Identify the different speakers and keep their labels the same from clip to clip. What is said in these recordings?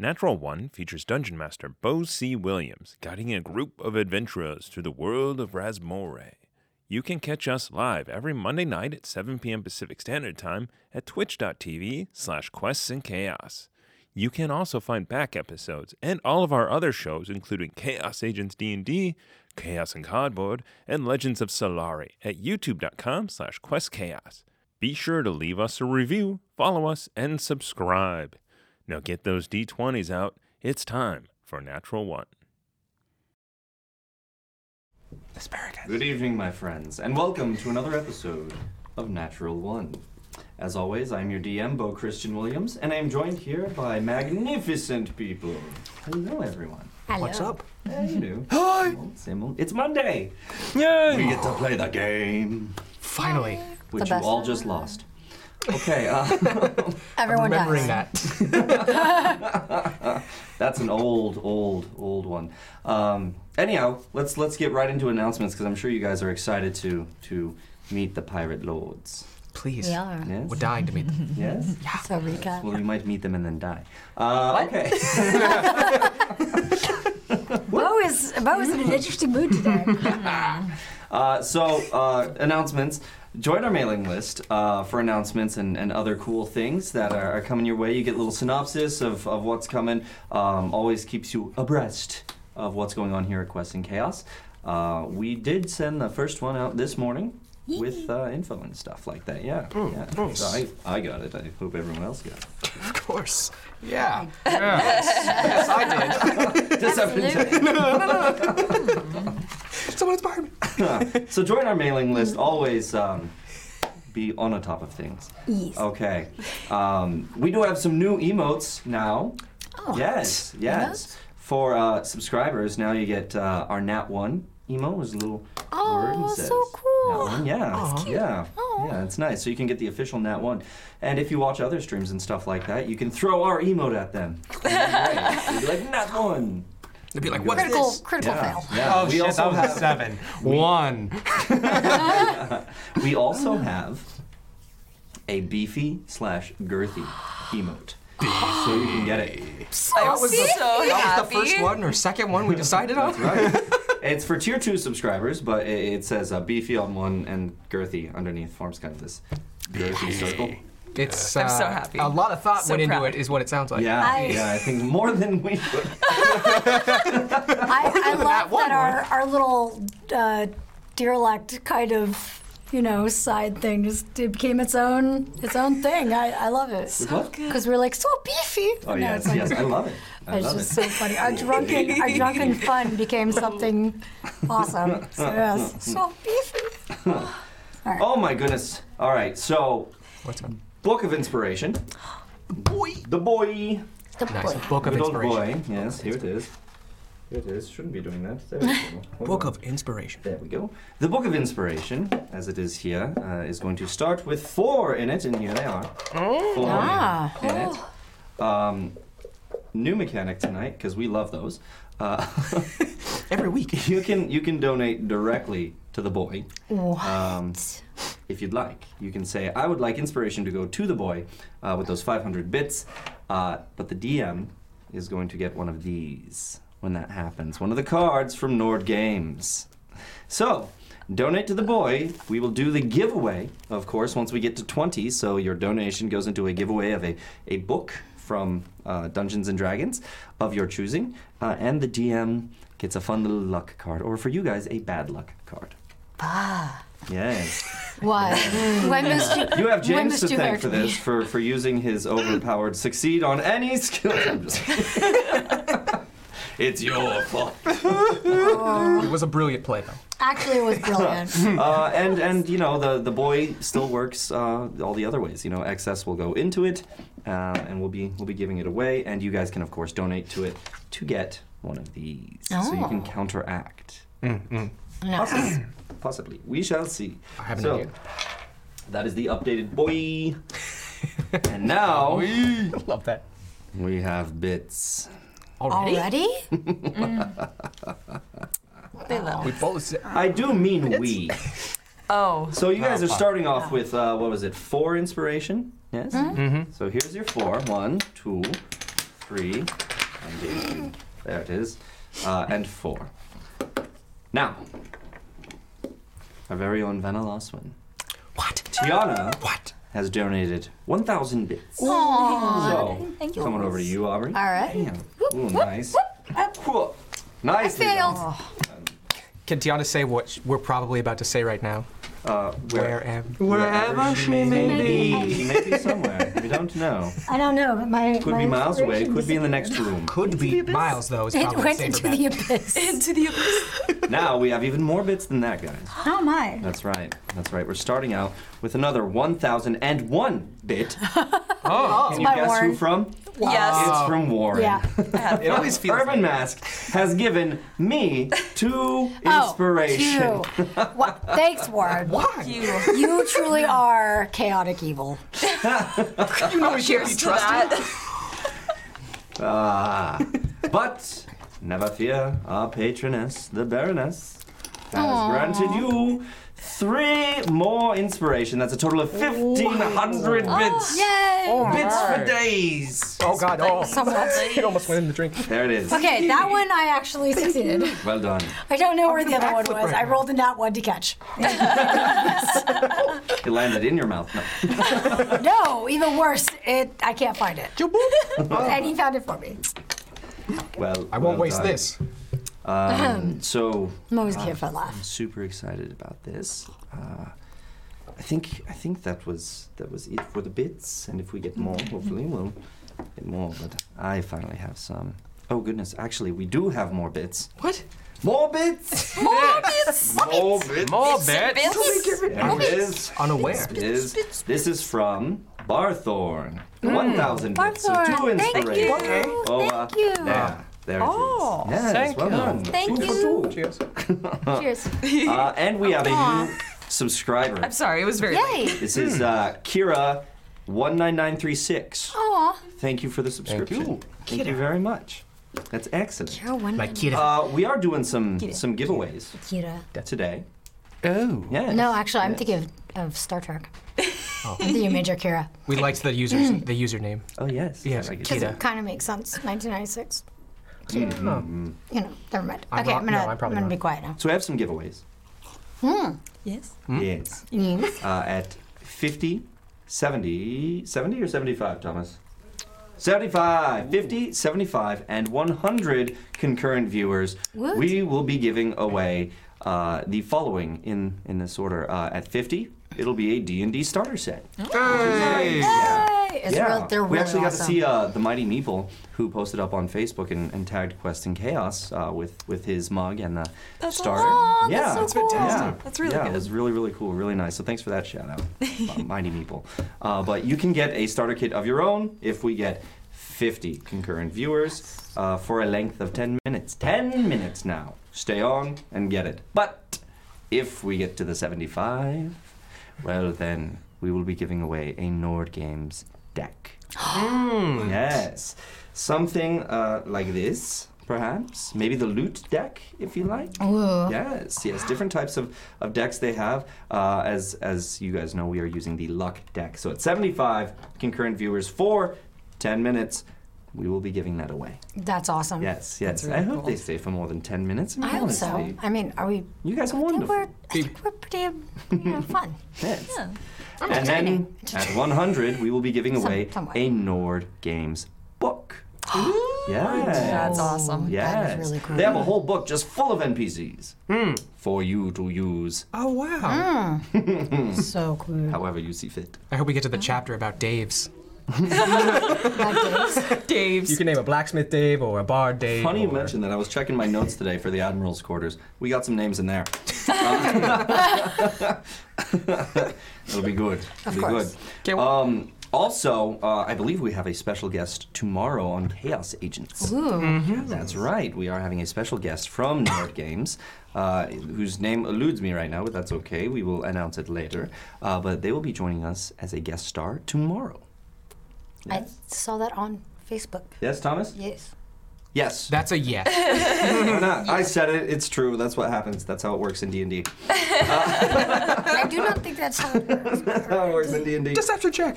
Speaker 1: Natural One features Dungeon Master Bo C. Williams guiding a group of adventurers through the world of Rasmore. You can catch us live every Monday night at 7 p.m. Pacific Standard Time at twitch.tv slash quests and chaos. You can also find back episodes and all of our other shows, including Chaos Agents D&D, Chaos and Cardboard, and Legends of Solari at youtube.com slash questchaos. Be sure to leave us a review, follow us, and subscribe. Now get those D20s out. It's time for Natural One.
Speaker 2: Good evening, my friends, and welcome to another episode of Natural One. As always, I'm your DM, Bo Christian Williams, and I am joined here by magnificent people. Hello, everyone.
Speaker 3: Hello.
Speaker 4: What's up?
Speaker 2: How you do? Hi. Same old. It's Monday. Yay! We get to play the game,
Speaker 4: Finally.
Speaker 2: which you
Speaker 3: best
Speaker 2: all
Speaker 3: time.
Speaker 2: just lost. Okay, uh,
Speaker 3: Everyone
Speaker 4: Remembering
Speaker 3: dies.
Speaker 4: that.
Speaker 2: that's an old, old, old one. Um, anyhow, let's let's get right into announcements because I'm sure you guys are excited to to meet the pirate lords.
Speaker 4: Please.
Speaker 3: We are.
Speaker 2: Yes.
Speaker 4: We're dying to meet them.
Speaker 2: Yes.
Speaker 3: So Rika.
Speaker 2: Well, you might meet them and then die. Uh, okay.
Speaker 3: Bo is Bo is in an interesting mood today.
Speaker 2: Uh, so, uh, announcements. Join our mailing list uh, for announcements and, and other cool things that are, are coming your way. You get little synopsis of, of what's coming. Um, always keeps you abreast of what's going on here at Quest and Chaos. Uh, we did send the first one out this morning with uh, info and stuff like that. Yeah. yeah.
Speaker 4: Hmm, nice.
Speaker 2: So I, I got it. I hope everyone else got it.
Speaker 4: Of course. Yeah. yes, I
Speaker 2: Just up until-
Speaker 4: did. Someone inspired me.
Speaker 2: so join our mailing list. Always um, be on the top of things.
Speaker 3: Yes.
Speaker 5: Oh.
Speaker 2: Okay. Um, we do have some new emotes now.
Speaker 3: Oh.
Speaker 2: Yes, yes. For uh, subscribers, now you get uh, our Nat One emo is a little word. and
Speaker 3: Oh,
Speaker 2: says,
Speaker 3: so
Speaker 2: Nat
Speaker 3: cool.
Speaker 2: One, yeah, yeah,
Speaker 3: Aw.
Speaker 2: yeah. It's nice. So you can get the official Nat One, and if you watch other streams and stuff like that, you can throw our emote at them. You'll be like Nat One.
Speaker 4: They'd be like, what's
Speaker 3: Critical
Speaker 4: this?
Speaker 3: critical fail.
Speaker 2: Yeah. we also have
Speaker 5: seven. One.
Speaker 2: We also have a beefy slash girthy emote. So you can get it.
Speaker 4: That was,
Speaker 6: so
Speaker 4: the, that was the
Speaker 6: happy.
Speaker 4: first one or second one we decided on.
Speaker 2: Right. it's for tier two subscribers, but i- it says uh, beefy on one and girthy underneath forms kind of this girthy circle.
Speaker 4: It's uh,
Speaker 6: I'm so happy.
Speaker 4: a lot of thought
Speaker 6: So
Speaker 4: went into
Speaker 6: proud.
Speaker 4: it, is what it sounds like.
Speaker 2: Yeah,
Speaker 3: I-
Speaker 2: yeah, I think more than we could.
Speaker 3: I, I love
Speaker 4: one
Speaker 3: that our, our little uh, derelict kind of you know side thing just it became its own its own thing. I, I love it
Speaker 2: What?
Speaker 3: because we're like so beefy.
Speaker 2: Oh,
Speaker 3: No,
Speaker 2: yes,
Speaker 3: it's not
Speaker 2: yes, I love it. I
Speaker 3: It's
Speaker 2: love
Speaker 3: just
Speaker 2: it.
Speaker 3: so funny. Our drunken, our drunken fun became something awesome. So yes, so beefy.
Speaker 2: Oh my goodness. All right, so
Speaker 4: What's up?
Speaker 2: Book of Inspiration. Boy. The boy.
Speaker 3: The
Speaker 4: Nice.
Speaker 3: boy.
Speaker 4: Book of
Speaker 2: Good old
Speaker 4: Inspiration.
Speaker 2: boy. Yes, here it is. Here it is. Shouldn't be doing that. There we go. Hold
Speaker 4: Book
Speaker 2: on.
Speaker 4: of Inspiration.
Speaker 2: There we go. The Book of Inspiration, as it is here, uh, is going to start with four in it, and here they are. Four
Speaker 3: Ah.
Speaker 2: in it. Um, new mechanic tonight because we love those. Uh,
Speaker 4: Every week.
Speaker 2: you can you can donate directly to the boy. Um, if you'd like, you can say, "I would like inspiration to go to the boy uh, with those 500 bits," uh, but the DM is going to get one of these when that happens. One of the cards from Nord Games. So, donate to the boy. We will do the giveaway, of course, once we get to 20. So, your donation goes into a giveaway of a, a book from uh, Dungeons and Dragons of your choosing. Uh, and the DM gets a fun little luck card, or for you guys, a bad luck card. Bah. Yes.
Speaker 3: Why? Why must you?
Speaker 2: You have
Speaker 3: why
Speaker 2: James
Speaker 3: must
Speaker 2: to
Speaker 3: you
Speaker 2: thank
Speaker 3: hurt
Speaker 2: for
Speaker 3: me?
Speaker 2: this, for, for using his overpowered succeed on any skill. I'm just it's your fault.
Speaker 4: It was a brilliant play, though.
Speaker 3: Oh, Actually, it was brilliant.
Speaker 2: uh, and and you know the the boy still works uh, all the other ways. You know, excess will go into it, uh, and we'll be we'll be giving it away, and you guys can of course donate to it to get one of these, so you can
Speaker 3: Oh.
Speaker 2: counteract.
Speaker 5: Mm,
Speaker 3: no.
Speaker 2: Possibly, possibly, we shall see.
Speaker 4: I have an
Speaker 2: so,
Speaker 4: idea.
Speaker 2: That is the updated boy. and now
Speaker 4: Love that.
Speaker 2: we have bits.
Speaker 4: Already?
Speaker 3: Already?
Speaker 6: They
Speaker 3: Mm.
Speaker 6: love
Speaker 4: We
Speaker 6: it.
Speaker 4: both.
Speaker 2: I do mean we.
Speaker 6: Oh,
Speaker 2: So you guys are starting off with uh, what was it? Four inspiration. Yes. Mm-hmm. So here's your four. One, two, three. and gave you- There it is. Uh, and four. Now, our very own Vanna Loswin.
Speaker 4: What?
Speaker 2: Tiana
Speaker 4: What?
Speaker 2: has donated 1,000 bits. so,
Speaker 6: Thank you.
Speaker 2: coming over to you, Aubrey.
Speaker 3: All right.
Speaker 2: Damn. Ooh, nice. Cool. Nice.
Speaker 3: Failed.
Speaker 4: Can Tiana say what sh- we're probably about to say right now?
Speaker 2: Uh,
Speaker 4: Where
Speaker 2: where,
Speaker 4: am?
Speaker 2: wherever she may be. She may be somewhere. We don't know.
Speaker 3: I don't know. but My,
Speaker 2: Could
Speaker 3: my
Speaker 2: be miles away,
Speaker 3: inspiration
Speaker 2: could be in the next room.
Speaker 4: Could be Miles though. Is
Speaker 3: It
Speaker 4: probably
Speaker 3: went
Speaker 4: safer
Speaker 3: into
Speaker 4: bet.
Speaker 3: the abyss.
Speaker 6: Into the abyss.
Speaker 2: Now we have even more bits than that, guys.
Speaker 3: Oh my.
Speaker 2: That's right. That's right. We're starting out with another 1001 bit.
Speaker 4: Oh,
Speaker 2: Can you
Speaker 3: my
Speaker 2: guess who
Speaker 3: Warren.
Speaker 2: from?
Speaker 6: Yes.
Speaker 2: It's from Warren.
Speaker 3: Yeah.
Speaker 4: it always feels.
Speaker 2: Urban
Speaker 4: Like
Speaker 2: Mask has given me two
Speaker 3: Oh,
Speaker 2: inspiration.
Speaker 3: you. Wha- Thanks, Ward.
Speaker 4: why?
Speaker 6: You.
Speaker 3: You truly are chaotic evil.
Speaker 4: You know we can't
Speaker 6: Cheers
Speaker 4: be
Speaker 6: to
Speaker 4: trusted.
Speaker 6: that.
Speaker 2: Ah, but never fear, our patroness, the Baroness, has granted you three more inspiration. That's a total of 1,500 bits.
Speaker 3: Oh, Yay!
Speaker 2: Bits for days.
Speaker 4: Oh God! Oh,
Speaker 3: Somewhat.
Speaker 4: it almost went in the drink.
Speaker 2: There it is.
Speaker 3: Okay, that one I actually succeeded.
Speaker 2: Well done.
Speaker 3: I don't know where the
Speaker 4: doing
Speaker 3: other one
Speaker 4: backflip
Speaker 3: was.
Speaker 4: right
Speaker 3: I rolled a nat one to catch.
Speaker 2: It landed in your mouth. No.
Speaker 3: No, even worse, it I can't find it. and
Speaker 2: Oh.
Speaker 3: he found it for me.
Speaker 2: Well,
Speaker 4: I won't waste this.
Speaker 2: Um, so
Speaker 3: I'm always here for a laugh.
Speaker 2: I'm super excited about this. Uh, I think I think that was that was it for the bits, and if we get more, hopefully we'll get more. But I finally have some. Oh goodness! Actually, we do have more bits.
Speaker 4: What?
Speaker 2: More bits.
Speaker 6: More bits.
Speaker 2: more bits.
Speaker 4: More
Speaker 6: Bits.
Speaker 2: There it is.
Speaker 4: Unaware.
Speaker 2: It is. This is from Barthorn.
Speaker 3: Mm.
Speaker 2: One thousand bits. So two
Speaker 3: Barthorn, thank
Speaker 2: inspiration.
Speaker 3: you.
Speaker 2: Oh,
Speaker 3: Thank you.
Speaker 2: There, there
Speaker 6: Oh,
Speaker 2: it is. Yes,
Speaker 4: thank
Speaker 2: well
Speaker 4: you.
Speaker 2: done.
Speaker 6: Thank
Speaker 2: Two for
Speaker 6: you.
Speaker 2: two.
Speaker 4: Cheers.
Speaker 3: Cheers.
Speaker 2: Uh, and we have a new subscriber.
Speaker 6: I'm sorry, it was very late.
Speaker 3: Yay.
Speaker 2: This
Speaker 4: Hmm.
Speaker 2: is uh, Kira. 19936.
Speaker 3: Aw.
Speaker 2: Thank you for the subscription.
Speaker 4: you.
Speaker 2: Thank you very much. That's excellent.
Speaker 3: You're one
Speaker 4: Like kid.
Speaker 2: Uh, we are doing some some giveaways
Speaker 3: Kira.
Speaker 2: today.
Speaker 4: Oh.
Speaker 2: Yes.
Speaker 3: No, actually, I'm
Speaker 2: yes.
Speaker 3: thinking of, of Star Trek. I'm thinking Major Kira.
Speaker 4: Oh. We liked the users, the username.
Speaker 2: Oh, yes.
Speaker 4: Yes,
Speaker 2: I like it.
Speaker 3: Because
Speaker 4: Kira.
Speaker 3: it kind of makes sense. 1996.
Speaker 2: Hmm.
Speaker 3: You know, never mind.
Speaker 4: Hmm. I'm
Speaker 3: okay,
Speaker 4: not-
Speaker 3: I'm gonna,
Speaker 4: no, I'm
Speaker 3: I'm
Speaker 4: probably
Speaker 3: gonna be
Speaker 4: not.
Speaker 3: quiet now.
Speaker 2: So we have some giveaways.
Speaker 3: Hmm.
Speaker 6: Yes.
Speaker 4: Hmm?
Speaker 2: Yes. Uh, at 50, 70, 70 or 75, Thomas? 75, 50, 75, and 100 concurrent viewers.
Speaker 3: What?
Speaker 2: We will be giving away uh, the following in, in this order. Uh, at 50, it'll be a D&D starter set.
Speaker 3: Yay! It's real, they're
Speaker 2: we
Speaker 3: really
Speaker 2: actually got
Speaker 3: awesome.
Speaker 2: to see uh, the mighty Meeple, who posted up on Facebook and, and tagged Quest and Chaos uh, with with his mug and the
Speaker 6: That's
Speaker 2: starter.
Speaker 6: awesome.
Speaker 2: yeah,
Speaker 6: That's so That's cool. fantastic.
Speaker 2: Yeah.
Speaker 6: That's really
Speaker 2: yeah, it
Speaker 6: good.
Speaker 2: was really really cool, really nice. So thanks for that shout out, uh, mighty Meeple. Uh, but you can get a starter kit of your own if we get. 50 concurrent viewers uh, for a length of 10 minutes. 10 minutes now. Stay on and get it. But if we get to the 75, well, then we will be giving away a Nord Games deck. Yes. Something uh, like this, perhaps. Maybe the loot deck, if you like.
Speaker 3: Ooh.
Speaker 2: Yes, yes. Different types of, of decks they have. Uh, as as you guys know, we are using the luck deck. So at 75 concurrent viewers for 10 minutes, we will be giving that away.
Speaker 3: That's awesome.
Speaker 2: Yes, yes. I hope they stay for more than 10 minutes.
Speaker 3: I hope so.
Speaker 2: honestly.
Speaker 3: I mean, are we?
Speaker 2: You guys are
Speaker 3: I think
Speaker 2: wonderful.
Speaker 3: we're, I think we're pretty you know, fun.
Speaker 2: Yes.
Speaker 3: I'm
Speaker 2: And then
Speaker 3: entertaining.
Speaker 2: at 100, we will be giving away
Speaker 3: somewhat.
Speaker 2: a Nord Games book. Yes.
Speaker 6: That's
Speaker 3: Oh
Speaker 6: awesome.
Speaker 2: Yes.
Speaker 3: That is really cool.
Speaker 2: They have a whole book just full of NPCs for you to use
Speaker 4: Oh wow.
Speaker 3: So cool.
Speaker 2: however you see fit.
Speaker 4: I hope we get
Speaker 7: Oh.
Speaker 4: to the chapter about Dave's.
Speaker 3: That is-
Speaker 6: Dave's.
Speaker 4: You can name a blacksmith Dave or a bard Dave.
Speaker 2: Funny you
Speaker 4: or-
Speaker 2: mentioned that. I was checking my notes today for the Admiral's quarters. We got some names in there. It'll be good. It'll be
Speaker 8: course.
Speaker 2: good.
Speaker 4: Okay, well-
Speaker 2: Um, also, uh, I believe we have a special guest tomorrow on Chaos Agents.
Speaker 8: Ooh.
Speaker 2: That's right. We are having a special guest from Nerd Games, uh, whose name eludes me right now, but that's okay. We will announce it later. Uh, but they will be joining us as a guest star tomorrow.
Speaker 7: I saw that on Facebook.
Speaker 2: Yes, Thomas?
Speaker 7: Yes.
Speaker 2: Yes.
Speaker 4: That's a yes.
Speaker 2: Why not? I said it. It's true. That's what happens. That's how it works in D&D.
Speaker 7: I do not think that's how it works.
Speaker 2: That's how it works in D&D.
Speaker 4: Just after check.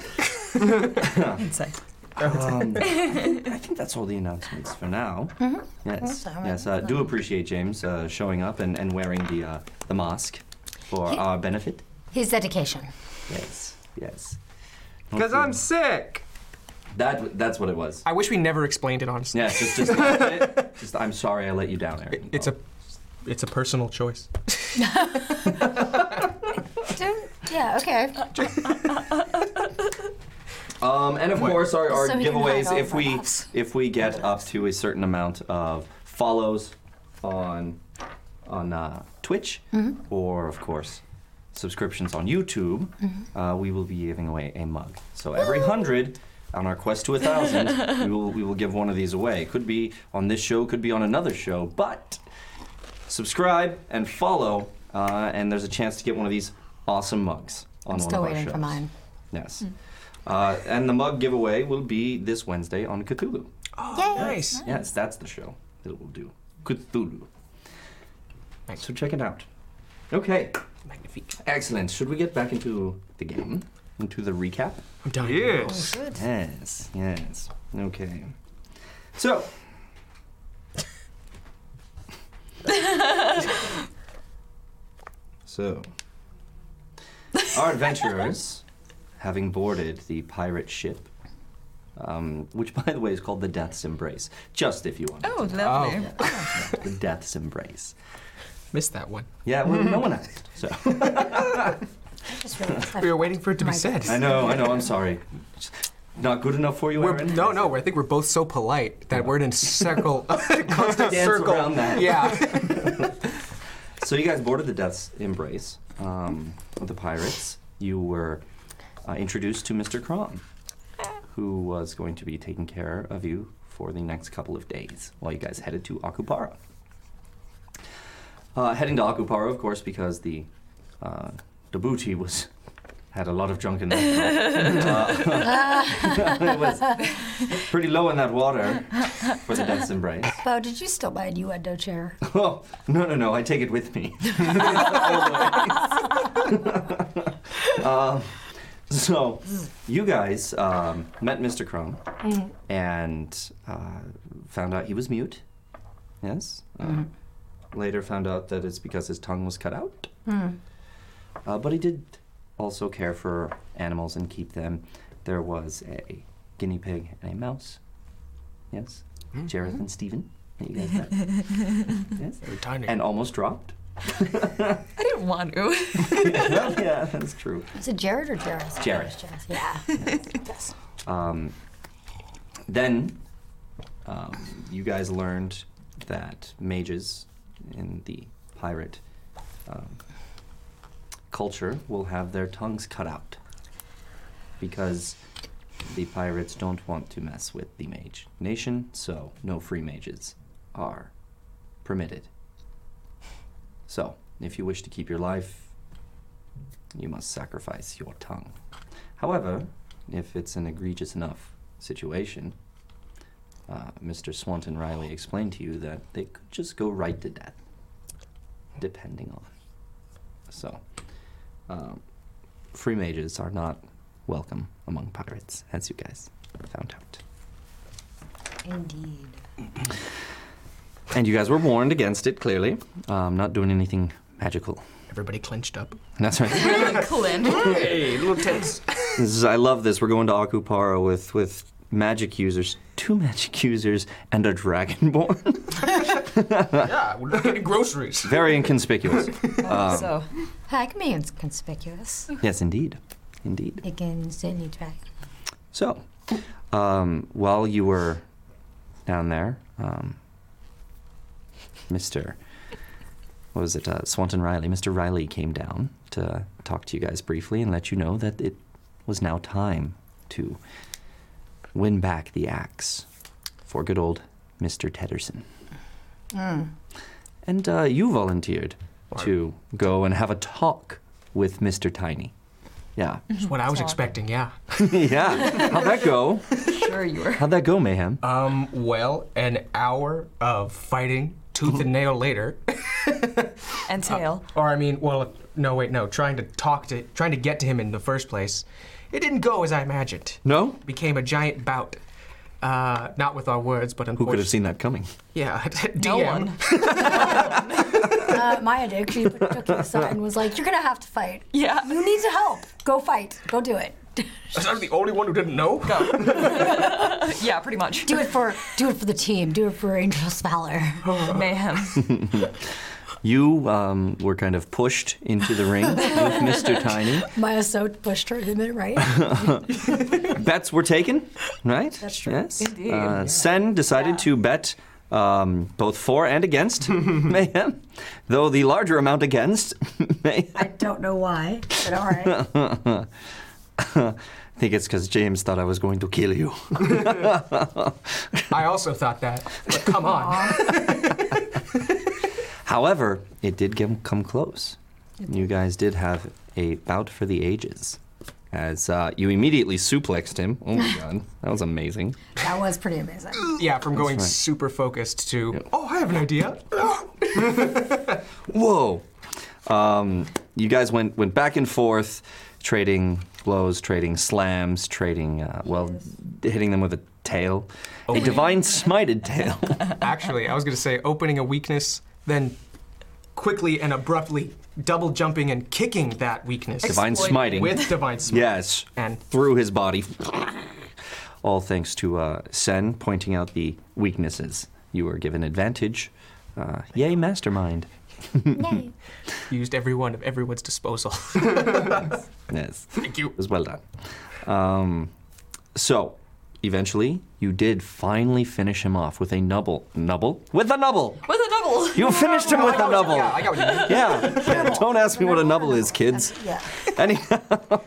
Speaker 8: Inside.
Speaker 2: Um, I think that's all the announcements for now. Yes,
Speaker 7: Sorry.
Speaker 2: yes. Uh, do appreciate James uh, showing up and, and wearing the uh, the mask for
Speaker 7: He-
Speaker 2: our benefit.
Speaker 7: His dedication.
Speaker 2: Yes, yes.
Speaker 4: Because I'm sick.
Speaker 2: That that's what it was.
Speaker 4: I wish we never explained it, honestly.
Speaker 2: Yeah, just just, just, I'm sorry I let you down, Aaron.
Speaker 4: It's a it's a personal choice.
Speaker 7: Don't- yeah, okay.
Speaker 2: Um, and of course, our, our
Speaker 7: So we can hide
Speaker 2: giveaws
Speaker 7: all
Speaker 2: if
Speaker 7: of our
Speaker 2: we
Speaker 7: mouths.
Speaker 2: if we get up to a certain amount of follows on on uh, Twitch
Speaker 7: Mm-hmm.
Speaker 2: or of course subscriptions on YouTube,
Speaker 7: Mm-hmm.
Speaker 2: uh, we will be giving away a mug. So every hundred. On our quest to a thousand, we will we will give one of these away. Could be on this show, could be on another show, but subscribe and follow, uh, and there's a chance to get one of these awesome mugs on
Speaker 7: I'm
Speaker 2: one
Speaker 7: still
Speaker 2: of our
Speaker 7: waiting for
Speaker 2: shows.
Speaker 7: mine.
Speaker 2: Yes. Uh, and the mug giveaway will be this Wednesday on Cthulhu.
Speaker 9: Oh,
Speaker 4: Nice.
Speaker 2: Yes, that's the show that it will do. Cthulhu. So check it out. Okay,
Speaker 4: Magnifique.
Speaker 2: excellent. Should we get back into the game? Into the recap?
Speaker 4: I'm Oh, dying.
Speaker 5: Yes.
Speaker 7: Good.
Speaker 2: Yes, yes. Okay. So. so. Our adventurers, having boarded the pirate ship, um, which by the way is called the Death's Embrace, just if you want.
Speaker 8: Oh, lovely.
Speaker 2: The Death's Embrace.
Speaker 4: Missed that one.
Speaker 2: Yeah, well, no one asked. So.
Speaker 7: I just realized
Speaker 4: We
Speaker 7: that.
Speaker 4: were waiting for it to be said.
Speaker 2: I know, I know, I'm sorry. Not good enough for you,
Speaker 4: We're,
Speaker 2: Aaron?
Speaker 4: no, no. I think we're both so polite that we're in a circle, a constant
Speaker 2: Dance
Speaker 4: circle.
Speaker 2: around that.
Speaker 4: Yeah.
Speaker 2: So you guys boarded the Death's Embrace um, with the pirates. You were uh, introduced to Mr. Crom, who was going to be taking care of you for the next couple of days while you guys headed to Akupara. Uh, heading to Akupara, of course, because the uh, Dabuchi was had a lot of junk in Uh, that. it was pretty low in that water for the Death's Embrace.
Speaker 7: Bo, did you still buy a Uendo chair?
Speaker 2: Oh, no, no, no. I take it with me. Um, so, you guys um, met Mr. Crone and uh, found out he was mute. Yes? Uh, Later found out that it's because his tongue was cut out.
Speaker 7: Mm-hmm.
Speaker 2: Uh, but he did also care for animals and keep them. There was a guinea pig and a mouse. Yes? Jareth and Stephen. You guys met. yes?
Speaker 4: We're tiny.
Speaker 2: and almost dropped.
Speaker 8: I didn't want to.
Speaker 2: yeah, that's true.
Speaker 7: Is it Jared or Jareth?
Speaker 2: Jared.
Speaker 7: It's Yeah. yes.
Speaker 2: Um, then um, you guys learned that mages in the pirate um, culture will have their tongues cut out because the pirates don't want to mess with the mage nation, so no free mages are permitted. So, if you wish to keep your life, you must sacrifice your tongue. However, if it's an egregious enough situation, uh, Mr. Swanton Riley explained to you that they could just go right to death, depending on. So, um, free mages are not welcome among pirates, as you guys found out.
Speaker 7: Indeed.
Speaker 2: And you guys were warned against it, clearly. Um, not doing anything magical.
Speaker 4: Everybody clenched up.
Speaker 2: That's right.
Speaker 8: Clint.
Speaker 4: Hey, little tense.
Speaker 2: This is, I love this. We're going to Akupara with with magic users, two magic users, and a dragonborn.
Speaker 4: yeah, we're getting groceries.
Speaker 2: Very inconspicuous.
Speaker 10: Um,
Speaker 8: so,
Speaker 7: Pac Man's conspicuous.
Speaker 2: Um, yes, indeed, indeed.
Speaker 7: Against any track.
Speaker 2: So, um, while you were down there, um, Mister what was it, uh, Swanton Riley, Mr. Riley came down to talk to you guys briefly and let you know that it was now time to win back the axe for good old Mr. Tedderson.
Speaker 7: Mm,
Speaker 2: And uh, you volunteered to go and have a talk with Mr. Tiny. Yeah.
Speaker 6: Mm-hmm.
Speaker 4: That's what I was expecting, yeah.
Speaker 2: yeah. How'd that go?
Speaker 6: Sure you were.
Speaker 2: How'd that go, Mayhem?
Speaker 4: Um, well, an hour of fighting tooth and nail later. Uh,
Speaker 6: And tail.
Speaker 4: or I mean, well, no, wait, no. Trying to talk to, trying to get to him in the first place, it didn't go as I imagined.
Speaker 2: No?
Speaker 4: Became a giant bout. Uh, not with our words, but
Speaker 2: Who
Speaker 4: unfortunately.
Speaker 2: could have seen that coming?
Speaker 4: Yeah, DM.
Speaker 6: No one.
Speaker 3: Uh, Maya did. 'cause She took you aside and was like, "You're gonna have to fight.
Speaker 6: Yeah.
Speaker 3: You need to help. Go fight. Go do it.
Speaker 4: Is that the only one who didn't know?
Speaker 6: Yeah, pretty much.
Speaker 3: Do it for. Do it for the team. Do it for Angel's valor."
Speaker 6: Mayhem.
Speaker 2: You um, were kind of pushed into the ring with Mr. Tiny.
Speaker 3: Maya so pushed her in it, right?
Speaker 2: Bets were taken, right? That's
Speaker 3: true.
Speaker 2: Yes.
Speaker 6: Indeed.
Speaker 2: Uh, Sen decided to bet um, both for and against Mayhem, though the larger amount against Mayhem.
Speaker 3: I don't know why, but all right.
Speaker 2: I think it's because James thought I was going to kill you.
Speaker 4: I also thought that. But come on.
Speaker 2: However, it did get, come close. You guys did have a bout for the ages. As uh, you immediately suplexed him. Oh my god, that was amazing.
Speaker 3: That was pretty amazing.
Speaker 4: Yeah, from going
Speaker 2: right.
Speaker 4: super focused to, oh, I have an idea.
Speaker 2: Whoa! Um, you guys went went back and forth, trading blows, trading slams, trading uh, well, hitting them with a tail,
Speaker 4: Oh,
Speaker 2: a divine smited tail.
Speaker 4: Actually, I was going to say opening a weakness, then quickly and abruptly double jumping and kicking that weakness
Speaker 2: divine
Speaker 6: Exploited.
Speaker 2: smiting.
Speaker 4: with divine smite.
Speaker 2: yes,
Speaker 4: And-
Speaker 2: through his body. All thanks to uh, Sen pointing out the weaknesses. You were given advantage. Uh, yay, mastermind.
Speaker 7: Yay.
Speaker 4: Used every one of everyone's disposal.
Speaker 2: Yes.
Speaker 4: Thank you.
Speaker 2: It was well done. Um, so, eventually, you did finally finish him off with a nubble. Nubble? With a nubble!
Speaker 6: With a double.
Speaker 2: You finished him with a nubble!
Speaker 4: Yeah, I got what you mean.
Speaker 2: Yeah. Don't ask me what a nubble is, kids.
Speaker 3: Yeah.
Speaker 2: Any,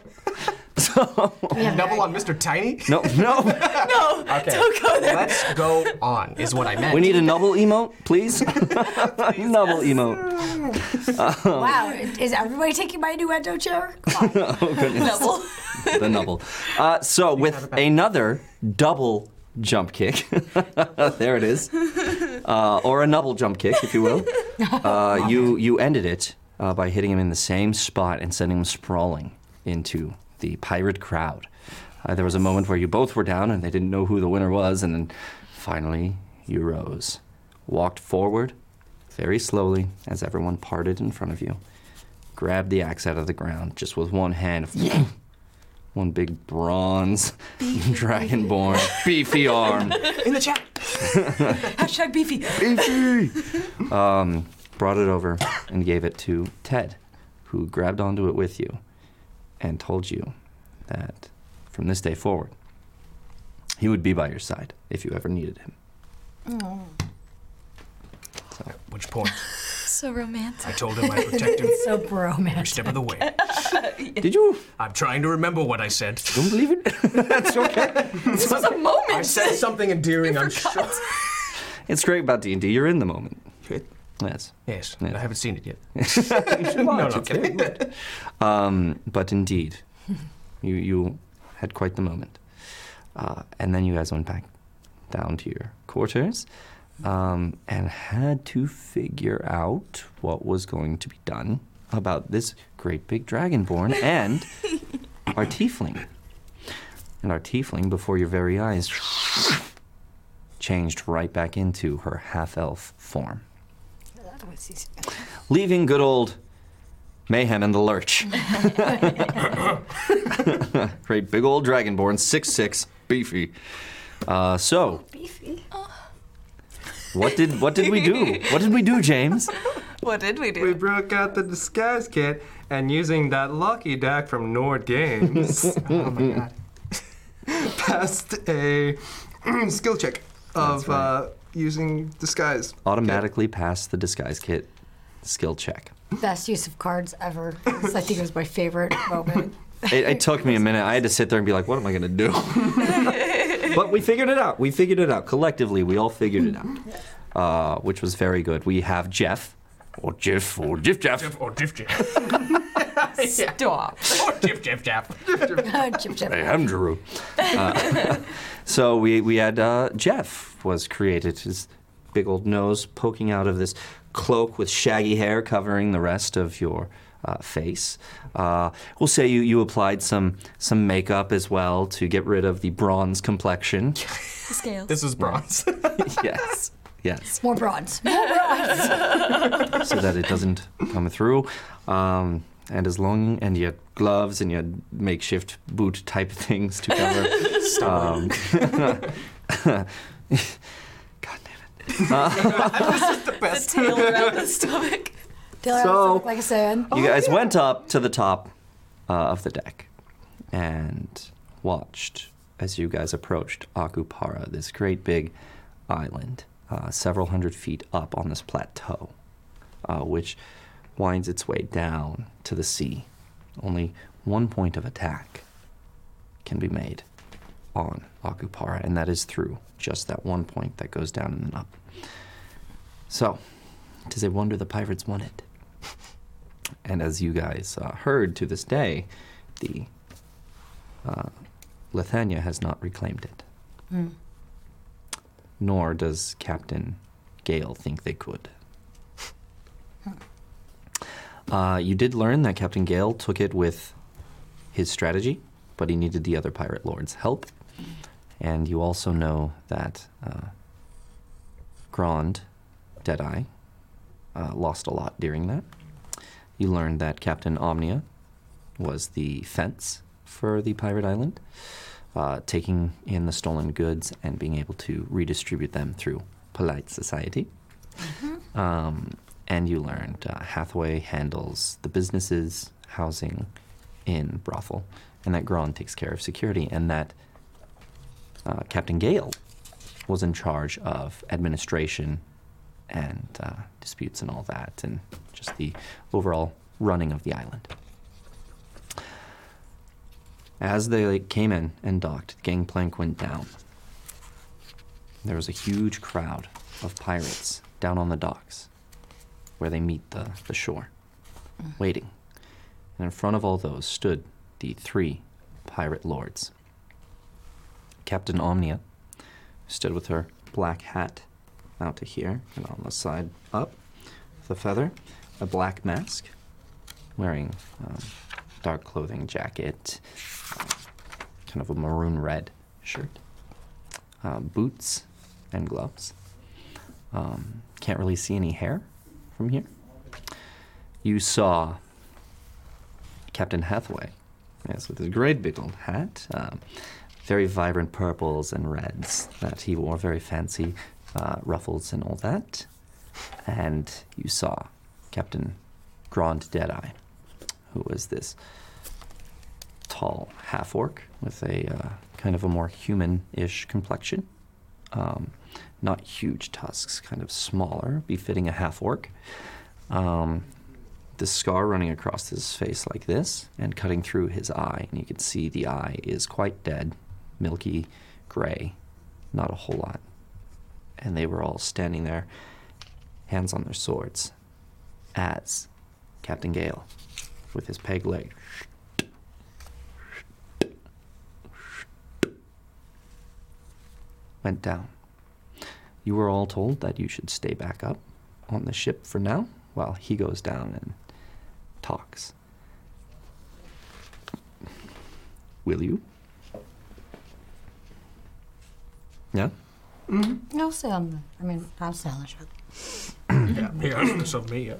Speaker 4: Double on Mr. Tiny?
Speaker 2: no, no.
Speaker 4: Okay. Don't go there. Let's go on, is what I meant.
Speaker 2: We need a nubble emote, please. nubble emote.
Speaker 3: Wow. Is everybody taking my new endo chair? Come on.
Speaker 6: Double.
Speaker 2: Oh, The nubble. Uh, so, with another double jump kick. there it is. Uh, or a nubble jump kick, if you will. Uh, you, you ended it uh, by hitting him in the same spot and sending him sprawling into the pirate crowd. Uh, there was a moment where you both were down and they didn't know who the winner was, and then finally you rose, walked forward very slowly as everyone parted in front of you, grabbed the axe out of the ground just with one hand. One big bronze dragonborn beefy arm
Speaker 4: In the chat.
Speaker 6: Hashtag beefy.
Speaker 2: um, brought it over and gave it to Ted, who grabbed onto it with you and told you that from this day forward, he would be by your side if you ever needed him.
Speaker 7: Mm,
Speaker 4: Which point?
Speaker 7: So romantic.
Speaker 4: I told him I protect him
Speaker 3: So
Speaker 4: every
Speaker 3: romantic.
Speaker 4: step of the way.
Speaker 2: Did you?
Speaker 4: I'm trying to remember what I said.
Speaker 2: Don't believe it? That's okay.
Speaker 6: This was a
Speaker 4: I
Speaker 6: moment.
Speaker 4: said something endearing, I'm sure.
Speaker 2: It's great about D&D. You're in the moment. Yes.
Speaker 4: Yes,
Speaker 2: Yeah.
Speaker 4: I haven't seen it yet. no, no, kidding.
Speaker 2: Um, but indeed, you, you had quite the moment. Uh, and then you guys went back down to your quarters um, and had to figure out what was going to be done about this great big dragonborn and our tiefling. And our tiefling, before your very eyes, changed right back into her half elf form,
Speaker 7: That was easy.
Speaker 2: leaving good old mayhem in the lurch. Great big old dragonborn, six six, beefy. Uh, so,
Speaker 7: Beefy.
Speaker 6: Oh.
Speaker 2: what did what did we do? What did we do, James?
Speaker 6: What did we
Speaker 5: We
Speaker 6: do?
Speaker 5: broke out the disguise kit and using that lucky deck from Nord Games,
Speaker 4: Oh my god.
Speaker 5: passed a skill check of uh, using disguise.
Speaker 2: Automatically passed the disguise kit skill check.
Speaker 3: Best use of cards ever. This, I think it was my favorite moment.
Speaker 2: It, it took me a minute. I had to sit there and be like, what am I going to do? but we figured it out. We figured it out. Collectively, we all figured it out, uh, which was very good. We have Jeff, or Jeff, or Jeff Jeff.
Speaker 8: Or Jif Jif. Or
Speaker 4: Stop.
Speaker 8: Jif Jif Jaf.
Speaker 3: Chip, chip.
Speaker 2: Hey, I'm Drew. Uh, so we, we had uh, Jeff was created, his big old nose poking out of this cloak with shaggy hair covering the rest of your uh, face. Uh, we'll say you, you applied some, some makeup as well to get rid of the bronze complexion.
Speaker 3: Scales.
Speaker 8: This was bronze.
Speaker 2: yes, yes.
Speaker 3: More bronze.
Speaker 2: so that it doesn't come through. Um, and as long and your gloves and your makeshift boot type things to cover. um, God damn it!
Speaker 4: The tail around the stomach.
Speaker 3: Taylor,
Speaker 2: So-
Speaker 3: like I said, Oh,
Speaker 2: You guys went up to the top uh, of the deck and watched as you guys approached Akupara, this great big island, uh, several hundred feet up on this plateau, uh, which winds its way down to the sea. Only one point of attack can be made on Akupara, and that is through just that one point that goes down and then up. So, it is a wonder the pirates won it. And as you guys uh, heard to this day, the uh, Lithania has not reclaimed it.
Speaker 7: Mm.
Speaker 2: Nor does Captain Gale think they could. Uh, you did learn that Captain Gale took it with his strategy, but he needed the other pirate lord's help. And you also know that uh, Grand Deadeye uh, lost a lot during that. You learned that Captain Omnia was the fence for the pirate island, uh, taking in the stolen goods and being able to redistribute them through polite society. Um, and you learned uh, Hathaway handles the businesses, housing in brothel, and that Grand takes care of security, and that uh, Captain Gale was in charge of administration and uh, disputes and all that, and just the overall running of the island. As they came in and docked, the gangplank went down. There was a huge crowd of pirates down on the docks where they meet the, the shore, waiting. And in front of all those stood the three pirate lords. Captain Omnia stood with her black hat out to here and on the side up, the feather, a black mask, wearing um, dark clothing, jacket, um, kind of a maroon red shirt, uh, boots, and gloves. Um, can't really see any hair from here. You saw Captain Hathaway, yes, with his great big old hat, um, very vibrant purples and reds that he wore, very fancy uh, ruffles and all that. And you saw Captain Grand Deadeye, who was this tall half orc with a uh, kind of a more human ish complexion. Um, not huge tusks, kind of smaller, befitting a half orc. Um, the scar running across his face like this and cutting through his eye. And you can see the eye is quite dead, milky gray, not a whole lot. And they were all standing there, hands on their swords, as Captain Gale, with his peg leg, went down. You were all told that you should stay back up on the ship for now while he goes down and talks. Will you? Yeah?
Speaker 4: Mm-hmm.
Speaker 3: no
Speaker 7: um,
Speaker 3: sound. I mean, I'll sound shot.
Speaker 8: yeah, he asked this of me.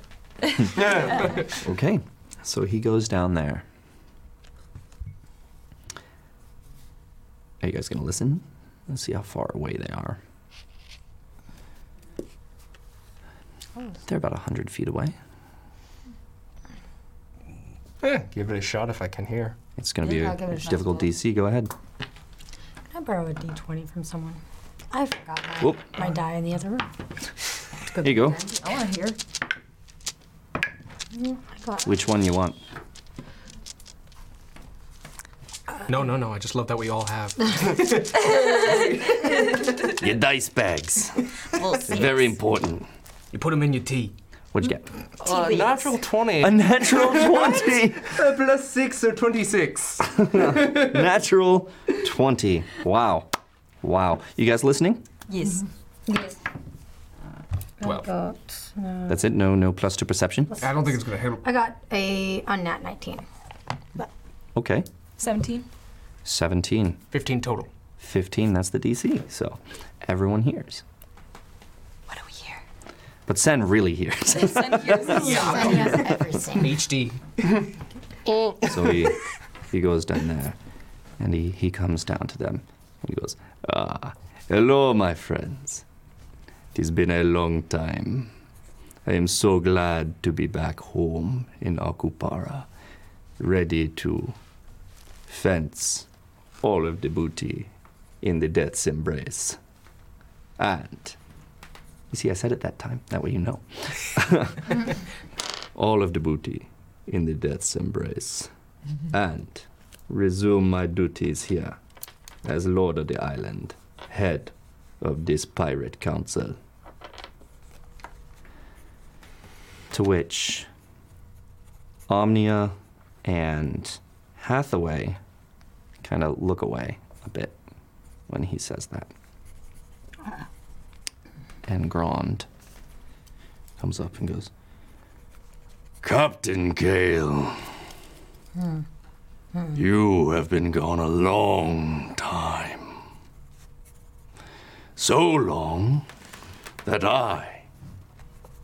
Speaker 8: Yeah.
Speaker 2: Okay. So he goes down there. Are you guys going to listen? Let's see how far away they are. They're about 100 feet away.
Speaker 5: Eh, give it a shot if I can hear.
Speaker 2: It's going to be
Speaker 3: Yeah,
Speaker 2: a
Speaker 3: I'll give it a shot.
Speaker 2: difficult DC. Go ahead.
Speaker 3: Can I borrow a d20 from someone? I forgot my,
Speaker 2: Whoop.
Speaker 3: my die in the other room.
Speaker 2: Here you go.
Speaker 3: I want to hear.
Speaker 10: Which one you want?
Speaker 8: No, no, no. I just love that we all have.
Speaker 10: Your dice bags. It's very important.
Speaker 8: You put them in your tea.
Speaker 10: What'd you get?
Speaker 5: Uh, natural 20.
Speaker 10: A natural 20.
Speaker 5: Uh, plus 6, so 26.
Speaker 10: natural 20. Wow. Wow. You guys listening?
Speaker 6: Yes.
Speaker 7: Yes.
Speaker 8: Well,
Speaker 7: Mm-hmm. Got, uh,
Speaker 10: That's it. No, no plus to perception.
Speaker 8: I don't think it's gonna help.
Speaker 7: I got a on nat 19.
Speaker 10: Okay.
Speaker 6: 17.
Speaker 10: 17.
Speaker 8: Fifteen total.
Speaker 10: 15, that's the DC. So everyone hears.
Speaker 6: What do we hear?
Speaker 10: But Sen really hears.
Speaker 6: Send here.
Speaker 7: And he has everything.
Speaker 8: HD.
Speaker 10: so he, he goes down there and he, he comes down to them and he goes, Ah, hello, my friends. It has been a long time. I am so glad to be back home in Akupara, ready to fence all of the booty in the death's embrace. And, you see, I said it that time, that way you know. all of the booty in the death's embrace, and resume my duties here as Lord of the Island, head of this pirate council. To which Omnia and Hathaway kind of look away a bit when he says that. And Grand comes up and goes, Captain Gale,
Speaker 6: Hmm.
Speaker 10: you have been gone a long time. So long that I,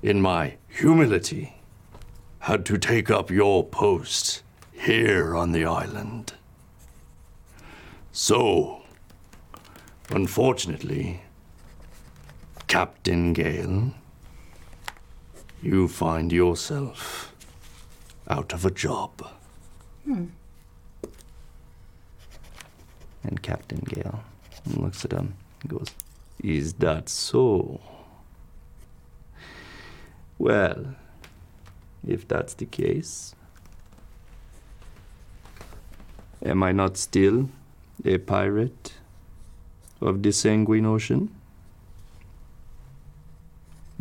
Speaker 10: in my humility, had to take up your post here on the island. So, unfortunately, Captain Gale, you find yourself out of a job.
Speaker 7: Hmm.
Speaker 10: And Captain Gale looks at him and goes, Is that so? Well, if that's the case, am I not still a pirate of the Sanguine Ocean?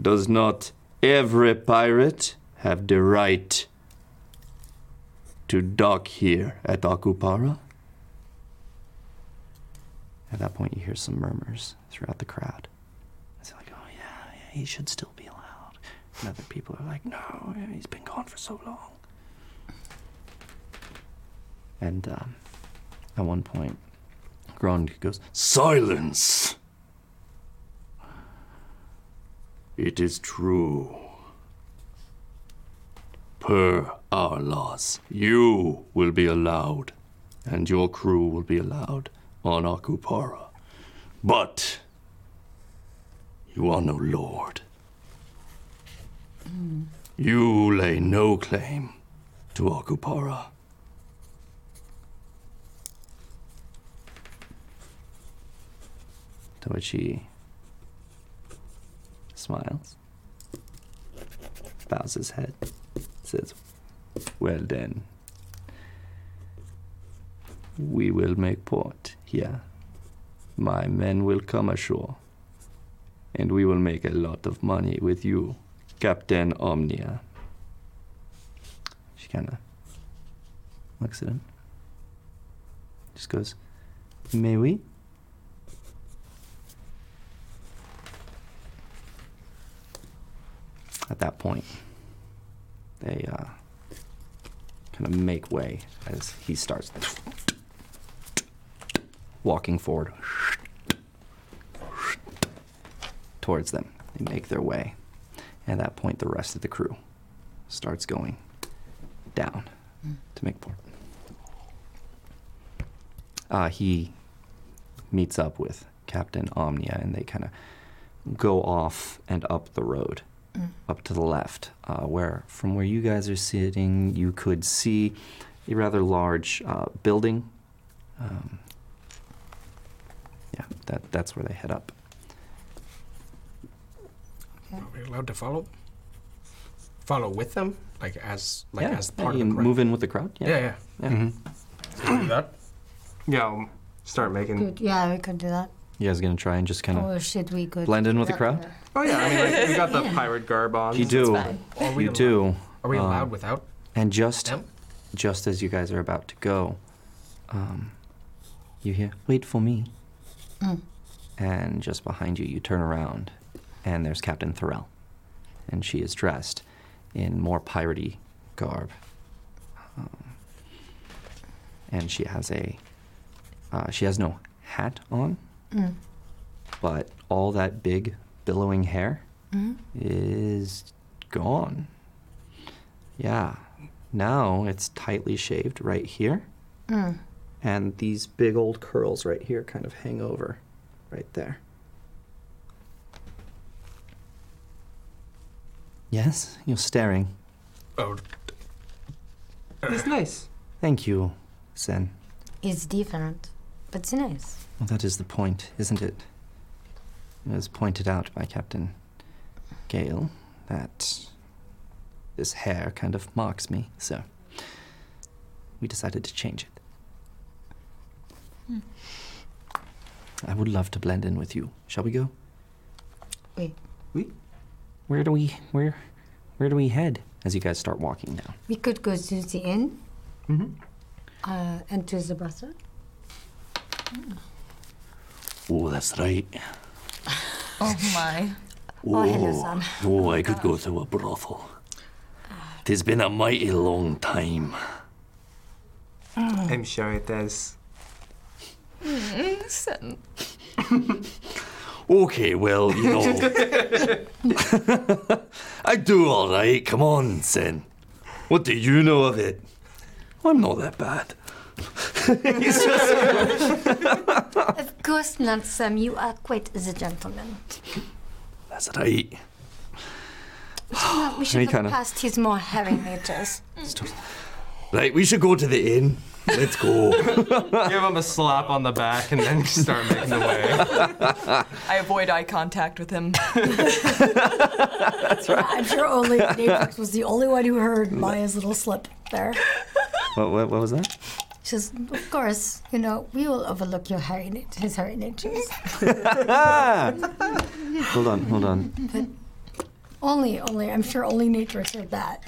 Speaker 10: Does not every pirate have the right to dock here at Akupara? At that point, you hear some murmurs throughout the crowd. It's like, oh, yeah, yeah, he should still be allowed. And other people are like, no, Oh, yeah, he's been gone for so long. And um, at one point, Grand goes, Silence! It is true. Per our laws, you will be allowed, and your crew will be allowed on Akupara. But you are no lord. You lay no claim to Akupara. To which he smiles, bows his head, says, Well then, we will make port here. My men will come ashore, and we will make a lot of money with you, Captain Omnia. She kind of looks at him, just goes, May we? at that point. They uh, kind of make way as he starts walking forward towards them. They make their way. And at that point, the rest of the crew starts going down to make port. Uh, he meets up with Captain Omnia, and they kind of go off and up the road up to the left, uh, where from where you guys are sitting, you could see a rather large uh, building. Um, yeah, that, that's where they head up.
Speaker 8: Are we allowed to follow? Follow with them?
Speaker 4: like as like
Speaker 2: yeah,
Speaker 4: as part of
Speaker 2: you can
Speaker 4: the crowd.
Speaker 2: move in with the crowd.
Speaker 4: Yeah, yeah. Mm-hmm.
Speaker 2: yeah.
Speaker 5: Do that. Yeah, I'll start making.
Speaker 7: Good. Yeah, we could do that.
Speaker 2: You guys gonna try and just kind of
Speaker 7: Or should we go
Speaker 2: Hmm. blend in with the
Speaker 7: that
Speaker 2: crowd?
Speaker 7: way?
Speaker 5: Oh yeah, I mean like, we got the pirate garb on.
Speaker 2: You do.
Speaker 6: fine.
Speaker 4: Are we
Speaker 2: You
Speaker 4: allowed-
Speaker 2: do.
Speaker 4: Are we
Speaker 2: Um,
Speaker 4: allowed without
Speaker 2: And just
Speaker 4: them?
Speaker 2: just as you guys are about to go, um, you hear, "Wait for me." And just behind you, you turn around, and there's Captain Thorell, and she is dressed in more piratey garb, um, and she has a uh, she has no hat on,
Speaker 7: Hmm.
Speaker 2: but all that big billowing hair is gone. Yeah. Now it's tightly shaved right here.
Speaker 7: Hmm.
Speaker 2: And these big old curls right here kind of hang over right there. Yes, you're staring.
Speaker 4: Oh,
Speaker 5: It's nice.
Speaker 2: Thank you, Zen.
Speaker 7: It's different, but it's nice.
Speaker 2: Well, that is the point, isn't it? It was pointed out by Captain Gale that this hair kind of marks me, so we decided to change it. Hmm. I would love to blend in with you. Shall we go?
Speaker 7: Wait,
Speaker 2: Where do we where where do we head as you guys start walking now?
Speaker 7: we could go to the inn
Speaker 5: Mm-hmm.
Speaker 7: uh, and to the brothel.
Speaker 10: Oh, that's right.
Speaker 6: Oh my.
Speaker 7: Oh, hello, Sam.
Speaker 10: Oh, I could go to a brothel. Tis been a mighty long time.
Speaker 6: Hmm.
Speaker 5: I'm sure it is.
Speaker 10: Okay, well, you know. I do all right. Come on, Sin. What do you know of it? I'm not that bad.
Speaker 7: Of course not, Sam. You are quite the gentleman.
Speaker 10: That's right.
Speaker 7: No, we should
Speaker 2: he
Speaker 7: look
Speaker 2: kinda-
Speaker 7: past his more hairy natures.
Speaker 10: Right, we should go to the inn. Let's go.
Speaker 5: Give him a slap on the back and then start making the way.
Speaker 6: I avoid eye contact with him.
Speaker 3: I'm sure only Natrix was the only one who heard Maya's little slip there.
Speaker 2: What what, what was that?
Speaker 7: Just, of course, you know, we will overlook your hairy nat- his hairy natures.
Speaker 2: Hold on, hold on.
Speaker 3: Only, only, I'm sure only Natrix heard that.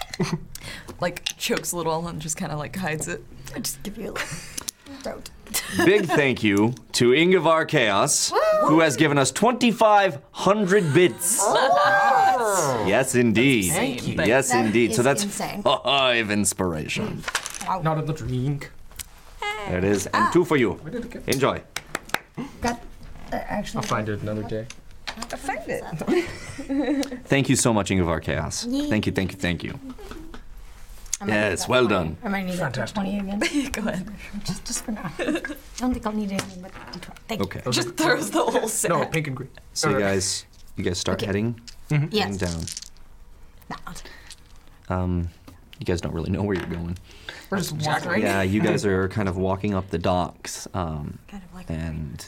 Speaker 6: Like chokes a little and just kind of like hides it.
Speaker 3: I just give you a little throat.
Speaker 2: Big thank you to Ingvar Chaos, who has given us 2,500 bits. Yes, indeed.
Speaker 6: Thank you.
Speaker 2: Yes,
Speaker 7: That
Speaker 2: indeed. So
Speaker 7: is
Speaker 2: that's
Speaker 7: insane.
Speaker 2: five inspiration.
Speaker 4: not in the drink.
Speaker 2: There it is. And two for you. Enjoy.
Speaker 7: Got, uh, actually,
Speaker 5: Find it another day.
Speaker 2: Thank you so much, Ingvar Chaos. Thank you, thank you, thank you.
Speaker 7: I might need
Speaker 10: yes,
Speaker 7: that
Speaker 10: well
Speaker 7: 20.
Speaker 10: done.
Speaker 7: I might need that for 20 again.
Speaker 6: Go ahead.
Speaker 7: just, just for now. I don't think I'll need it, but I'll try. Thank
Speaker 2: Okay.
Speaker 6: Just throws the whole set.
Speaker 4: No, pink and green.
Speaker 2: So you guys, you guys start
Speaker 7: Okay.
Speaker 2: heading
Speaker 7: you. Yes.
Speaker 2: down.
Speaker 7: Not.
Speaker 2: Um, you guys don't really know where you're going.
Speaker 6: We're just wandering.
Speaker 2: Yeah, you guys are kind of walking up the docks. Um,
Speaker 7: Kind of like
Speaker 2: and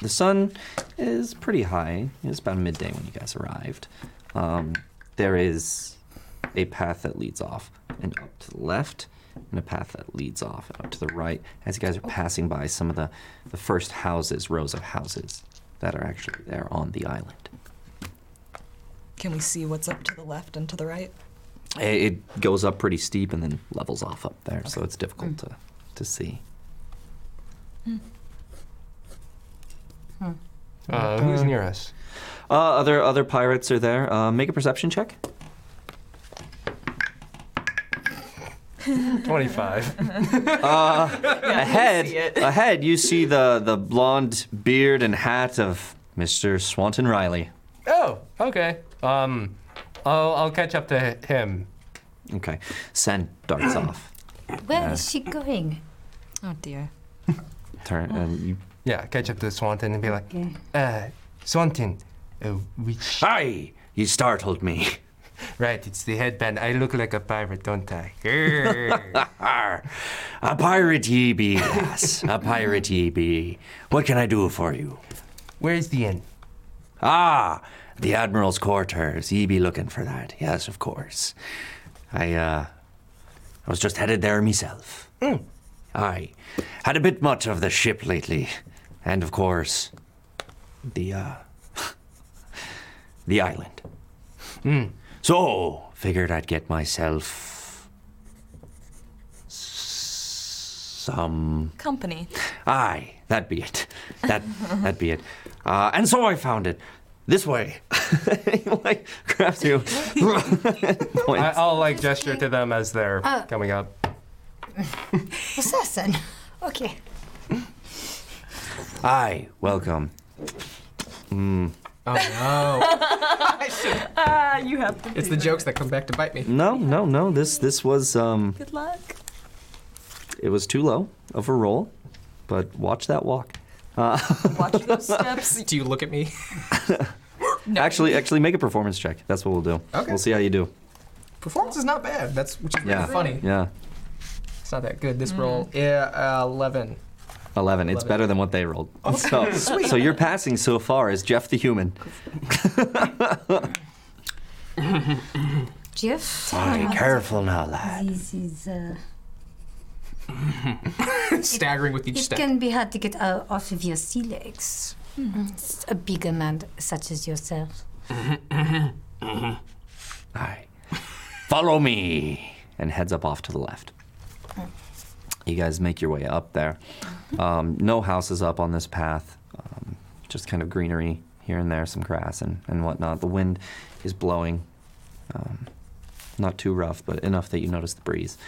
Speaker 2: the sun is pretty high. It was about midday when you guys arrived. Um, there is a path that leads off and up to the left, and a path that leads off and up to the right. As you guys are passing by some of the, the first houses, rows of houses that are actually there on the island,
Speaker 6: Can we see what's up to the left and to the right?
Speaker 2: I- it goes up pretty steep and then levels off up there, so it's difficult
Speaker 6: Mm.
Speaker 2: to, to see.
Speaker 6: Hmm.
Speaker 5: Uh, who's near us?
Speaker 2: Uh, other other pirates are there. Uh, make a perception check.
Speaker 5: 25.
Speaker 2: ahead,
Speaker 6: see it.
Speaker 2: ahead, you see the the blonde beard and hat of Mr. Swanton Riley.
Speaker 5: Oh, okay. Um, I'll, I'll catch up to h- him.
Speaker 2: Okay, Sen darts off.
Speaker 7: Where is she going?
Speaker 6: Oh dear.
Speaker 2: Turn and you.
Speaker 5: Yeah, catch up to Swanton and be like, uh, Swanton, uh, which.
Speaker 10: Hi! You startled me.
Speaker 5: Right, it's the headband. I look like a pirate, don't I? Grrr.
Speaker 10: Arr, a pirate ye be, lass. A pirate ye be. What can I do for you?
Speaker 5: Where's the inn?
Speaker 10: Ah, the Admiral's quarters. Ye be looking for that. Yes, of course.
Speaker 2: I, uh, I was just headed there myself.
Speaker 5: Mm.
Speaker 2: I had a bit much of the ship lately, and of course, the uh, the island. Mm. So figured I'd get myself some.
Speaker 6: Company.
Speaker 2: Aye, that be it. That that be it. Uh, and so I found it. This way. like grabs you.
Speaker 5: I, I'll like gesture to them as they're
Speaker 7: Uh,
Speaker 5: coming up.
Speaker 7: Assassin. Okay.
Speaker 2: Aye, welcome. Mm.
Speaker 8: Oh no.
Speaker 6: Ah, you have to.
Speaker 8: it's
Speaker 6: do
Speaker 8: the
Speaker 6: it.
Speaker 8: jokes that come back to bite me.
Speaker 2: No, no, no. This this was um
Speaker 6: Good luck.
Speaker 2: it was too low of a roll, but watch that walk. Uh,
Speaker 6: Watch those steps.
Speaker 8: Do you look at me?
Speaker 6: No.
Speaker 2: actually, actually, make a performance check. That's what we'll do.
Speaker 8: Okay.
Speaker 2: We'll see how you do.
Speaker 8: Performance is not bad. That's which is
Speaker 2: Yeah.
Speaker 8: really funny.
Speaker 2: Yeah,
Speaker 8: It's not that good. This
Speaker 6: Mm.
Speaker 8: roll. Yeah, uh, eleven.
Speaker 2: eleven. It's
Speaker 8: Eleven.
Speaker 2: better than what they rolled. So, so you're passing so far as Jeff the human.
Speaker 7: Jeff.
Speaker 2: Aye, careful now, lad.
Speaker 7: This is. Uh,
Speaker 8: Staggering with each
Speaker 7: it
Speaker 8: step.
Speaker 7: can be hard to get out off of your sea legs.
Speaker 6: Hmm.
Speaker 7: It's a bigger man such as yourself.
Speaker 2: Aye. Follow me. And heads up off to the left. You guys make your way up there. Um, no houses up on this path, um, just kind of greenery here and there, some grass and, and whatnot. The wind is blowing. Um, not too rough, but enough that you notice the breeze.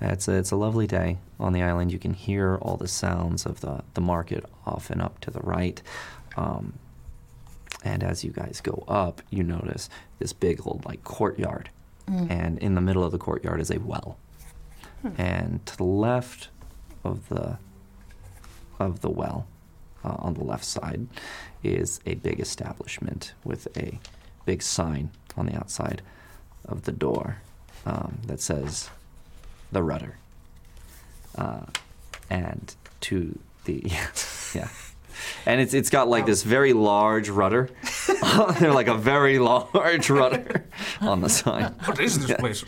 Speaker 2: It's a, it's a lovely day on the island. You can hear all the sounds of the, the market off and up to the right. Um, and as you guys go up, you notice this big old like courtyard. And in the middle of the courtyard is a well. And to the left of the of the well, uh, on the left side, is a big establishment with a big sign on the outside of the door um, that says the rudder. Uh, and to the yeah. And it's, it's got like this very large rudder. They're like a very large rudder on the sign.
Speaker 5: What is this place?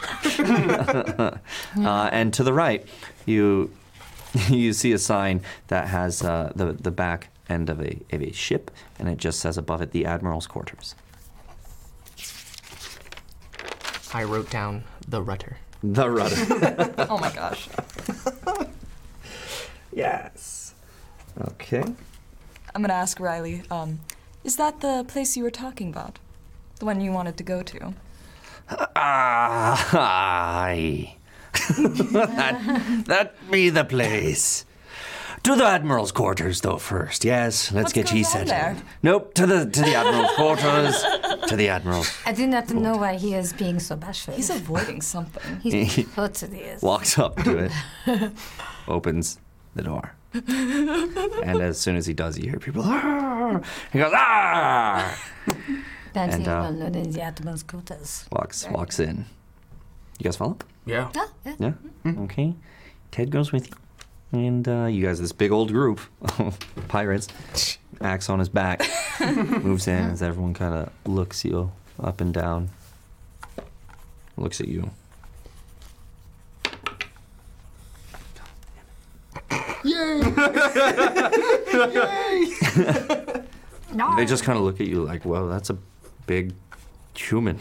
Speaker 2: Uh, and to the right, you you see a sign that has uh, the the back end of a of a ship, and it just says above it the admiral's quarters.
Speaker 8: I wrote down the rudder.
Speaker 2: The rudder.
Speaker 6: Oh my gosh.
Speaker 2: yes. Okay.
Speaker 6: I'm gonna ask Riley. Um, is that the place you were talking about? The one you wanted to go to?
Speaker 2: ah, Aye. that, that be the place. To the admiral's quarters, though, first. Yes, let's
Speaker 6: What's
Speaker 2: get ye
Speaker 6: going on there?
Speaker 2: settled. Nope, to the to the admiral's quarters. to the admiral's.
Speaker 7: I do not know why he is being so bashful.
Speaker 6: He's avoiding something.
Speaker 7: He's totally is.
Speaker 2: walks up to it, opens the door. and as soon as he does, you hear people, "Ah!" he goes, ah,
Speaker 7: Apparently,
Speaker 2: And,
Speaker 7: you
Speaker 2: uh,
Speaker 7: well known in the Atman's quarters.
Speaker 2: walks, walks in. You guys follow?
Speaker 5: Yeah.
Speaker 7: Ah, yeah.
Speaker 2: Yeah? Mm-hmm. Okay. Ted goes with you. And uh, you guys, this big old group of pirates, axe on his back, moves in as everyone kind of looks you up and down, looks at you.
Speaker 7: No.
Speaker 2: They just kind of look at you like, "Whoa, that's a big human."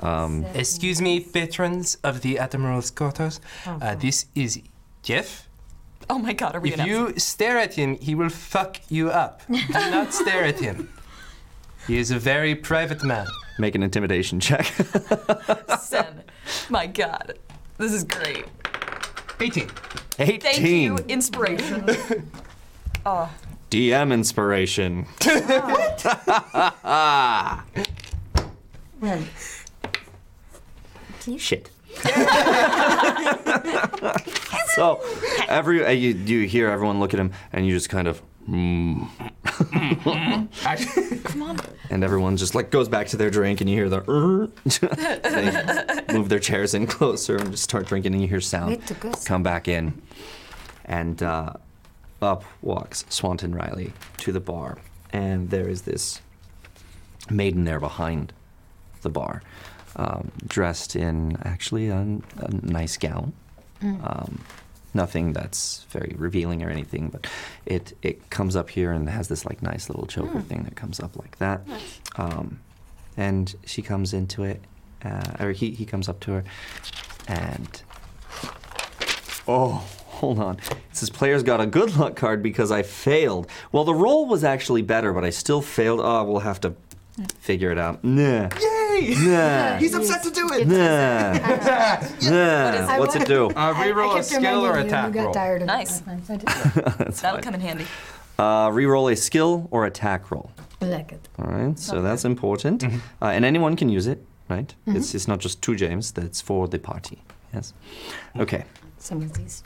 Speaker 2: um,
Speaker 5: Excuse me, patrons of the Admiral's quarters. Uh, this is Jeff.
Speaker 6: Oh my god, are we
Speaker 5: If
Speaker 6: announcing?
Speaker 5: you stare at him, he will fuck you up. Do not stare at him. He is a very private man.
Speaker 2: make an intimidation check.
Speaker 6: Sen. My god. This is great.
Speaker 8: 18.
Speaker 6: Thank
Speaker 2: Eighteen
Speaker 6: you, inspiration. oh,
Speaker 2: DM inspiration.
Speaker 7: Well. Please.
Speaker 2: Shit. so every uh, you you hear everyone look at him, and you just kind of. Mm,
Speaker 8: I,
Speaker 2: and everyone just like goes back to their drink, and you hear the. "Er." they move their chairs in closer and just start drinking, and you hear sound.
Speaker 7: Wait to go.
Speaker 2: come back in, and uh, up walks Swanton Riley to the bar, and there is this maiden there behind the bar, um, dressed in actually a, a nice gown.
Speaker 7: Mm.
Speaker 2: Um, nothing that's very revealing or anything, but it it comes up here and has this like nice little choker
Speaker 7: Mm.
Speaker 2: thing that comes up like that. Um, and she comes into it, uh, or he, he comes up to her, and oh, hold on. It says player's got a good luck card because I failed. Well, the roll was actually better, but I still failed. Oh, we'll have to
Speaker 7: Mm.
Speaker 2: figure it out. Nah.
Speaker 8: Yay!
Speaker 2: Nah.
Speaker 8: He's upset to do it.
Speaker 2: Nah. Nah. What's it do?
Speaker 5: Uh, reroll a skill or attack
Speaker 7: You got
Speaker 5: roll.
Speaker 7: tired of
Speaker 6: Nice.
Speaker 7: it. Nice.
Speaker 6: That'll come in handy.
Speaker 2: Uh, reroll a skill or attack roll.
Speaker 7: like it.
Speaker 2: All right, so that's important.
Speaker 5: Mm-hmm.
Speaker 2: Uh, and anyone can use it, right? It's, it's not just two James, that's for the party. Yes. Okay, um,
Speaker 7: Some of these.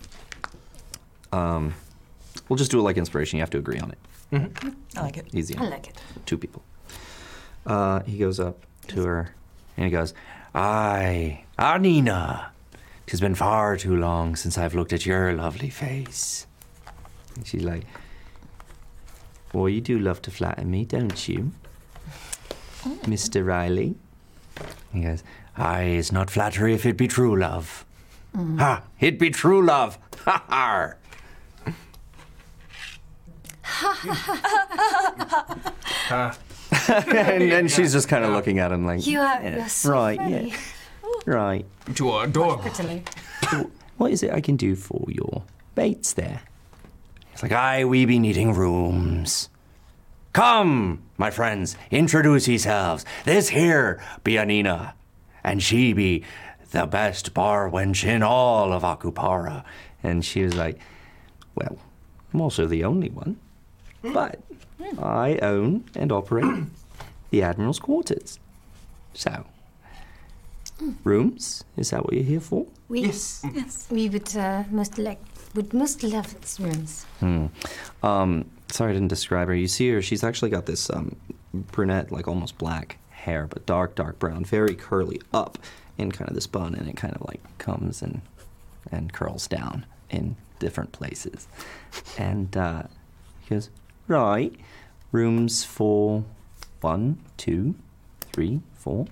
Speaker 2: we'll just do it like inspiration. You have to agree on it.
Speaker 6: I like it.
Speaker 2: Easy.
Speaker 7: I like it.
Speaker 2: Two people. Uh, he goes up to her and he goes, Aye, Arnina, tis been far too long since I've looked at your lovely face. And she's like, Well, you do love to flatter me, don't you, Mr. Riley? He goes, Aye, it's not flattery if it be true love. Ha! It be true love! Ha ha!
Speaker 8: Huh.
Speaker 2: and then she's just kind of looking at him like,
Speaker 7: You are.
Speaker 2: "Yeah,
Speaker 7: You're so
Speaker 2: right,
Speaker 7: funny.
Speaker 2: yeah, right.
Speaker 8: To our dog.
Speaker 7: Totally.
Speaker 2: What is it I can do for your baits there? It's like, aye, we be needing rooms. Come, my friends, introduce yourselves. This here be Anina, and she be the best bar wench in all of Akupara. And she was like, well, I'm also the only one, but I own and operate the Admiral's quarters. So, rooms, is that what you're here for?
Speaker 7: We,
Speaker 8: Yes.
Speaker 7: we would uh, most like would most love its rooms.
Speaker 2: Hmm. Um, sorry I didn't describe her. You see her, she's actually got this um, brunette, like almost black hair, but dark, dark brown, very curly up in kind of this bun, and it kind of like comes and and curls down in different places. And uh, he goes, Right, rooms for one, two, three, four,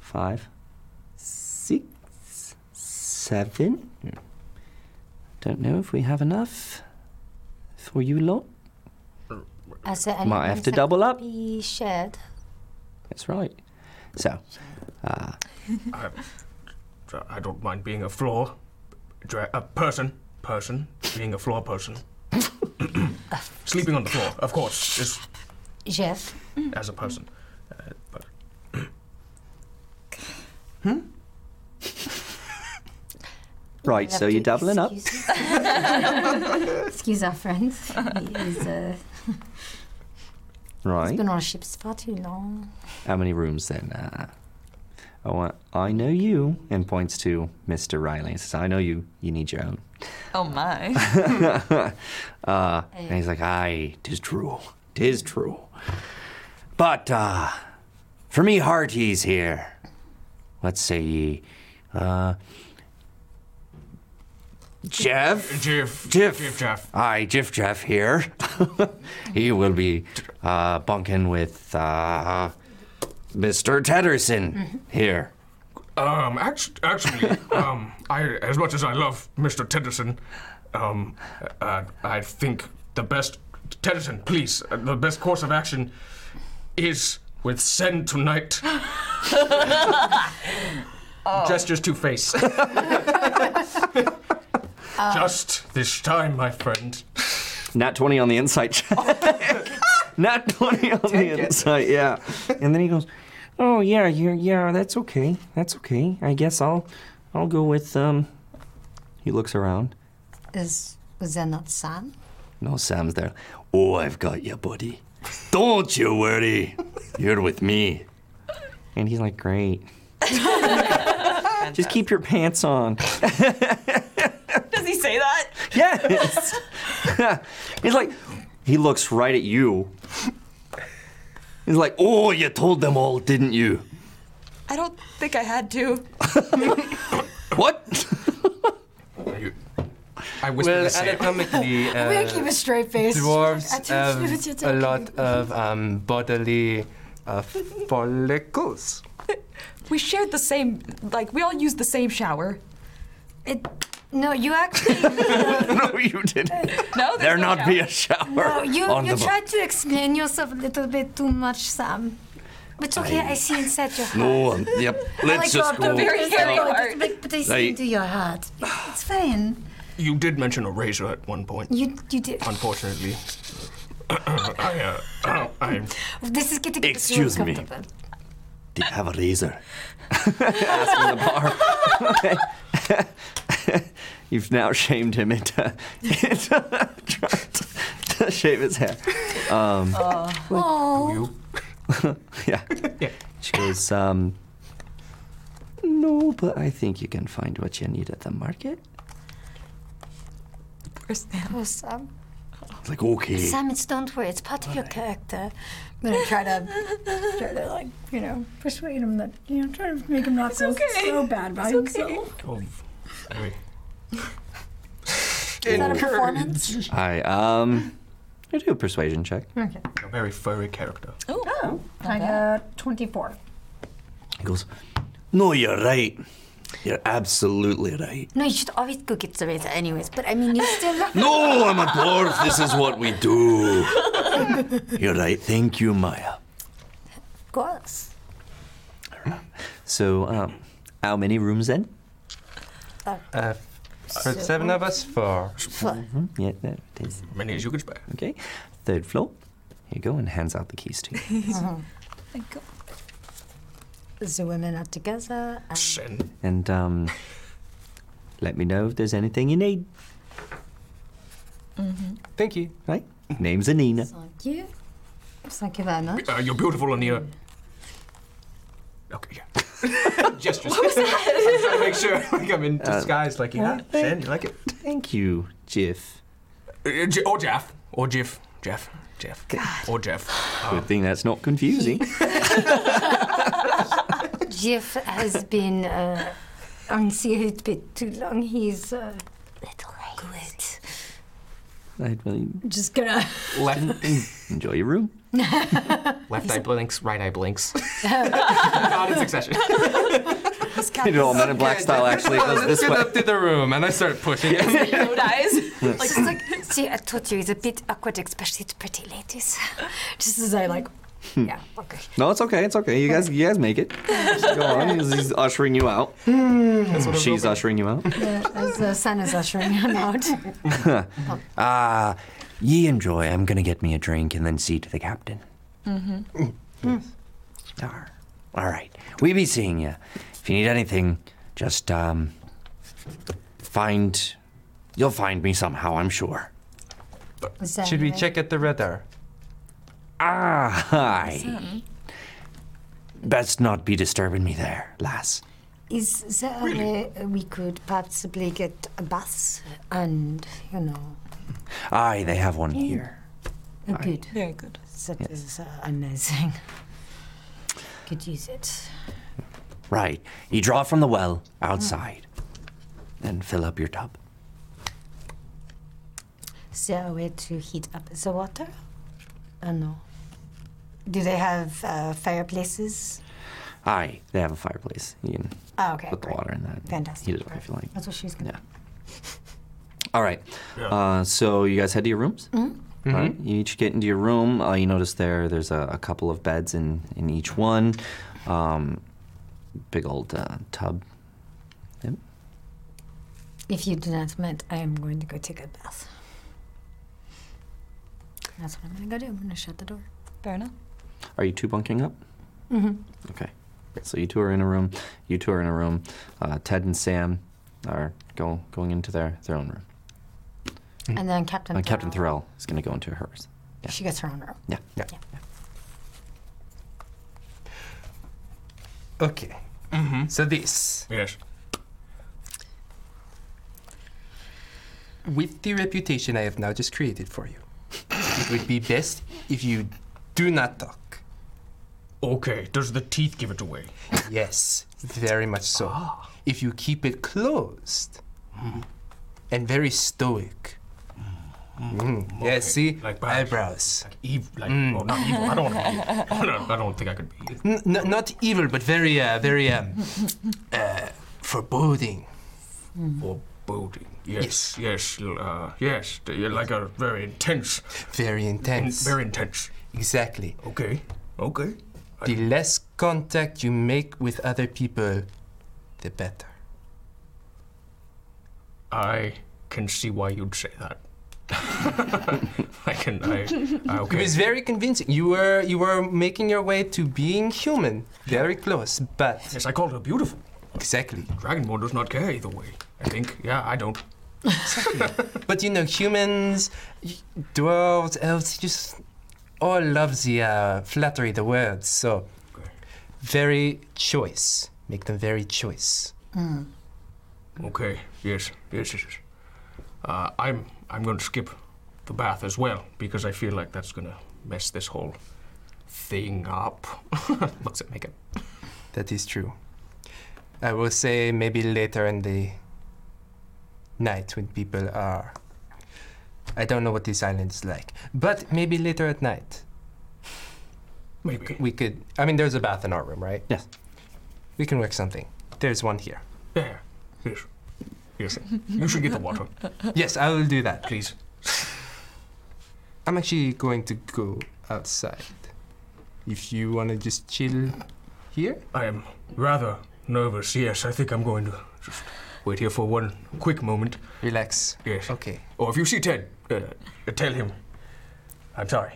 Speaker 2: five, six, seven. Hmm. Don't know if we have enough for you lot.
Speaker 7: Are there any
Speaker 2: Might have
Speaker 7: rooms
Speaker 2: to
Speaker 7: that
Speaker 2: double
Speaker 7: could
Speaker 2: up.
Speaker 7: Be shared.
Speaker 2: That's right. So, uh,
Speaker 8: I don't mind being a floor, dra- a person, person, being a floor person. Sleeping on the floor, of course, just
Speaker 7: Jeff,
Speaker 8: as a person. Uh, but
Speaker 2: right,
Speaker 7: We'll
Speaker 2: so
Speaker 7: have
Speaker 2: you're
Speaker 7: to
Speaker 2: doubling up.
Speaker 7: Excuse, excuse our friend. He is, uh, he's
Speaker 2: Right.
Speaker 7: been on ships far too long.
Speaker 2: How many rooms then? Uh, oh, uh, I know you, and points to Mr. Riley and says, I know you, you need your own.
Speaker 6: Oh my.
Speaker 2: Uh, and he's like, aye, tis true, tis true. But uh, for me hearties here, let's say ye, uh, Jeff,
Speaker 8: Uh, Jeff,
Speaker 2: Jeff.
Speaker 8: Jeff, Jeff.
Speaker 2: Hi, Jiff Jeff here. he will be uh, bunking with uh, Mr. Tedderson here.
Speaker 8: Um, act- actually, um, I, as much as I love Mr. Tennyson, um, uh, I think the best Tennyson, please, uh, the best course of action is with send tonight.
Speaker 6: Oh.
Speaker 2: Oh.
Speaker 8: Gestures to face.
Speaker 7: Uh,
Speaker 8: Just this time, my friend.
Speaker 2: Nat 20 on the insight check. Nat 20 on the insight, yeah. And then he goes, "Oh yeah, yeah, yeah, that's okay. That's okay. I guess I'll I'll go with um He looks around.
Speaker 7: Is was there not sun?
Speaker 2: No, Sam's there. Oh, I've got you, buddy. Don't you worry. You're with me. And he's like, great. Just keep your pants on.
Speaker 6: Does he say that?
Speaker 2: Yes. he's like, he looks right at you. He's like, oh, you told them all, didn't you?
Speaker 6: I don't think I had to.
Speaker 2: What?
Speaker 8: I whispered
Speaker 5: Well,
Speaker 8: the same.
Speaker 5: anatomically,
Speaker 3: I'm gonna
Speaker 5: uh,
Speaker 3: keep a straight face. I
Speaker 5: dwarves
Speaker 3: don't know what you're
Speaker 5: have a
Speaker 3: talking
Speaker 5: lot
Speaker 3: about.
Speaker 5: of um, bodily uh, follicles.
Speaker 6: We shared the same, like, we all used the same shower.
Speaker 3: It, no, you actually.
Speaker 2: no, you didn't.
Speaker 3: Oh,
Speaker 6: No, there's
Speaker 2: There
Speaker 6: no
Speaker 2: not
Speaker 6: shower.
Speaker 2: be a shower
Speaker 3: No, you,
Speaker 2: on
Speaker 3: you
Speaker 2: the
Speaker 3: tried to explain yourself a little bit too much, Sam. But it's okay, I, see inside your heart.
Speaker 2: No, um, yep. Let's
Speaker 3: I
Speaker 2: just
Speaker 3: like your
Speaker 2: go.
Speaker 6: very
Speaker 3: optimism,
Speaker 6: hairy
Speaker 3: but-
Speaker 6: heart.
Speaker 3: But, but I see
Speaker 2: Like-
Speaker 3: into your heart. It's fine.
Speaker 8: You did mention a razor at one point.
Speaker 3: You, you did.
Speaker 8: Unfortunately, I, uh, I,
Speaker 3: This is getting
Speaker 2: Excuse me.
Speaker 3: uncomfortable.
Speaker 2: Do you have a razor? Asking the bar. You've now shamed him into, into trying to, to shave his hair. Um,
Speaker 3: Oh,
Speaker 8: you
Speaker 2: Yeah. She goes, um, no, but I think you can find what you need at the market.
Speaker 6: Where's Sam?
Speaker 3: oh, Sam.
Speaker 2: It's like, okay.
Speaker 3: Sam, it's don't worry. It's part of your character. I'm gonna try to, try to like, you know, persuade him that, you know, try to make him not feel
Speaker 6: okay.
Speaker 3: so bad about himself. Is that a performance?
Speaker 2: I, um, I do a persuasion check.
Speaker 8: a very furry character.
Speaker 6: Oh,
Speaker 7: I got 24.
Speaker 2: He goes, no, you're right. You're absolutely right.
Speaker 3: No, you should always go get the razor, anyways. But I mean, you still.
Speaker 2: No, I'm a dwarf. This is what we do. You're right. Thank you, Maya.
Speaker 3: Of course.
Speaker 2: So, um, how many rooms then?
Speaker 5: Uh, for seven of us, four.
Speaker 2: Mm-hmm. Yeah, that is
Speaker 8: Many as you could spare.
Speaker 2: okay. Third floor. Here you go, and hands out the keys to you.
Speaker 6: thank God.
Speaker 3: Uh-huh. The women are together.
Speaker 8: And
Speaker 2: and um, let me know if there's anything you need. Mm-hmm.
Speaker 5: Thank you.
Speaker 2: Right? Name's Anina.
Speaker 7: Thank you. Thank you very much.
Speaker 8: uh, you're beautiful, Anita. Okay, yeah. Gestures. I'm trying to make sure like I'm in disguise. like, yeah, Shen, you like it?
Speaker 2: Thank you, Jiff.
Speaker 8: Uh, J- or Jeff. Or Jeff. Jeff. Jeff. Or Jeff.
Speaker 2: Good thing that's not confusing.
Speaker 7: Jeff has been uh, on Sirut bit too long. He's uh, little crazy.
Speaker 2: I'd really
Speaker 7: Just gonna.
Speaker 8: Left,
Speaker 2: enjoy your room.
Speaker 8: left eye blinks, right eye blinks. Not in succession.
Speaker 6: His
Speaker 2: You
Speaker 6: cat
Speaker 2: know,
Speaker 6: has
Speaker 2: Men in Black style actually
Speaker 5: Uh,
Speaker 2: goes
Speaker 5: let's
Speaker 2: this
Speaker 5: get
Speaker 2: way.
Speaker 5: up to the room, and I start pushing. it.
Speaker 6: road eyes.
Speaker 3: It's just like, see, I told you, it's a bit awkward, especially to pretty ladies. Just as I like, yeah, okay.
Speaker 2: No, it's okay. It's okay. You guys, you guys make it. Go on. He's, he's ushering you out.
Speaker 8: Hmm.
Speaker 2: She's ushering you out.
Speaker 7: As the sun is ushering him out.
Speaker 2: Ah, ye enjoy. I'm gonna get me a drink and then see to the captain. Mm-hmm. All right. We be seeing you. If you need anything, just um, find. You'll find me somehow. I'm sure.
Speaker 7: uh,
Speaker 5: Should we check at the radar?
Speaker 2: Ah, hi. Best not be disturbing me there, lass.
Speaker 7: Is there a way we could possibly get a bus and, you know,
Speaker 2: Aye, they have one here.
Speaker 7: a good?
Speaker 6: Very good.
Speaker 7: That is uh, amazing. Could use it.
Speaker 2: Right. You draw from the well outside, and fill up your tub.
Speaker 7: Is there a way to heat up the water? Oh no. Do they have uh, fireplaces?
Speaker 2: Aye, they have a fireplace. You can
Speaker 7: Oh, okay.
Speaker 2: put the
Speaker 7: great.
Speaker 2: water in that. and
Speaker 7: Fantastic.
Speaker 2: Heat it up if you like.
Speaker 7: That's what she's gonna.
Speaker 2: Yeah. All right. Uh, so you guys head to your rooms. Mm-hmm. right. You each get into your room. Uh, you notice there there's a, a couple of beds in in each one. Um, big old uh, tub. Yep.
Speaker 7: If you do not mind, I am going to go take a bath. That's what I'm gonna go do. I'm gonna shut the door.
Speaker 6: Fair enough.
Speaker 2: Are you two bunking up? Mm-hmm. Okay. So you two are in a room. You two are in a room. Uh, Ted and Sam are go, going into their, their own room.
Speaker 7: And then Captain.
Speaker 2: Uh, Captain
Speaker 7: Thorell,
Speaker 2: Thorell is going to go into hers. yeah.
Speaker 7: She gets her own room.
Speaker 2: Yeah. Yeah.
Speaker 5: Okay.
Speaker 8: Mm-hmm.
Speaker 5: So this,
Speaker 8: Yes.
Speaker 5: with the reputation I have now just created for you, it would be best if you do not talk.
Speaker 8: Okay, does the teeth give it away? Ah.
Speaker 5: Yes, very much so. If
Speaker 8: Mm-hmm.
Speaker 5: you keep it closed and very stoic,
Speaker 8: Mm-hmm.
Speaker 5: Mm. Yeah, see?
Speaker 8: Like brows.
Speaker 5: Eyebrows. Mm.
Speaker 8: Evil, like, well, not evil. I don't want to be evil. I don't- I don't think I could be evil.
Speaker 5: N- n- not evil, but very, uh, very um, uh, foreboding.
Speaker 8: Boding. Yes, yes, uh, yes. d- You're like a very intense,
Speaker 5: Very
Speaker 8: in-
Speaker 5: intense.
Speaker 8: very intense.
Speaker 5: Exactly.
Speaker 8: Okay, okay.
Speaker 5: The less contact you make with other people, the better.
Speaker 8: I can see why you'd say that. I can. I, I
Speaker 5: It
Speaker 8: okay.
Speaker 5: was very convincing. You were you were making your way to being human, very close, but
Speaker 8: Yes, I called her beautiful.
Speaker 5: exactly.
Speaker 8: Dragonborn does not care either way. I think. Yeah, I don't.
Speaker 5: But you know, humans, y- dwarves, elves, just all love the uh, flattery, the words. So very choice. Make them very choice.
Speaker 7: Mm.
Speaker 8: Okay. Yes. Yes. Yes. yes. Uh, I'm. I'm going to skip the bath as well because I feel like that's going to mess this whole thing up. Looks at Megan.
Speaker 5: That is true. I will say maybe later in the night when people are. I don't know what this island is like, but maybe later at night.
Speaker 8: Maybe.
Speaker 5: We could. I mean, there's a bath in our room, right?
Speaker 2: Yes.
Speaker 5: We can work something. There's one here.
Speaker 8: Yeah. Yes. Yes. You should get the water,
Speaker 5: yes, I will do that.
Speaker 8: please.
Speaker 5: I'm actually going to go outside. If you want to just chill here,
Speaker 8: I am rather nervous. Yes, I think I'm going to just wait here for one quick moment.
Speaker 5: relax.
Speaker 8: Yes.
Speaker 5: Okay.
Speaker 8: Or if you see Ted, uh, tell him. I'm sorry.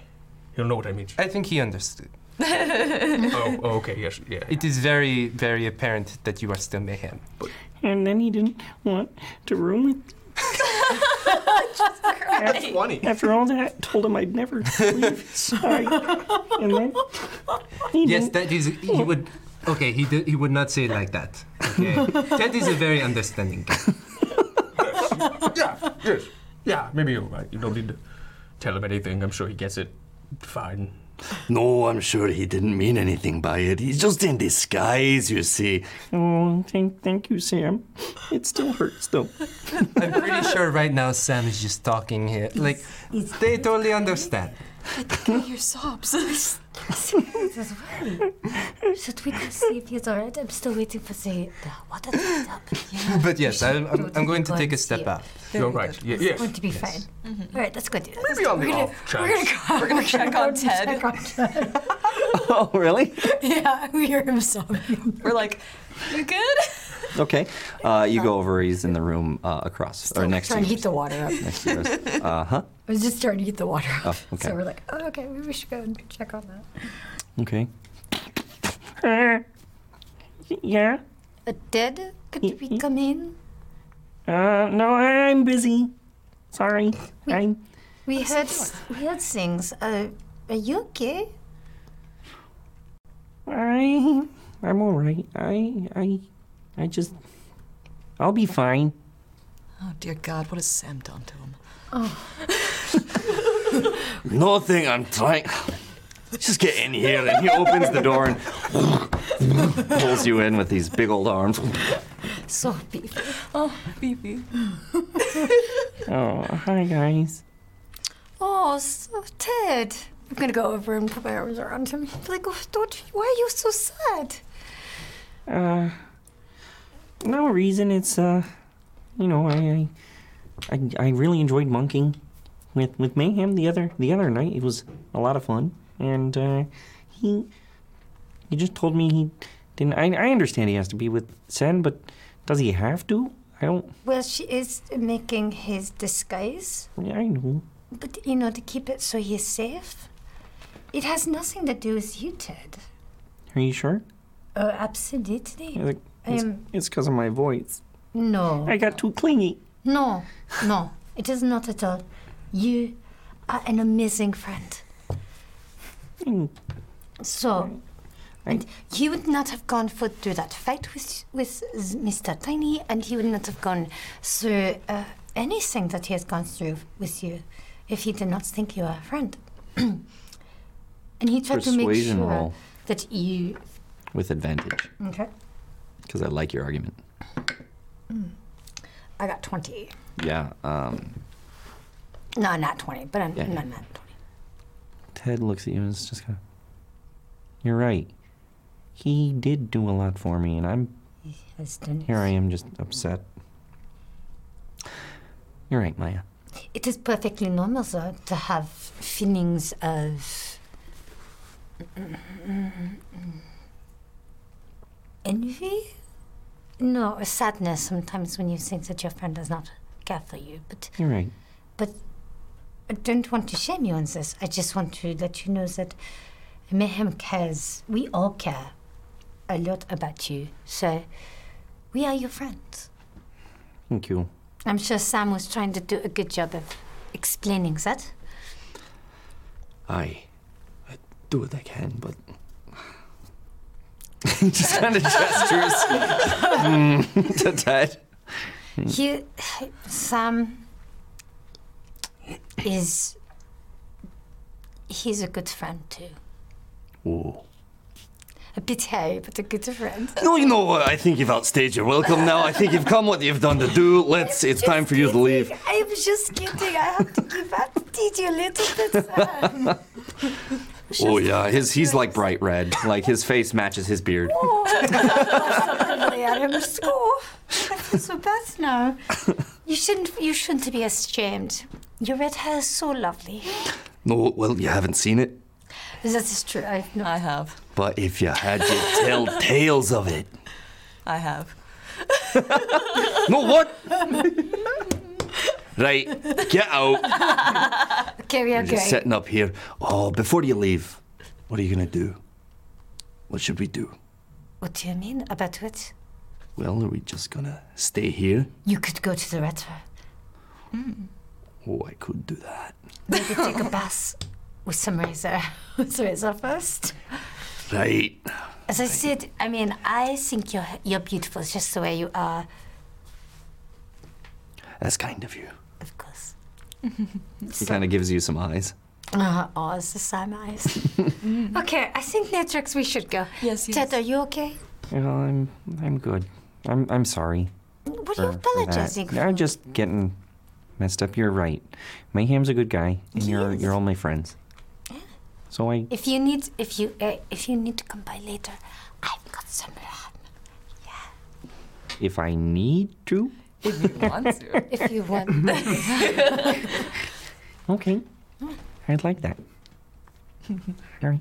Speaker 8: He'll know what I mean.
Speaker 5: I think he understood.
Speaker 8: oh, oh, okay. Yes. Yeah.
Speaker 5: It is very, very apparent that you are still mayhem.
Speaker 9: And then he didn't want to room with me.
Speaker 8: That's funny.
Speaker 9: After all that, I told him I'd never leave. Sorry. And then he
Speaker 5: Yes,
Speaker 9: didn't.
Speaker 5: that is. He would. Okay, he d- he would not say it like that. Okay, that is a very understanding. guy.
Speaker 8: Yeah. Yes. Yeah. Maybe you're right. You don't need to tell him anything. I'm sure he gets it. Fine.
Speaker 11: No, I'm sure he didn't mean anything by it. He's just in disguise, you see.
Speaker 9: Oh, thank, thank you, Sam. It still hurts, though.
Speaker 5: I'm pretty sure right now Sam is just talking here. Like they totally understand.
Speaker 6: Your sobs.
Speaker 7: as well. Should we just see if he's alright? I'm still waiting for the, the water to stop.
Speaker 5: But yes, I'm, I'm, I'm going to take a step out.
Speaker 8: You're right. Ye- yes.
Speaker 7: Going to be fine. All right, let's go do this.
Speaker 8: Maybe on the off chance.
Speaker 6: Mm-hmm. We're gonna check on Ted.
Speaker 2: Oh, really?
Speaker 3: yeah, we hear him sobbing.
Speaker 6: We're like, you good?
Speaker 2: Okay. Uh, you go over. He's in the room uh, across or next to
Speaker 3: trying to
Speaker 2: you.
Speaker 3: heat the water up. I
Speaker 2: Next to yours. Uh huh.
Speaker 3: was just trying to heat the water up.
Speaker 2: Oh, okay.
Speaker 3: So we're like, oh, okay, maybe we should go and check on that.
Speaker 2: Okay.
Speaker 9: Uh, yeah.
Speaker 3: Uh, Ted, could we come in?
Speaker 9: Uh, no, I, I'm busy. Sorry. I'm.
Speaker 7: We heard s- weird things. Uh, are you okay?
Speaker 9: I. I'm all right. I. I. I just. I'll be fine.
Speaker 6: Oh dear God, what has Sam done to him?
Speaker 11: Nothing, I'm trying. Just get in here. And he opens
Speaker 2: The door and pulls you in with these big old arms.
Speaker 7: So beefy.
Speaker 6: Beefy.
Speaker 9: Oh, hi guys.
Speaker 3: Oh, so Ted. I'm gonna go over and put my arms around him. Like, oh, don't. Why are you so sad?
Speaker 9: Uh, no reason. It's uh, you know, I, I, I, I really enjoyed monking with with Mayhem the other the other night. It was a lot of fun, and uh, he he just told me he didn't. I I understand he has to be with Sen, but does he have to? I don't.
Speaker 7: Well, she is making his disguise,
Speaker 9: I know.
Speaker 7: but you know, to keep it so he's safe. It has nothing to do with you, Ted.
Speaker 9: Are you sure?
Speaker 7: Oh, absolutely.
Speaker 9: He's like,
Speaker 7: I am.
Speaker 9: It's because of my voice.
Speaker 7: No.
Speaker 9: I got too clingy.
Speaker 7: No, no, it is not at all. You are an amazing friend.
Speaker 9: Mm.
Speaker 7: So, and he would not have gone for through that fight with with s- Mr. Tiny, and he would not have gone through uh, anything that he has gone through with you, if he did not think you are a friend. and he tried to make
Speaker 2: Persuasion
Speaker 7: sure
Speaker 2: roll
Speaker 7: that you.
Speaker 2: with advantage
Speaker 7: Okay.
Speaker 2: because I like your argument.
Speaker 7: mm,
Speaker 3: I got 20.
Speaker 2: Yeah. Um,
Speaker 7: No, not 20, but I'm,
Speaker 2: Yeah, yeah.
Speaker 7: not, not 20.
Speaker 9: Ted looks at you and is just kind of. You're right. He did do a lot for me, and I'm
Speaker 7: It's done.
Speaker 9: here. I am just upset. You're right, Maya.
Speaker 7: It is perfectly normal, though, to have feelings of envy. No, or sadness sometimes when you think that your friend does not care for you. But
Speaker 9: You're right.
Speaker 7: but I don't want to shame you on this. I just want to let you know that Mayhem cares. We all care a lot about you. So we are your friends.
Speaker 9: Thank you.
Speaker 7: I'm sure Sam was trying to do a good job of explaining that.
Speaker 2: I, I do what I can, but just kind of gestures mm, to Ted.
Speaker 7: You, Sam is. He's a good friend too.
Speaker 11: Ooh.
Speaker 7: A bit hairy, but a good friend.
Speaker 11: No, you know what? I think you've outstayed your welcome now. I think you've come what you've done to do. Let's. It's time for you to leave.
Speaker 7: I was just kidding. I have to give up. Did you little bit, Sam?
Speaker 2: Oh yeah, his he's like bright red. Like his face matches his beard.
Speaker 7: Oh, suddenly I am score. I feel so bad now. You shouldn't. You shouldn't be ashamed. Your red hair is so lovely.
Speaker 11: No, well, you haven't seen it,
Speaker 7: That is true. I, no.
Speaker 6: I have.
Speaker 11: but if you had, you'd tell tales of it.
Speaker 6: I have.
Speaker 11: No, what? right, get
Speaker 10: Oh.
Speaker 11: out.
Speaker 7: Okay, we are
Speaker 11: You're just
Speaker 7: going.
Speaker 11: sitting up here. Oh, before you leave, what are you gonna do? What should we do?
Speaker 7: What do you mean about what?
Speaker 11: Well, are we just gonna stay here?
Speaker 7: You could go to the retro.
Speaker 6: Hmm.
Speaker 11: Oh, I could do that.
Speaker 7: Maybe take a bus with some razor. With razor first.
Speaker 11: Right.
Speaker 7: As I said, I mean, I think you're you're beautiful just the way you are.
Speaker 11: That's kind of you.
Speaker 7: Of course.
Speaker 2: He kind of gives you some eyes.
Speaker 7: Uh, oh, it's the same eyes. okay, I think Natrix, we should go.
Speaker 6: Yes, yes.
Speaker 7: Ted, are you okay?
Speaker 9: Well, I'm I'm good. I'm I'm sorry.
Speaker 7: What are you
Speaker 9: for- for that.
Speaker 7: apologizing for?
Speaker 9: I'm just getting messed up. You're right. Mayhem's a good guy, and you're
Speaker 7: Yes.
Speaker 9: you're all my friends. So I
Speaker 7: If you need, if you, uh, if you need to come by later, I've got some rum.
Speaker 9: if I need to,
Speaker 6: If you want to.
Speaker 7: If you want.
Speaker 9: okay, I'd like that. All right.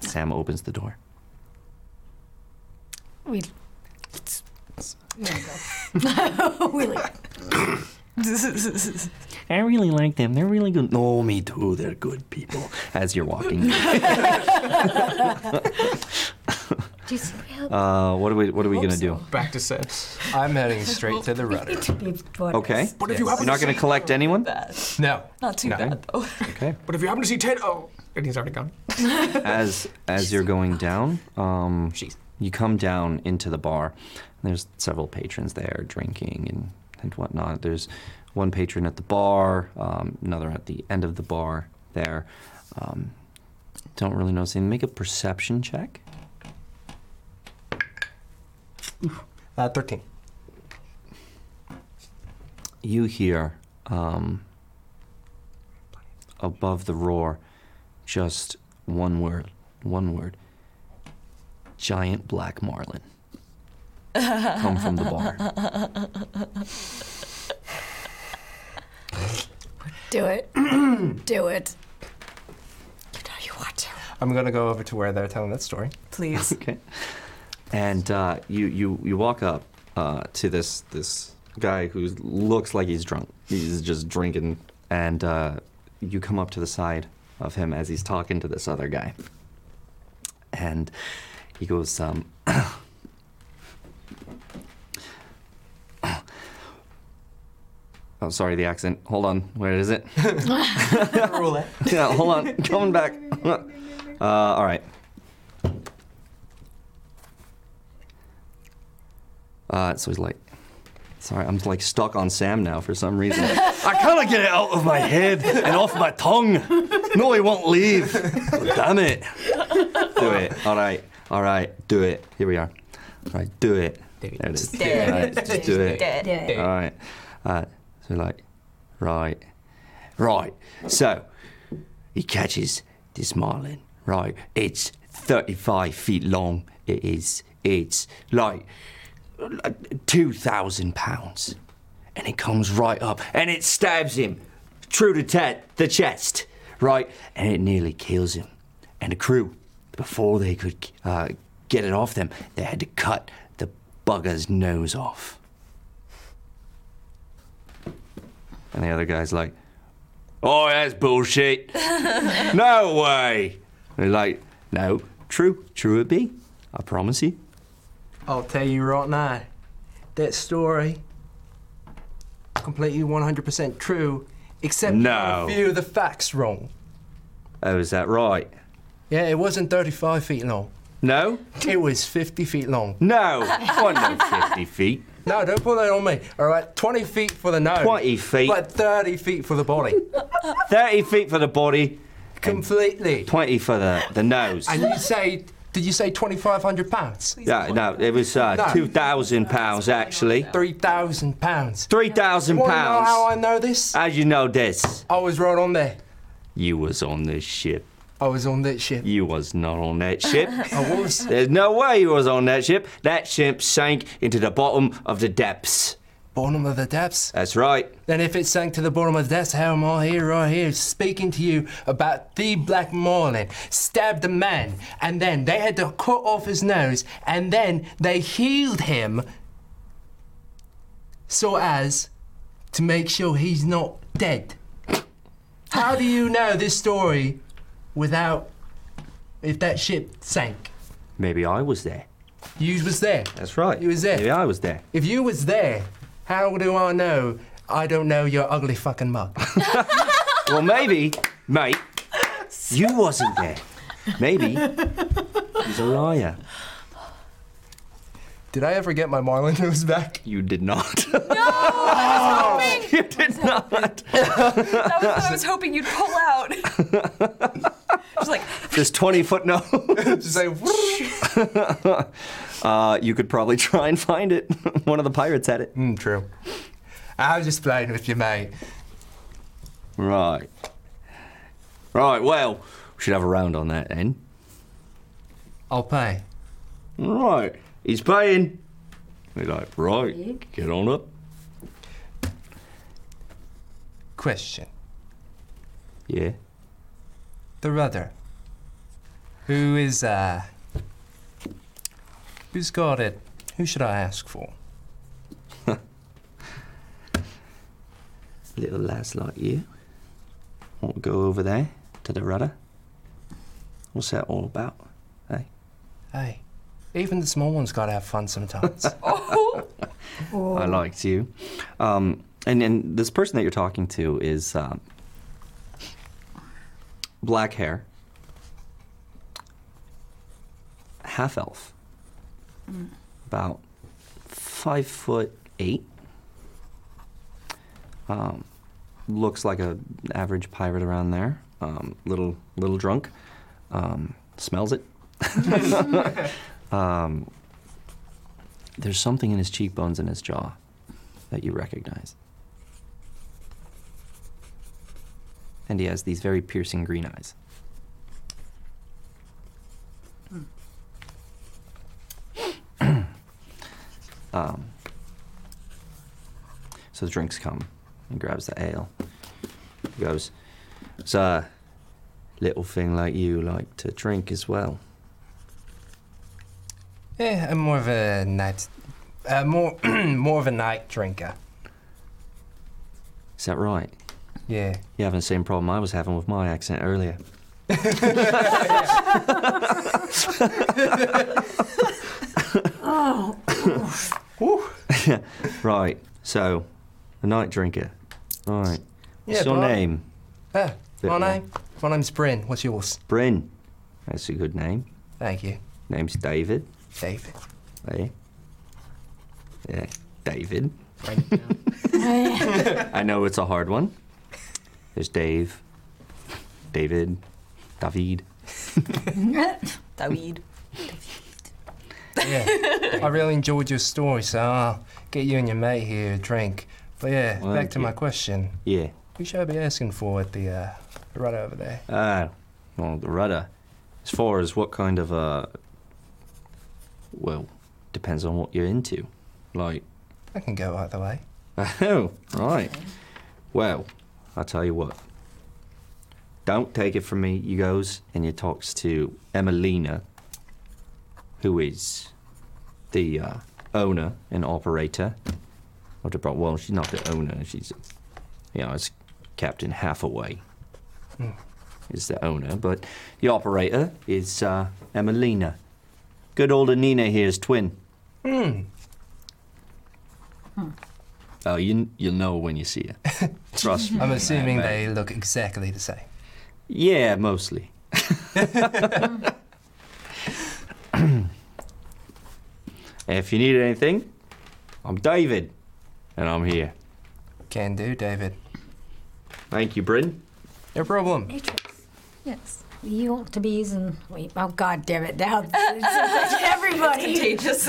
Speaker 2: Sam opens the door.
Speaker 7: We. we
Speaker 9: I really like them. They're really good.
Speaker 11: No, me too. They're good people.
Speaker 2: As you're walking,
Speaker 7: Do you think we have
Speaker 2: uh, what are we what are we
Speaker 6: Hope
Speaker 2: gonna
Speaker 6: so.
Speaker 2: do?
Speaker 8: Back to Seth.
Speaker 5: I'm heading straight to the rudder.
Speaker 2: Okay,
Speaker 8: But if you
Speaker 2: you're
Speaker 8: happen
Speaker 2: not
Speaker 8: to
Speaker 2: gonna collect anyone.
Speaker 6: Bad.
Speaker 5: No.
Speaker 6: Not too
Speaker 5: No.
Speaker 6: bad, though.
Speaker 2: Okay.
Speaker 8: But if you happen to see Ted, oh, and he's already gone.
Speaker 2: as as you're going down, um, you come down into the bar. And there's several patrons there drinking and, and whatnot. There's one patron at the bar, um, another at the end of the bar there. Um, don't really notice anything. Make a perception check.
Speaker 5: Uh, 13.
Speaker 2: You hear um, above the roar just one word, one word. Giant black marlin come from the bar.
Speaker 3: Do it. Do it. You know you want to.
Speaker 5: I'm going to go over to where they're telling that story.
Speaker 6: Please.
Speaker 2: Okay. And uh, you, you you walk up uh, to this this guy who looks like he's drunk. He's just drinking, and uh, you come up to the side of him as he's talking to this other guy, and he goes, um, "Oh, sorry, the accent. Hold on, where is it?
Speaker 5: Roulette.
Speaker 2: yeah, hold on, coming back. uh, all right." Uh, so he's like, sorry, I'm like stuck on Sam now for some reason.
Speaker 11: I cannot get it out of my head and off my tongue. No, he won't leave. Damn it.
Speaker 2: do it. All right. All right. Do it. Here we are. All right. Do it.
Speaker 5: Do it.
Speaker 2: There it is.
Speaker 6: do it.
Speaker 2: All right. Just do it.
Speaker 6: Dead.
Speaker 2: All right. Uh, so like, right.
Speaker 12: Right. So he catches this marlin. Right. It's 35 feet long. It is. It's like
Speaker 11: uh,
Speaker 12: like 2,000 pounds. And it comes right up and it stabs him true to te- the chest. Right. And it nearly kills him. And the crew, before they could uh, get it off them, they had to cut the bugger's nose off.
Speaker 2: And the other guy's like,
Speaker 12: Oh, that's bullshit. no way. They're like, no, true, true it be. I promise you.
Speaker 5: I'll tell you right now, that story completely 100% true, except
Speaker 2: No.
Speaker 5: a few of the facts wrong.
Speaker 2: Oh, is that right?
Speaker 5: Yeah, it wasn't 35 feet long.
Speaker 12: No?
Speaker 5: It was 50 feet long.
Speaker 12: No,
Speaker 2: Oh,
Speaker 12: wasn't 50 feet.
Speaker 5: No, don't put that on me. All right, 20 feet for the nose.
Speaker 12: 20 feet.
Speaker 5: But 30 feet for the body.
Speaker 12: 30 feet for the body.
Speaker 5: Completely.
Speaker 12: 20 for the, the nose.
Speaker 5: and you say, did you say 2,500 pounds?
Speaker 12: Yeah, no, it was uh,
Speaker 5: No.
Speaker 12: 2,000 pounds actually.
Speaker 5: 3,000 pounds.
Speaker 12: 3,000
Speaker 5: You wanna know how
Speaker 12: pounds.
Speaker 5: I know this?
Speaker 12: As you know this,
Speaker 5: I was right on there.
Speaker 12: you was on this ship.
Speaker 5: I was on that ship.
Speaker 12: You was not on that ship.
Speaker 5: I was.
Speaker 12: There's no way you was on that ship. That ship sank into the bottom of the depths.
Speaker 5: Bottom of the depths.
Speaker 12: That's right.
Speaker 5: Then if it sank to the bottom of the depths, how am I here right here speaking to you about the Black Marlin stabbed a man and then they had to cut off his nose and then they healed him so as to make sure he's not dead. How do you know this story without if that ship sank?
Speaker 12: Maybe I was there.
Speaker 5: You was there.
Speaker 12: That's right.
Speaker 5: You was there.
Speaker 12: Maybe I was there.
Speaker 5: If you was there, how do I know I don't know your ugly fucking mug?
Speaker 12: Well, maybe, mate, you wasn't there. Maybe he's a liar.
Speaker 5: Did I ever get my Marlin nose back?
Speaker 12: You did not.
Speaker 6: you did not. that was what I was hoping you'd pull out.
Speaker 2: This 20 foot no.
Speaker 5: Just like,
Speaker 2: uh, you could probably try and find it. One of the pirates had it.
Speaker 5: Mm, true. I was just playing with you, mate.
Speaker 12: Right. Right, well, we should have a round on that then.
Speaker 5: I'll pay.
Speaker 12: Right. He's paying. They're like, right, get on up.
Speaker 5: Question.
Speaker 12: Yeah.
Speaker 5: The rudder. Who is, uh. Who's got it? Who should I ask for?
Speaker 2: Little lads like you. Won't go over there to the rudder. What's that all about? eh? Hey.
Speaker 5: Hey, even the small ones gotta have fun sometimes.
Speaker 2: I liked you. Um, and and this person that you're talking to is um, black hair, half elf,
Speaker 6: Mm.
Speaker 2: about five foot eight. Um, looks like a average pirate around there. Um, little little drunk. Um, smells it. um, there's something in his cheekbones and his jaw that you recognize. And he has these very piercing green eyes. um, so the drinks come and grabs the ale. He goes, It's a little thing like you like to drink as well.
Speaker 5: yeah, I'm more of a night. Uh, more, more of a night drinker.
Speaker 2: Is that right?
Speaker 5: Yeah.
Speaker 2: You having the same problem I was having with my accent earlier.
Speaker 3: Oh.
Speaker 2: right. So, a night drinker. All right. What's
Speaker 5: Yeah,
Speaker 2: your
Speaker 5: but I-
Speaker 2: name?
Speaker 5: Ah,
Speaker 2: Bit
Speaker 5: my
Speaker 2: more.
Speaker 5: name? My name's Bryn. What's yours?
Speaker 2: Bryn. That's a good name.
Speaker 5: Thank you.
Speaker 2: Name's David.
Speaker 5: David.
Speaker 2: Hey. Yeah, David.
Speaker 3: I-
Speaker 2: I know it's a hard one. There's Dave, David, David.
Speaker 6: Daweed.
Speaker 5: Yeah. I really enjoyed your story, so I'll get you and your mate here a drink. But yeah,
Speaker 2: Well,
Speaker 5: back
Speaker 2: thank
Speaker 5: to
Speaker 2: you.
Speaker 5: my question.
Speaker 2: Yeah.
Speaker 5: We shall be asking for at the uh, right over there.
Speaker 2: Ah, well, the rudder. As far as what kind of uh, well, depends on what you're into. Like,
Speaker 5: I can go either way.
Speaker 2: oh, right. Well, I tell you what. Don't take it from me. You goes and you talks to Emelina, who is the uh, owner and operator of the. bro- Well, she's not the owner. She's, you know, it's Captain Hathaway
Speaker 5: Hmm.
Speaker 2: is the owner, but the operator is uh, Emelina. Good old Nina here's twin.
Speaker 5: Hmm.
Speaker 2: Oh, you you'll know when you see her. Trust me.
Speaker 5: I'm assuming
Speaker 2: man.
Speaker 5: they look exactly the same.
Speaker 2: Yeah, mostly. if you need anything, I'm David, and I'm here.
Speaker 5: Can do, David.
Speaker 2: Thank you, Bryn.
Speaker 5: No problem.
Speaker 3: Yes. You ought to be using. Wait, oh, god damn it. Now it's affecting everybody.
Speaker 6: It's contagious.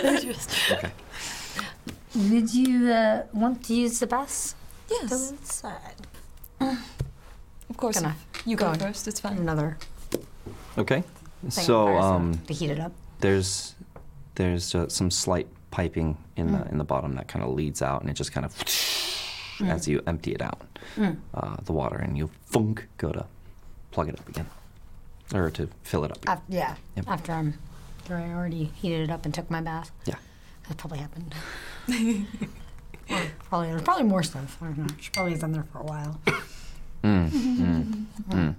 Speaker 3: contagious.
Speaker 2: Okay.
Speaker 7: Would you uh, want to use the bus?
Speaker 6: Yes. Uh, Of course.
Speaker 7: Gonna-
Speaker 6: You
Speaker 7: go
Speaker 6: go,
Speaker 7: on.
Speaker 6: first. It's fine.
Speaker 7: Another.
Speaker 2: Okay.
Speaker 7: Thank
Speaker 2: so
Speaker 7: Garza
Speaker 2: um,
Speaker 7: to heat it up.
Speaker 2: there's there's uh, some slight piping in
Speaker 7: Mm.
Speaker 2: the in the bottom that kind of leads out, and it just kind of as you empty it out,
Speaker 7: Mm.
Speaker 2: uh, the water, and you funk go to plug it up again, or to fill it up.
Speaker 7: Af- yeah.
Speaker 2: Yep.
Speaker 7: After I'm, after I already heated it up and took my bath.
Speaker 2: Yeah.
Speaker 7: That probably happened. Or probably there's probably more stuff. I don't know. She probably has been there for a while.
Speaker 2: Mm,
Speaker 7: Mm-hmm.
Speaker 2: mm, mm.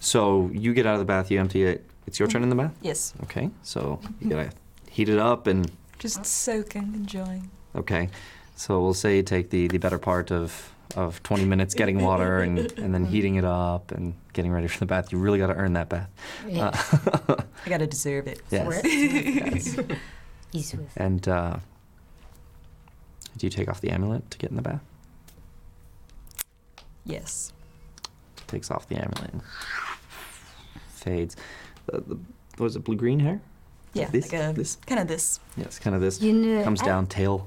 Speaker 2: So you get out of the bath, you empty it. It's your turn in the bath.
Speaker 6: Yes.
Speaker 2: Okay, so
Speaker 7: Mm.
Speaker 2: you gotta heat it up and
Speaker 6: Just soaking, enjoying.
Speaker 2: okay. So we'll say you take the, the better part of, of 20 minutes getting water and, and then heating it up and getting ready for the bath. You really got to earn that bath.
Speaker 6: Yeah.
Speaker 2: Uh,
Speaker 6: I gotta deserve it.
Speaker 2: Yes.
Speaker 7: Easy with.
Speaker 2: and uh, do you take off the amulet to get in the bath?
Speaker 6: yes.
Speaker 2: Takes off the amulet and fades. Uh, The, the, what is it, blue green hair?
Speaker 6: Yeah.
Speaker 2: This-
Speaker 6: like a,
Speaker 2: this?
Speaker 6: Kind of this.
Speaker 2: Yes, kind of this.
Speaker 7: You know,
Speaker 2: comes
Speaker 7: I-
Speaker 2: down, tail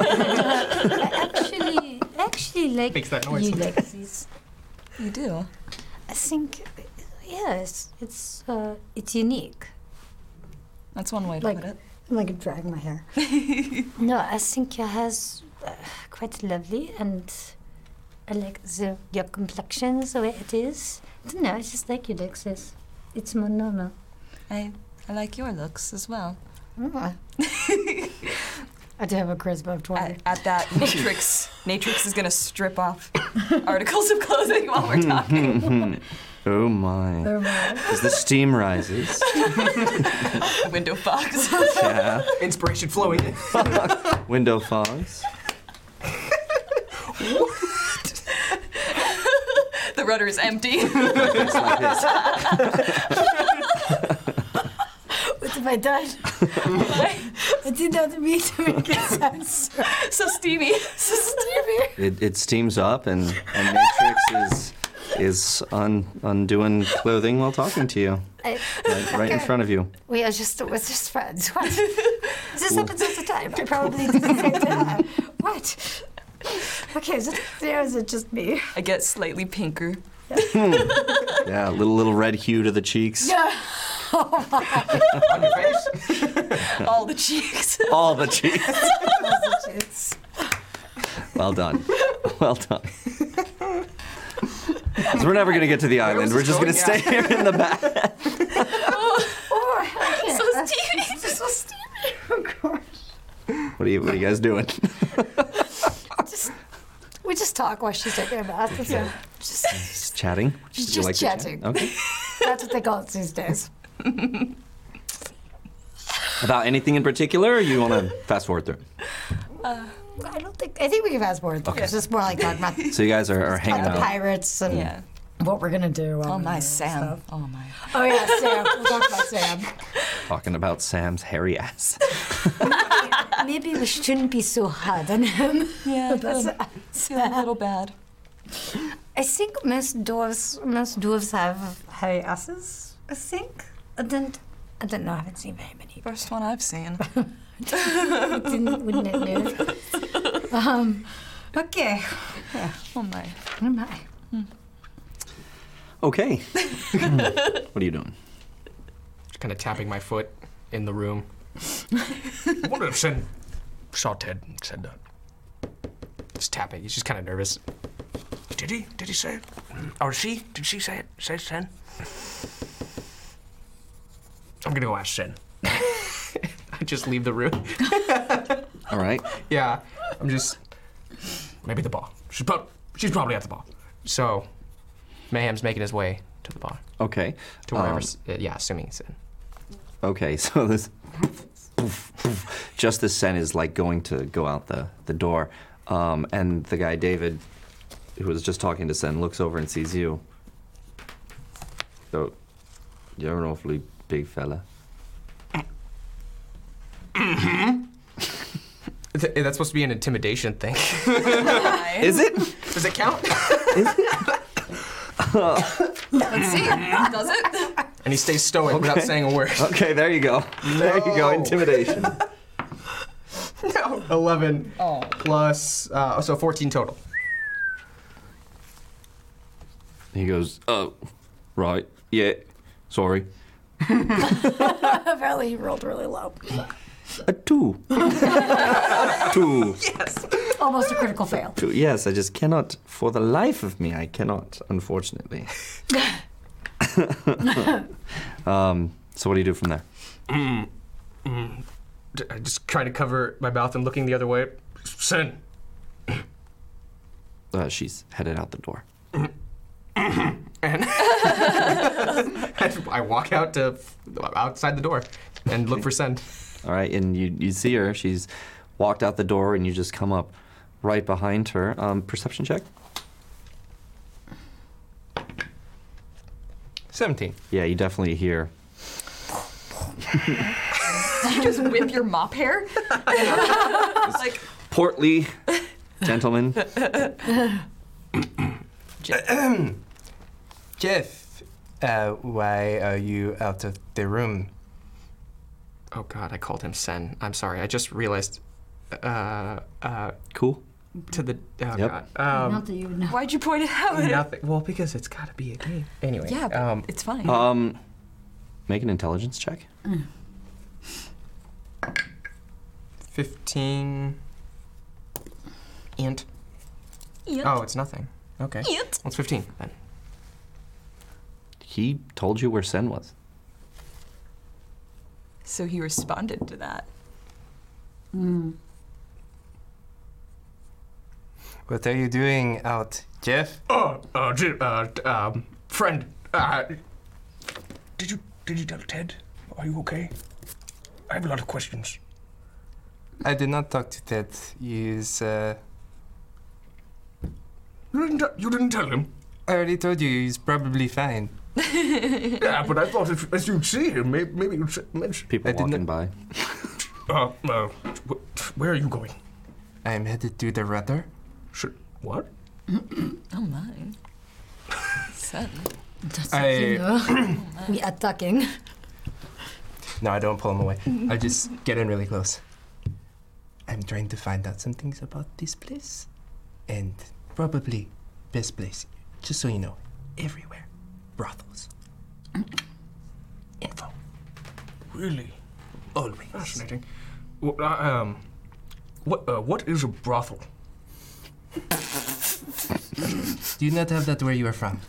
Speaker 7: I actually, actually like
Speaker 5: Makes that noise.
Speaker 7: you like this.
Speaker 6: You do.
Speaker 7: I think, yeah, it's it's uh, it's unique.
Speaker 6: That's one way to
Speaker 7: Like-
Speaker 6: put it.
Speaker 7: I'm like dragging my hair. no, I think your hair's uh, quite lovely, and I like the your complexion the way it is. I don't know, I just like your Lexus. It's more normal.
Speaker 6: I I like your looks as well.
Speaker 7: Mm. I do have a charisma of twenty.
Speaker 6: At, at that, Natrix Natrix Uh, is gonna strip off articles of clothing while we're talking.
Speaker 2: oh my. As the steam rises.
Speaker 6: Window fox.
Speaker 2: Yeah.
Speaker 5: Inspiration flowing.
Speaker 2: Window fogs.
Speaker 6: the rudder is empty.
Speaker 2: It's like this.
Speaker 3: What have I done? I did not mean to make it sound so,
Speaker 6: so steamy.
Speaker 3: so stupid.
Speaker 2: It, it steams up and, and Matrix is is un, undoing clothing while talking to you.
Speaker 7: I,
Speaker 2: Right, right in front of you.
Speaker 7: we are just was just friends. What? this happens all the time. I probably did the same to her. What? Okay, is it, or is it just me?
Speaker 6: I get slightly pinker.
Speaker 2: Yeah, little little red hue to the cheeks.
Speaker 7: Oh my.
Speaker 5: On your face.
Speaker 6: All the cheeks.
Speaker 2: All the cheeks.
Speaker 7: It's,
Speaker 2: Well done. Well done. 'Cause we're never gonna get to the island. We're just gonna stay here in the back.
Speaker 7: oh, I can't.
Speaker 6: so steamy.
Speaker 7: This was stupid. Oh gosh.
Speaker 2: What are you what are you guys doing?
Speaker 7: Just we just talk while she's taking a bath. That's, it. Just,
Speaker 2: Just chatting.
Speaker 7: Just
Speaker 2: You to chat?
Speaker 7: chatting.
Speaker 2: Okay.
Speaker 7: that's what they call it these days.
Speaker 2: About anything in particular or you wanna fast forward through? it?
Speaker 7: Uh, I don't think I think we can fast forward. Okay. It's just more like talking about
Speaker 2: So you guys are, are
Speaker 7: about
Speaker 2: hanging
Speaker 7: the
Speaker 2: out.
Speaker 7: pirates and
Speaker 6: Yeah.
Speaker 7: what we're gonna do.
Speaker 6: Oh my Sam. Oh my.
Speaker 7: Oh yeah, Sam. We'll talk about Sam.
Speaker 2: Talking about Sam's hairy ass.
Speaker 7: Maybe we shouldn't be so hard on him.
Speaker 6: Yeah.
Speaker 7: That's-
Speaker 6: I feel a little bad.
Speaker 7: I think most dwarves most dwarves have hairy asses. I think. I don't. I don't know. I haven't seen very many.
Speaker 6: First one I've seen.
Speaker 7: Didn't, wouldn't it move? Um, Okay.
Speaker 6: Oh my.
Speaker 7: Oh my.
Speaker 11: Okay.
Speaker 10: What are you doing?
Speaker 8: Just kind of tapping my foot in the room. What if Shen saw Ted and said uh, that? Just tapping. He's just kind of nervous. Did he? Did he say it? Or she? Did she say it? Say it, Shen? I'm gonna go ask Shen. I just leave the room.
Speaker 2: All right.
Speaker 8: Yeah, I'm just maybe the bar. She's, prob- she's probably at the bar. So, Mayhem's making his way to the bar.
Speaker 2: Okay.
Speaker 8: To wherever,
Speaker 2: Um,
Speaker 8: s- uh, yeah, assuming he's in.
Speaker 2: Okay, so this just as Sen is like going to go out the the door, um, and the guy David, who was just talking to Sen, looks over and sees you. So, you're an awfully big fella.
Speaker 6: Mm-hmm.
Speaker 8: Th- that's supposed to be an intimidation thing.
Speaker 2: Is it?
Speaker 8: Does it count?
Speaker 6: Let's see. Does it?
Speaker 8: And he stays stoic without
Speaker 2: Okay.
Speaker 8: saying a word.
Speaker 2: Okay, there you go. There you go. Intimidation.
Speaker 8: No. Oh. 11 plus, uh, so 14 total.
Speaker 12: He goes, oh, right, yeah, sorry.
Speaker 3: Apparently, he rolled really low.
Speaker 2: A two. two.
Speaker 3: Almost a critical fail.
Speaker 2: Two. Yes, I just cannot. For the life of me, I cannot. Unfortunately. um, so what do you do from there?
Speaker 8: Mm. Mm. D- I just trying to cover my mouth and looking the other way. Sin.
Speaker 2: Uh, she's headed out the door.
Speaker 8: And I walk out to outside the door and look for Sen.
Speaker 2: All right, and you, you see her. She's walked out the door, and you just come up right behind her. Um, perception check.
Speaker 5: 17.
Speaker 2: Yeah, you definitely hear.
Speaker 6: Did you just whip your mop hair? like,
Speaker 2: Portly gentleman.
Speaker 5: Jeff, uh, why are you out of the room?
Speaker 8: Oh God, I called him Sen. I'm sorry. I just realized. Uh, uh,
Speaker 2: cool.
Speaker 8: To the oh
Speaker 2: Yep.
Speaker 8: God. Um,
Speaker 3: that you would know.
Speaker 6: why'd you point it out?
Speaker 8: nothing. Well, because it's gotta be a game. Anyway.
Speaker 6: Yeah, but
Speaker 8: Um,
Speaker 6: it's fine.
Speaker 2: Um, make an intelligence check.
Speaker 8: 15. Int.
Speaker 6: Int.
Speaker 8: Oh, it's nothing. Okay.
Speaker 6: Int.
Speaker 8: What's 15 then?
Speaker 2: He told you where Sen was.
Speaker 6: So he responded to that.
Speaker 8: Mm.
Speaker 5: What are you doing out, Jeff?
Speaker 8: Oh, uh, Ji- uh, d- um, friend, uh, did you did you tell Ted? Are you okay? I have a lot of questions.
Speaker 5: I did not talk to Ted. He's, uh,
Speaker 8: You didn't t- you didn't tell him.
Speaker 5: I already told you, he's probably fine.
Speaker 8: yeah, but I thought if, as you'd see him, maybe, maybe you'd s- mention.
Speaker 2: People
Speaker 5: I did
Speaker 2: walking by.
Speaker 8: Uh, uh, wh- where are you going?
Speaker 5: I'm headed to the rudder.
Speaker 8: Should, what?
Speaker 6: Oh my. Sen.
Speaker 3: That's
Speaker 5: I-
Speaker 3: you know. we are talking.
Speaker 5: No, I don't pull him away. I just get in really close. I'm trying to find out some things about this place. And probably best place, just so you know, everywhere. Brothels. Info.
Speaker 8: Really
Speaker 5: Always.
Speaker 8: fascinating. Well, uh, um, what uh, what is a brothel?
Speaker 5: Do you not have that where you are from?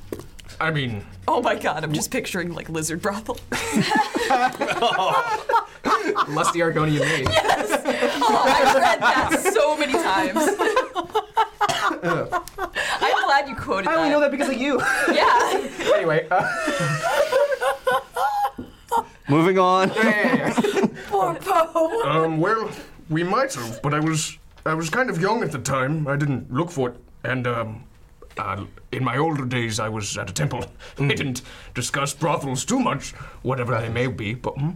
Speaker 8: I mean,
Speaker 6: Oh my god, I'm just picturing like lizard brothel.
Speaker 8: Oh, lusty Argonian maid.
Speaker 6: Ah. Oh, I've read that so many times. I'm glad you quoted
Speaker 8: I
Speaker 6: that.
Speaker 8: only know that because of you.
Speaker 6: Yeah.
Speaker 8: anyway, uh,
Speaker 2: Moving on.
Speaker 3: Poor Poe.
Speaker 8: Um, well, we might have, but I was I was kind of young at the time. I didn't look for it, and um, uh, in my older days, I was at a temple. I didn't discuss brothels too much, whatever they may be. But hmm?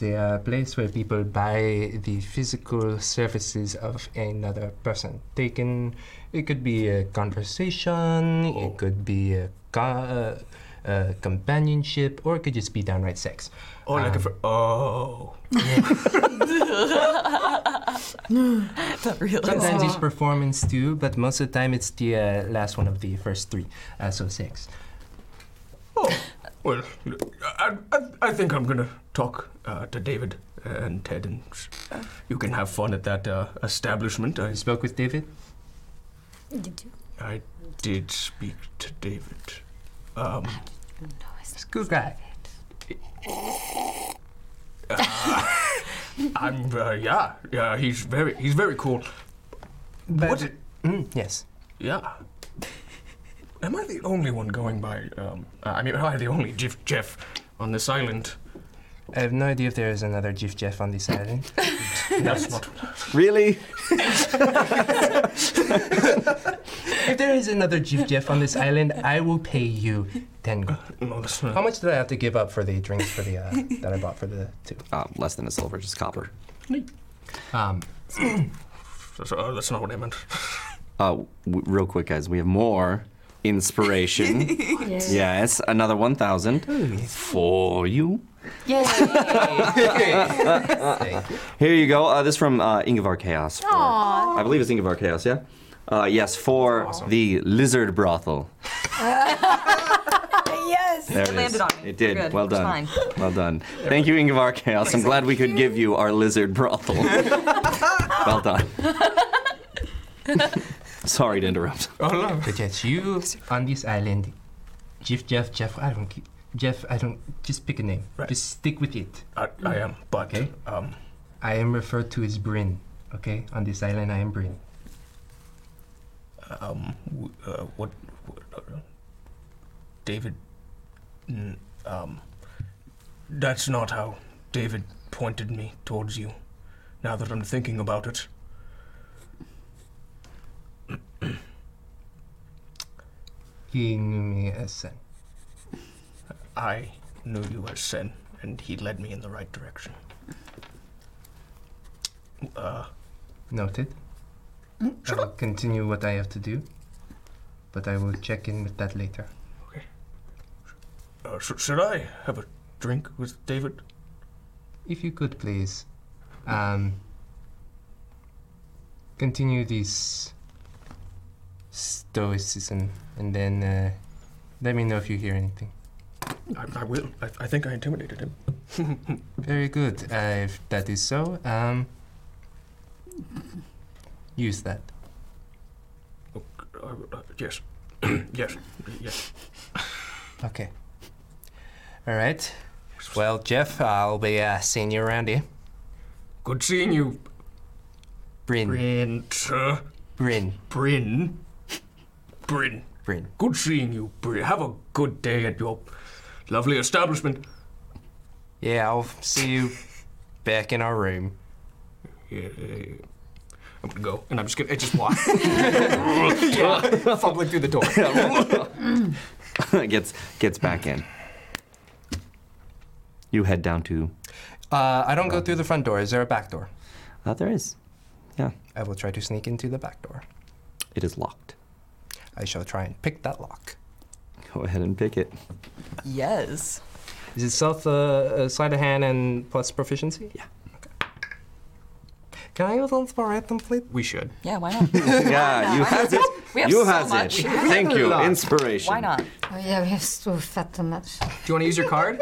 Speaker 5: They are a place where people buy the physical services of another person. They can, it could be a conversation, it could be a, co- uh, uh, companionship, or it could just be downright sex.
Speaker 8: Or like a
Speaker 5: Um,
Speaker 8: fr- oh.
Speaker 6: Not really.
Speaker 5: Sometimes it's performance too, but most of the time it's the uh, last one of the first three, uh, so six.
Speaker 8: Well, I, I, I think I'm gonna talk uh, to David and Ted, and s- you can have fun at that uh, establishment. I
Speaker 5: spoke with David.
Speaker 7: Did you?
Speaker 8: I did speak to David. Um,
Speaker 5: Good guy.
Speaker 8: Uh, I'm uh, yeah, yeah. He's very he's very cool. what?
Speaker 5: Mm, yes.
Speaker 8: Yeah. Am I the only one going by? Um, uh, I mean, am I the only Jeff Jeff on this island?
Speaker 5: I have no idea if there is another Jeff Jeff on this island.
Speaker 8: That's not.
Speaker 5: Really? if there is another Jeff Jeff on this island, I will pay you ten gold. How much did I have to give up for the drinks for the uh, that I bought for the two?
Speaker 2: Uh, less than a silver, just copper.
Speaker 5: Um,
Speaker 8: that's, uh, that's not what I meant.
Speaker 2: Uh, w- real quick, guys, we have more inspiration.
Speaker 8: Yes.
Speaker 2: Yes, another 1,000 for you. Here you go. Uh, this from uh, Ingvar Chaos. for-
Speaker 3: Aw.
Speaker 2: I believe it's Ingvar Chaos, yeah? Uh, yes, for the lizard brothel.
Speaker 3: yes.
Speaker 2: There it is. It did. Well done. Well done.
Speaker 3: There
Speaker 2: Thank you, Ingvar Chaos. I'm glad we could give you our lizard brothel. well done. Sorry to interrupt.
Speaker 5: But yes, you on this island, Jeff Jeff Jeff. I don't. ki- Jeff, I don't. Just pick a name. Just stick with it.
Speaker 8: I, I am, but
Speaker 5: okay.
Speaker 8: um,
Speaker 5: I am referred to as Bryn. Okay, on this island, I am Bryn.
Speaker 8: Um, w- uh, what, what uh, David, n- um, that's not how David pointed me towards you. Now that I'm thinking about it,
Speaker 5: He knew me as Sen.
Speaker 8: I knew you as Sen, and he led me in the right direction. Uh,
Speaker 5: Noted.
Speaker 8: Hmm,
Speaker 5: I'll continue what I have to do, but I will check in with that later.
Speaker 8: uh, sh- should I have a drink with David?
Speaker 5: If you could please, um, continue this stoicism, and then uh, let me know if you hear anything.
Speaker 8: I, I will. I, I think I intimidated him.
Speaker 5: Very good. Uh, if that is so, um, use that.
Speaker 8: Uh, uh, yes, yes, yes.
Speaker 5: Okay. All right. Well, Jeff, I'll be uh, seeing you around here.
Speaker 8: Good seeing you.
Speaker 5: Bryn.
Speaker 8: Bryn. sir.
Speaker 5: Bryn.
Speaker 8: Bryn. Bryn.
Speaker 5: Bryn.
Speaker 8: Good seeing you, Bryn. Have a good day at your lovely establishment.
Speaker 5: Yeah, I'll see you back in our room.
Speaker 8: Yeah, I'm gonna go, and I'm just gonna I just walk. yeah, fumbling through the door.
Speaker 2: gets gets back in. You head down to.
Speaker 5: Uh, I don't go through the front door. Is there a back door?
Speaker 2: Uh, there is. Yeah.
Speaker 5: I will try to sneak into the back door.
Speaker 2: It is locked.
Speaker 5: I shall try and pick that lock.
Speaker 2: Go ahead and pick it.
Speaker 5: Yes. Is it self uh, uh, sleight of hand and plus proficiency? Yeah. Can I use on spot random, please? We should.
Speaker 6: Yeah, why not?
Speaker 2: yeah, you has it.
Speaker 6: We have
Speaker 2: you
Speaker 6: so
Speaker 2: has
Speaker 6: much.
Speaker 2: it.
Speaker 6: We have
Speaker 2: Thank
Speaker 6: a
Speaker 2: you.
Speaker 6: lot.
Speaker 2: Inspiration.
Speaker 6: Why not?
Speaker 7: Oh, yeah, we have so fat too much.
Speaker 5: Do you want to use your card?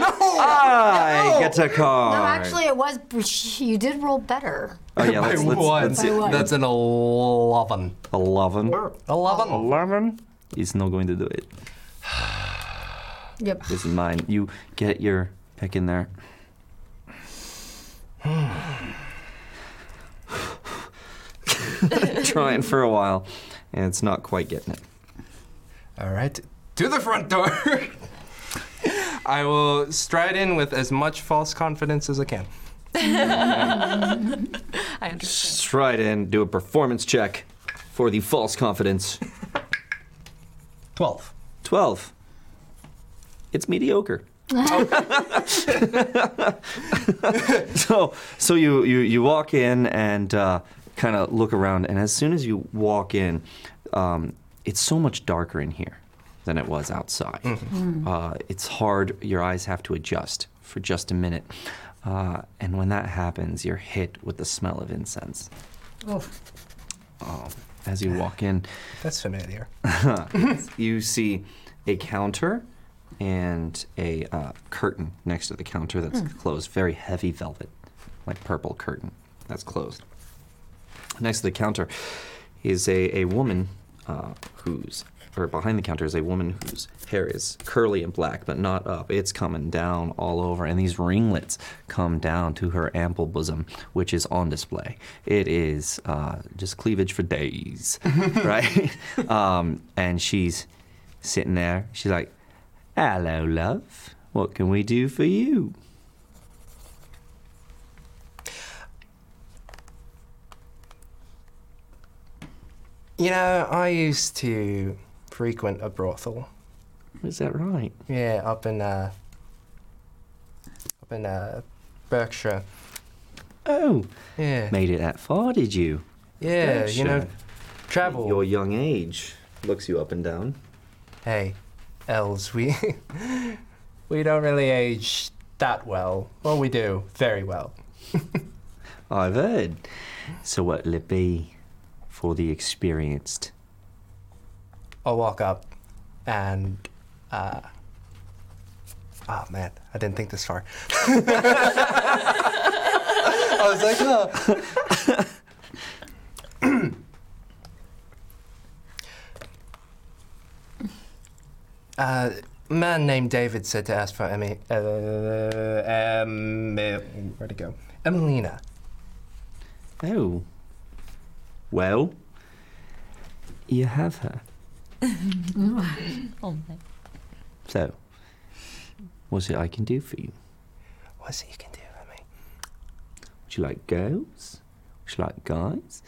Speaker 2: I
Speaker 7: No.
Speaker 2: get a card.
Speaker 7: No, actually, it was. You did roll better.
Speaker 2: Oh yeah, let's, let's, let's,
Speaker 7: By one.
Speaker 5: an eleven.
Speaker 2: Eleven.
Speaker 5: Eleven.
Speaker 2: Eleven. He's not going to do it.
Speaker 7: Yep.
Speaker 2: This is mine. You get your pick in there. Trying for a while, and it's not quite getting it.
Speaker 5: All right. To the front door. I will stride in with as much false confidence as I can.
Speaker 6: I understand.
Speaker 2: Stride in, do a performance check for the false confidence.
Speaker 5: 12.
Speaker 2: 12. It's mediocre.
Speaker 6: Oh,
Speaker 2: so so you, you, you walk in and uh, kind of look around, and as soon as you walk in, um, it's so much darker in here. than it was outside.
Speaker 13: Mhm.
Speaker 6: Mm-hmm.
Speaker 13: Mm.
Speaker 2: Uh, it's hard. Your eyes have to adjust for just a minute. Uh, and when that happens, you're hit with the smell of incense.
Speaker 7: Oh,
Speaker 2: Um, as you walk in,
Speaker 5: That's familiar.
Speaker 2: you see a counter and a uh, curtain next to the counter that's
Speaker 5: Mm.
Speaker 2: closed. Very heavy velvet, like purple curtain that's closed. Next to the counter is a, a woman uh, who's, or behind the counter is a woman whose hair is curly and black, but not up. It's coming down all over, and these ringlets come down to her ample bosom, which is on display. It is uh, just cleavage for days, right? Um, and she's sitting there. She's like, Hello, love. What can we do for you?
Speaker 5: You know, I used to frequent a brothel.
Speaker 2: Is that right?
Speaker 5: Yeah, up in uh, up in uh, Berkshire.
Speaker 2: Oh,
Speaker 5: yeah.
Speaker 2: Made it that far, did you?
Speaker 5: Yeah, you know, travel.
Speaker 2: Your young age looks you up and down.
Speaker 5: Hey, elves, we we don't really age that well. Well, we do very well.
Speaker 2: I've heard. So what'll it be for the experienced?
Speaker 5: I'll walk up and uh oh man, I didn't think this far. I was like, oh.
Speaker 2: Uh,
Speaker 5: Uh, man named David said to ask for Emmy. Uh, um, where'd it go? Emelina.
Speaker 2: Oh. Well, you have her.
Speaker 6: oh my.
Speaker 2: So, what's it I can do for you?
Speaker 5: What's it you can do for me?
Speaker 2: Would you like girls? Would you like guys?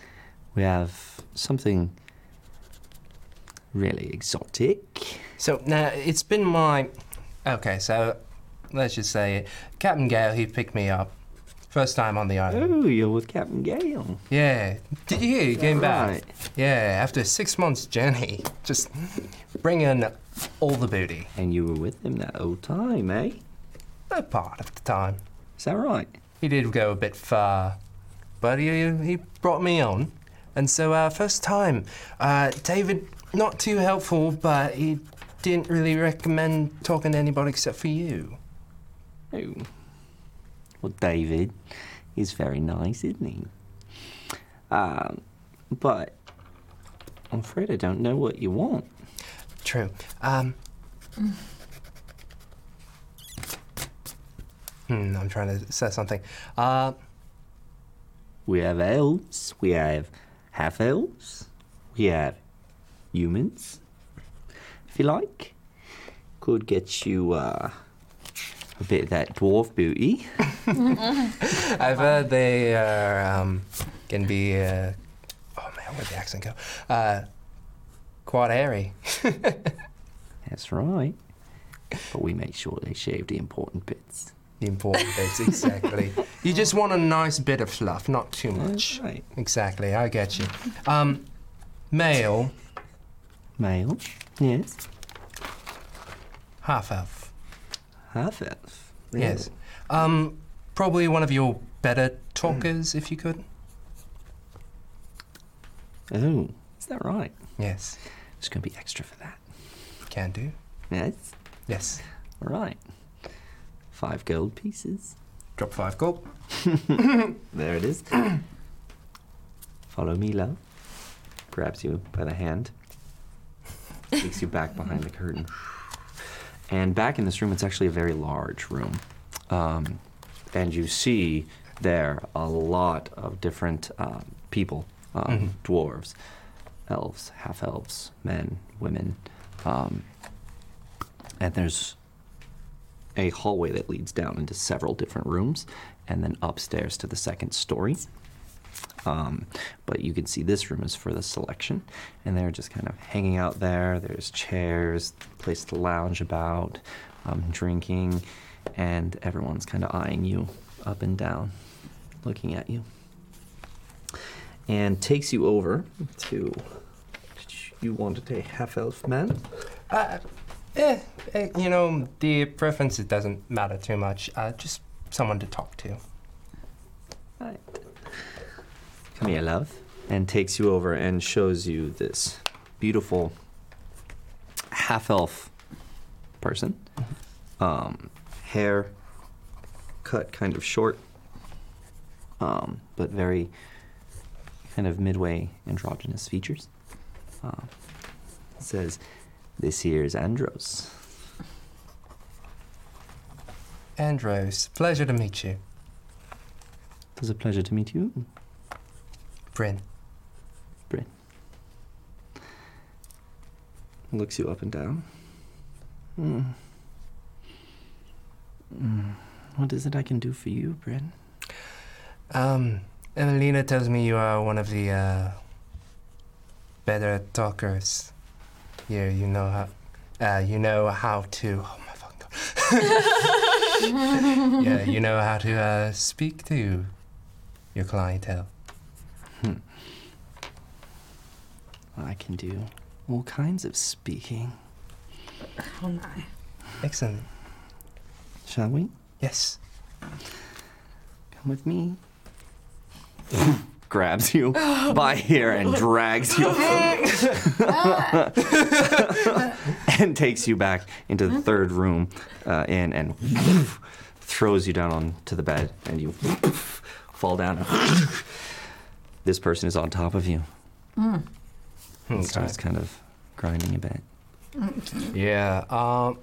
Speaker 2: We have something really exotic.
Speaker 5: So now it's been my. Okay, so let's just say it. Captain Gale, he picked me up. First time on the island.
Speaker 2: Oh, you're with Captain Gale.
Speaker 5: Yeah. Did you hear? He came
Speaker 2: Right.
Speaker 5: back. Yeah, after six months' journey. Just bring in all the booty.
Speaker 2: And you were with him that whole time, eh?
Speaker 5: A part of the time.
Speaker 2: Is that right?
Speaker 5: He did go a bit far. But he, he brought me on. And so, uh, first time, uh, David, not too helpful, but he didn't really recommend talking to anybody except for you.
Speaker 2: Oh. Well, David is very nice, isn't he? Um, but I'm afraid I don't know what you want.
Speaker 5: True. Um. Hmm, I'm trying to say something. Uh,
Speaker 2: We have elves, we have half elves, we have humans. If you like, could get you uh, a bit of that dwarf booty.
Speaker 5: I've heard they are, um, can be, uh, oh man, where'd the accent go? Uh, quite hairy.
Speaker 2: That's right. But we make sure they shave the important bits.
Speaker 5: The important bits, exactly. you just want a nice bit of fluff, not too much. Exactly, I get you. Um, male,
Speaker 2: Male? Yes.
Speaker 5: half elf.
Speaker 2: Half elf?
Speaker 5: Yes. Um, probably one of your better talkers, if you could.
Speaker 2: Oh, is that right?
Speaker 5: Yes.
Speaker 2: It's going to be extra for that.
Speaker 5: Can do.
Speaker 2: Yes?
Speaker 5: Yes.
Speaker 2: All right. Five gold pieces.
Speaker 5: Drop five gold.
Speaker 2: there it is. Follow me, love. Grabs you by the hand. Takes you back behind the curtain. And back in this room, it's actually a very large room. Um, and you see there a lot of different um, people um,
Speaker 5: Mhm.
Speaker 2: dwarves, elves, half elves, men, women. Um, and there's a hallway that leads down into several different rooms and then upstairs to the second story. Um, but you can see this room is for the selection, and they're just kind of hanging out there. There's chairs, place to lounge about, um, drinking, and everyone's kind of eyeing you up and down, looking at you. And takes you over to. You wanted a half elf man?
Speaker 5: Uh, eh, eh, you know, the preference it doesn't matter too much. Uh, just someone to talk to.
Speaker 2: Come here, love. And takes you over and shows you this beautiful half elf person. Um, hair cut kind of short, um, but very kind of midway androgynous features. Uh, says, This here is Andros.
Speaker 5: Andros, pleasure to meet you.
Speaker 2: It was a pleasure to meet you.
Speaker 5: Bryn.
Speaker 2: Bryn. Looks you up and down. Hmm. Hmm. What is it I can do for you, Bryn?
Speaker 5: Um, Evelina tells me you are one of the uh, better talkers. You you know how uh, you know how to. Oh my fucking god. yeah, you know how to uh, speak to your clientele.
Speaker 2: Hmm. I can do all kinds of speaking.
Speaker 13: Oh my.
Speaker 5: Excellent.
Speaker 2: Shall we?
Speaker 5: Yes.
Speaker 2: Come with me. Grabs you by here and drags you and takes you back into the third room uh, in and throws you down onto the bed and you fall down. this person is on top of you.
Speaker 13: Mm.
Speaker 2: and starts kind of grinding a bit.
Speaker 5: Yeah. Um,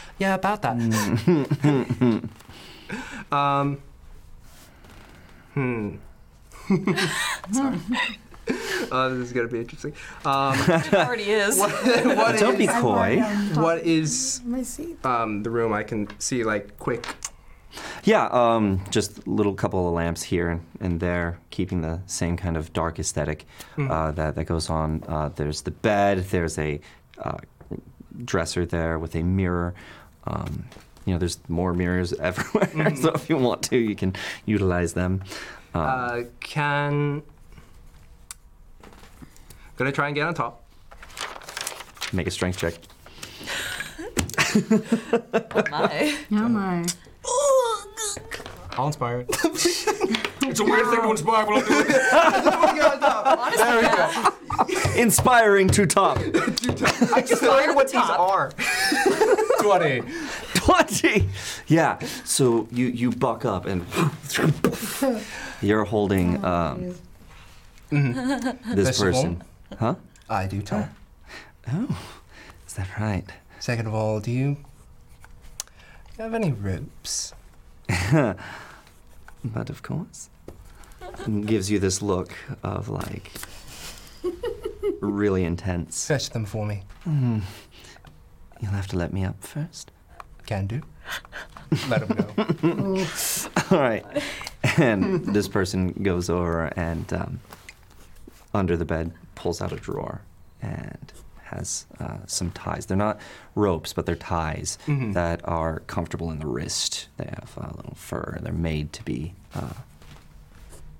Speaker 5: yeah, about that. um. Hmm. Sorry. Uh, this is gonna be interesting. Um,
Speaker 6: It already is.
Speaker 5: is- What is um, the room I can see like quick?
Speaker 2: Yeah, um, just little couple of lamps here and, and there, keeping the same kind of dark aesthetic
Speaker 5: Mhm.
Speaker 2: uh, that that goes on. Uh, there's the bed. There's a uh, dresser there with a mirror. Um, you know, there's more mirrors everywhere. so if you want to, you can utilize them. Uh,
Speaker 5: Uh, can gonna try and get on top.
Speaker 2: make a strength check.
Speaker 6: my.
Speaker 13: Oh my.
Speaker 8: I'll inspire it. it's a weird thing to inspire, but I'll do it.
Speaker 2: there we go. Inspiring to top.
Speaker 5: I just learned what these are. 20.
Speaker 2: 20. Yeah. So you you buck up and you're holding um, this
Speaker 5: First of all,
Speaker 2: person. Huh?
Speaker 5: I do tell.
Speaker 2: Oh, is that right?
Speaker 5: Second of all, do you have any ropes?
Speaker 2: but of course. And gives you this look of like really intense.
Speaker 5: Fetch them for me.
Speaker 2: Hmm. You'll have to let me up first.
Speaker 5: Can do. Let him know.
Speaker 2: All right. And this person goes over and um, under the bed pulls out a drawer and has uh, some ties. They're not ropes, but they're ties
Speaker 5: Mhm.
Speaker 2: that are comfortable in the wrist. They have a little fur. They're made to be uh,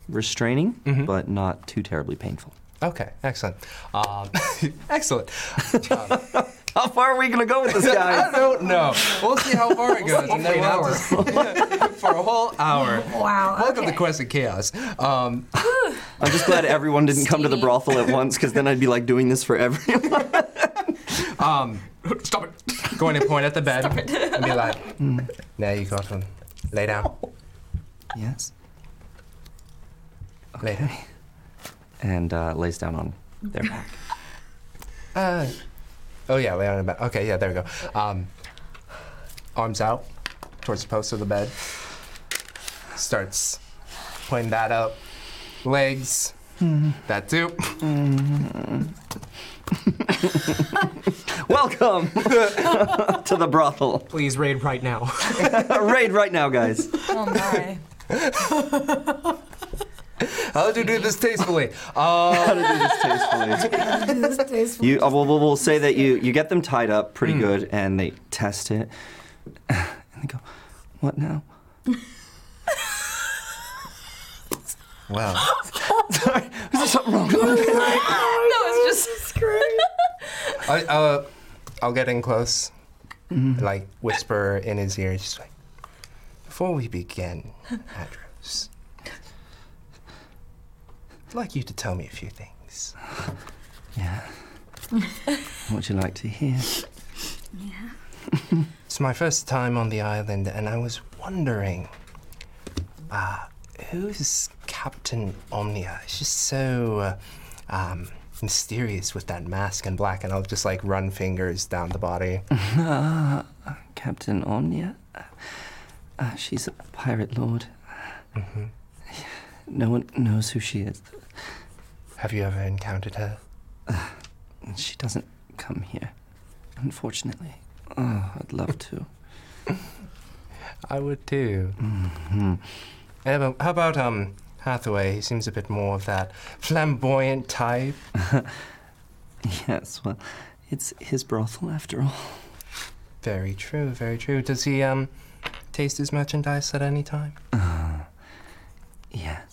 Speaker 2: restraining, but not too terribly painful.
Speaker 5: Okay, excellent. Um, excellent.
Speaker 2: How far are we gonna go with this guy?
Speaker 5: I don't know. We'll see how far it
Speaker 13: We'll
Speaker 5: goes.
Speaker 13: see.
Speaker 5: and then we'll just- for a whole hour.
Speaker 13: Wow,
Speaker 5: Welcome
Speaker 13: okay.
Speaker 5: to Quest of Chaos. Um,
Speaker 2: I'm just glad everyone didn't come to the brothel at once, because then I'd be like doing this for everyone.
Speaker 5: um, Stop it. Going to point at the bed and be like, now you got one. Lay down.
Speaker 2: Yes.
Speaker 5: Lay down.
Speaker 2: And uh, lays down on their back.
Speaker 5: Uh, oh yeah, lay on the bed. Okay, yeah, there we go. Um, arms out towards the post of the bed. Starts putting that up. Legs. That too.
Speaker 2: Welcome to the brothel.
Speaker 4: Please raid right now.
Speaker 2: Raid right now, guys.
Speaker 6: Oh my.
Speaker 5: How to do this tastefully? Uh,
Speaker 2: How to do this tastefully? You, uh, we'll, we'll- we'll say that you, you get Mm. them tied up pretty good, and they test it, and they go, "What now?"
Speaker 5: Wow.
Speaker 2: Sorry, is there something wrong?
Speaker 6: no, it's just
Speaker 5: I, uh, I'll get in close,
Speaker 12: Mm-hmm.
Speaker 5: like whisper in his ear, just like, before we begin, Andros, I'd like you to tell me a few things.
Speaker 12: Yeah. what would you like to hear?
Speaker 5: It's my first time on the island, and I was wondering, uh, who's Captain Omnia? She's so uh, um, mysterious with that mask and black, and I'll just like run fingers down the body.
Speaker 2: Uh,
Speaker 12: Ah, Captain Omnia. Uh, she's a pirate lord.
Speaker 2: Mm-hmm.
Speaker 12: No one knows who she is.
Speaker 5: Have you ever encountered her?
Speaker 12: she doesn't come here, unfortunately. Oh, I'd love to.
Speaker 5: I would too.
Speaker 12: Mm.
Speaker 2: Hmm.
Speaker 5: How about- How about um Hathaway? He seems a bit more of that flamboyant type.
Speaker 12: yes, well, it's his brothel after all.
Speaker 5: Very true, very true. Does he um taste his merchandise at any time?
Speaker 12: Uh, yes.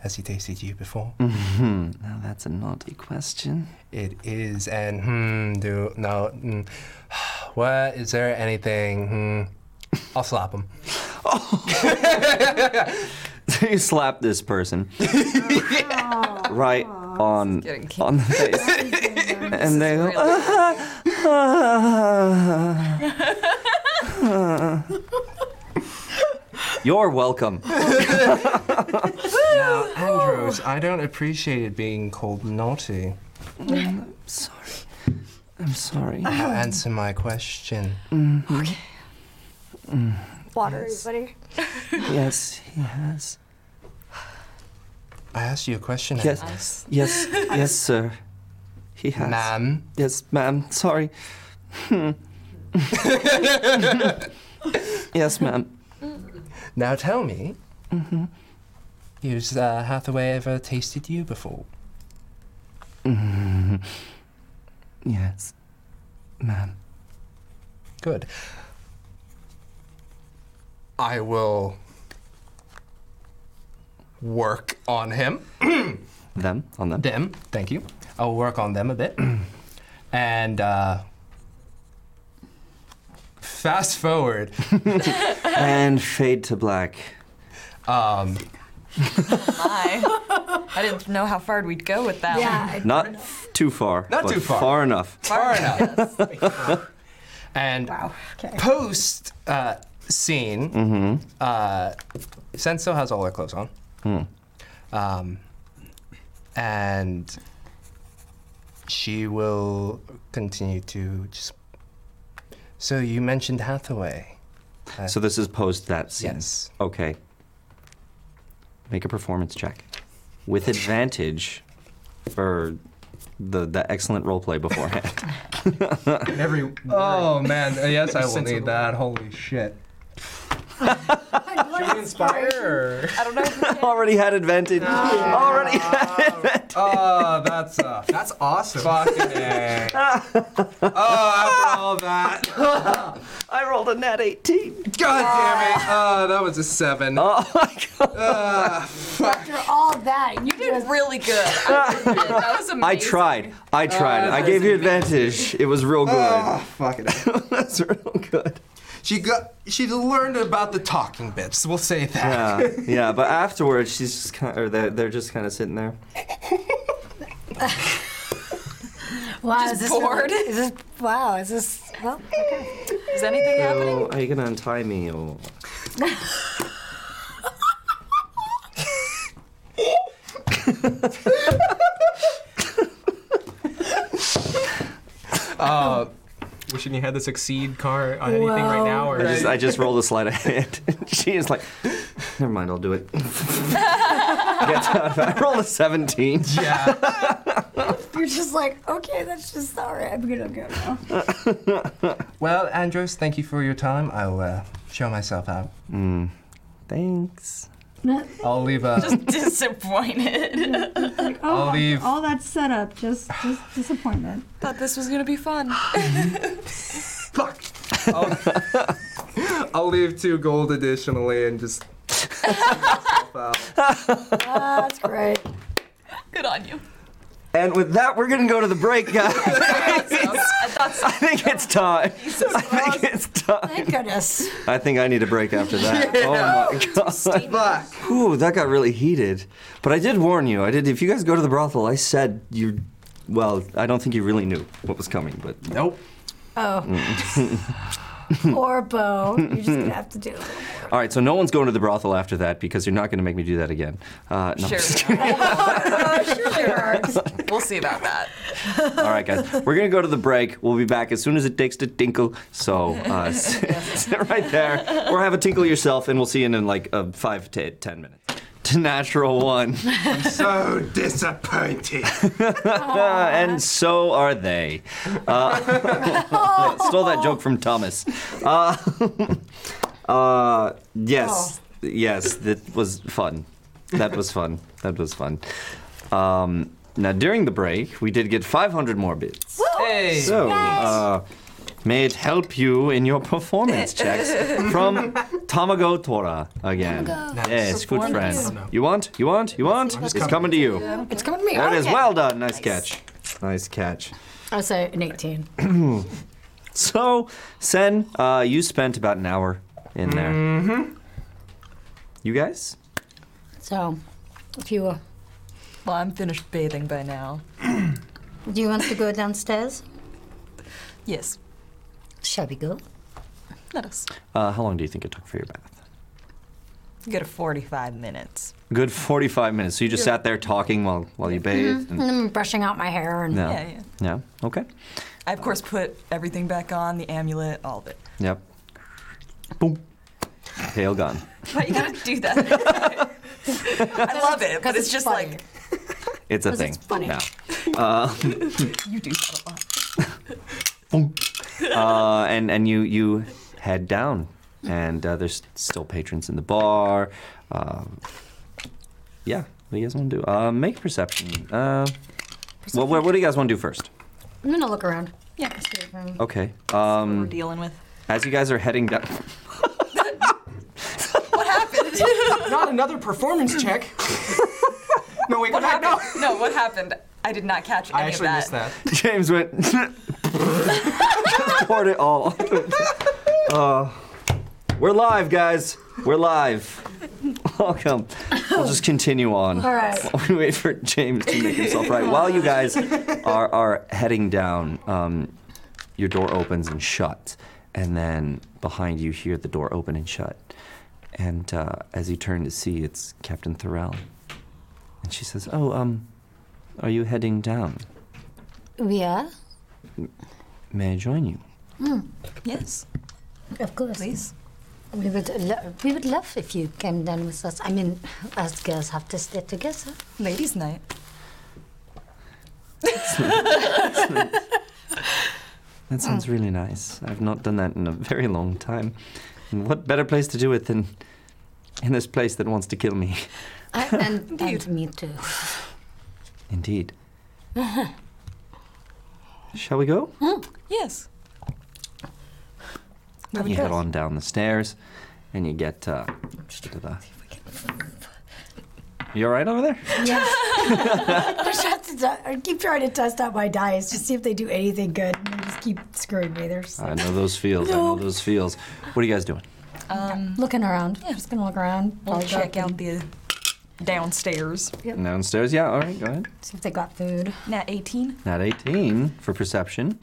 Speaker 5: Has he tasted you before?
Speaker 2: Mm-hmm.
Speaker 12: hmm Now that's a naughty question.
Speaker 5: It is, and hmm, do no. Mm, what is there anything? Hmm, I'll slap him.
Speaker 2: So you slap this person right on on the face, and they go.
Speaker 12: You're welcome.
Speaker 5: Now, Andros, I don't appreciate it being called naughty.
Speaker 12: I'm sorry. I'm sorry. Mm-hmm.
Speaker 5: Now answer my question.
Speaker 12: Okay. Mm-hmm.
Speaker 3: Water, everybody.
Speaker 12: Yes, he has.
Speaker 5: I asked you a question.
Speaker 12: Yes,
Speaker 5: Andros.
Speaker 12: yes, yes, sir. He has.
Speaker 5: Ma'am.
Speaker 12: Yes, ma'am. Sorry. Hmm. yes, ma'am. Mm-hmm.
Speaker 5: Now tell me, has uh, Hathaway ever tasted you before?
Speaker 2: Mm-hmm.
Speaker 12: Mhm. Yes, ma'am.
Speaker 5: Good. I will work on him.
Speaker 12: Them on them.
Speaker 5: Them, thank you. I'll work on them a bit. and uh, fast forward.
Speaker 12: And fade to black.
Speaker 5: Um,
Speaker 6: My. I didn't know how far we'd go with that one.
Speaker 2: Not f- too far.
Speaker 5: Not
Speaker 2: but
Speaker 5: too far.
Speaker 2: Far enough.
Speaker 5: far enough. and post uh, scene,
Speaker 12: Mm-hmm.
Speaker 5: uh, Senso has all her clothes on.
Speaker 2: Mm-hmm. Hmm.
Speaker 5: Um, and she will continue to just. So you mentioned Hathaway. Uh,
Speaker 2: So this is post that scene.
Speaker 5: Yes.
Speaker 2: Okay. Make a performance check with advantage for the the excellent role play beforehand.
Speaker 5: Every oh man, uh, yes, I will need that. Holy shit! Should we inspire?
Speaker 6: I don't know.
Speaker 2: Already had advantage. Already had advantage.
Speaker 5: Oh, that's uh,
Speaker 10: That's awesome.
Speaker 5: fucking A. Oh, after all that,
Speaker 2: I rolled a net 18.
Speaker 5: god damn it! Oh, that was a seven.
Speaker 2: Oh my god.
Speaker 5: Ah,
Speaker 3: After all that, you
Speaker 6: You
Speaker 3: did.
Speaker 6: did really good. I did. That was amazing.
Speaker 2: I tried. I tried. I
Speaker 5: that's
Speaker 2: gave you advantage. It was real good.
Speaker 5: ah, fucking A.
Speaker 2: That's real good.
Speaker 5: She got. She learned about the talking bits. We'll say that.
Speaker 2: Yeah, yeah. But afterwards, she's just kind of, or they're, they're just kind of sitting there.
Speaker 3: Wow,
Speaker 6: Just
Speaker 3: is this
Speaker 6: bored.
Speaker 3: Really, is this, wow, is this. Well, okay.
Speaker 6: Is anything happening?
Speaker 2: So, are you gonna untie me or?
Speaker 4: Uh, wishing you had the succeed card on anything right now, or
Speaker 2: I just, I just rolled a sleight of hand. she is like, never mind, I'll do it. Gets out of it. I rolled a 17.
Speaker 5: Yeah.
Speaker 3: You're just like, okay, that's just sorry. I'm gonna go now.
Speaker 5: Well, Andros, thank you for your time. I'll uh, show myself out.
Speaker 2: Mm, thanks.
Speaker 5: I'll leave
Speaker 4: uh,
Speaker 5: a.
Speaker 6: Just disappointed.
Speaker 13: Oh,
Speaker 5: I'll leave.
Speaker 13: all that setup, just just disappointment.
Speaker 6: Thought this was gonna be fun.
Speaker 5: Fuck. I'll, I'll leave two gold additionally and just.
Speaker 3: Ah, that's great.
Speaker 6: Good on you.
Speaker 2: And with that, we're gonna go to the break, guys. Uh,
Speaker 6: I thought
Speaker 2: I think it's time. I think it's time.
Speaker 3: Thank goodness.
Speaker 2: I think I need a break after that.
Speaker 3: Yeah.
Speaker 2: Oh my god. Ooh, that got really heated. But I did warn you. I did. If you guys go to the brothel, I said you. Well, I don't think you really knew what was coming, but nope.
Speaker 3: Oh, or Bo. You're just gonna have to do. it.
Speaker 2: All right, so Mm. no one's going to the brothel after that because you're not going to make me do that again. Uh, no, I'm just kidding.
Speaker 3: Oh,
Speaker 6: sure. We'll see about that.
Speaker 2: All right, guys, we're going to go to the break. We'll be back as soon as it takes to tinkle. So uh, sit right there or have a tinkle yourself, and we'll see you in, in like uh, five to ten minutes. To natural one.
Speaker 14: I'm
Speaker 2: Oh,
Speaker 14: so disappointed.
Speaker 2: and so are they. Uh, stole that joke from Thomas. Uh, uh, yes, yes, that was fun. That was fun. That was fun. Um, now, during the break, we did get 500 more bits.
Speaker 5: Hey.
Speaker 2: So, uh, may it help you in your performance checks from Tamago Tora again.
Speaker 3: Tamago.
Speaker 2: Yes,
Speaker 3: Nice.
Speaker 2: good
Speaker 3: Performance.
Speaker 2: friend. You want? You want? You want? It's coming to you.
Speaker 3: It's coming to me.
Speaker 2: There it is.
Speaker 3: Okay.
Speaker 2: Well done. Nice catch. Nice catch.
Speaker 3: I'll say an 18.
Speaker 2: so, Sen, uh, you spent about an hour in there.
Speaker 6: Mm-hmm.
Speaker 3: Mhm.
Speaker 2: You guys?
Speaker 3: So, if you were.
Speaker 6: Well, I'm finished bathing by now.
Speaker 7: Do you want to go downstairs?
Speaker 6: Yes.
Speaker 7: Shall we go?
Speaker 6: Let us.
Speaker 2: Uh, how long do you think it took for your bath?
Speaker 6: You get a 45 minutes.
Speaker 2: Good 45 minutes. So you just sat there talking while, while you bathed?
Speaker 6: Mhm.
Speaker 2: And,
Speaker 3: Mm-hmm. I'm brushing out my hair and.
Speaker 2: no.
Speaker 6: Yeah, yeah.
Speaker 2: No? Okay.
Speaker 6: I, of course, put everything back on the amulet, all of it.
Speaker 2: Yep. Boom. Tail gone.
Speaker 6: Why you gotta do that? I love it, but it's just like.
Speaker 2: It's a
Speaker 6: 'Cause
Speaker 2: thing.
Speaker 6: it's funny.
Speaker 2: Yeah. Uh,
Speaker 6: You do that a lot.
Speaker 2: uh, and and you you head down, and uh, there's still patrons in the bar. Um, yeah, what do you guys want to do? Uh, make perception. Uh, well, what, what do you guys want to do first?
Speaker 7: I'm gonna look around.
Speaker 6: Yeah.
Speaker 2: Okay. Um,
Speaker 6: We're dealing with.
Speaker 2: As you guys are heading down,
Speaker 6: What happened?
Speaker 4: Not another performance check. no, wait,
Speaker 6: What
Speaker 4: go back. No.
Speaker 6: happened? No, what happened? I did not catch any
Speaker 4: I actually
Speaker 6: of that.
Speaker 4: missed that.
Speaker 2: James went poured it all. uh, we're live, guys. We're live. Welcome. We'll just continue on.
Speaker 3: All right.
Speaker 2: While we wait for James to make himself right. While you guys are, are heading down, um, your door opens and shuts, and then behind you hear the door open and shut. And uh, as you turn to see, it's Captain Thorell. And she says, "Oh, um, are you heading down?
Speaker 7: We are?
Speaker 2: May I join you?"
Speaker 6: Hmm.
Speaker 7: Mm,
Speaker 6: Yes.
Speaker 7: of course. Please. We would, lo- we would love if you came down with us. I mean, us girls have to stay together.
Speaker 6: Ladies' night.
Speaker 2: That sounds really nice. I've not done that in a very long time. And what better place to do it than in this place that wants to kill me?
Speaker 7: I, and, and me too.
Speaker 2: Indeed. Shall we go?
Speaker 3: Hmm.
Speaker 6: Yes.
Speaker 2: You head on down the stairs, and you get uh, to the. You all right over there?
Speaker 3: Yeah. I, just have to t- I keep trying to test out my dice to see if they do anything good. And they just keep screwing me. They're just
Speaker 2: I know those feels. I know those feels. What are you guys doing?
Speaker 6: Um,
Speaker 3: looking around. Yeah, just gonna look around.
Speaker 6: We'll
Speaker 3: Probably got
Speaker 6: check out the downstairs.
Speaker 2: Downstairs? Yeah, all right, go ahead.
Speaker 3: See if they got food.
Speaker 6: Nat 18.
Speaker 2: Not 18 for perception.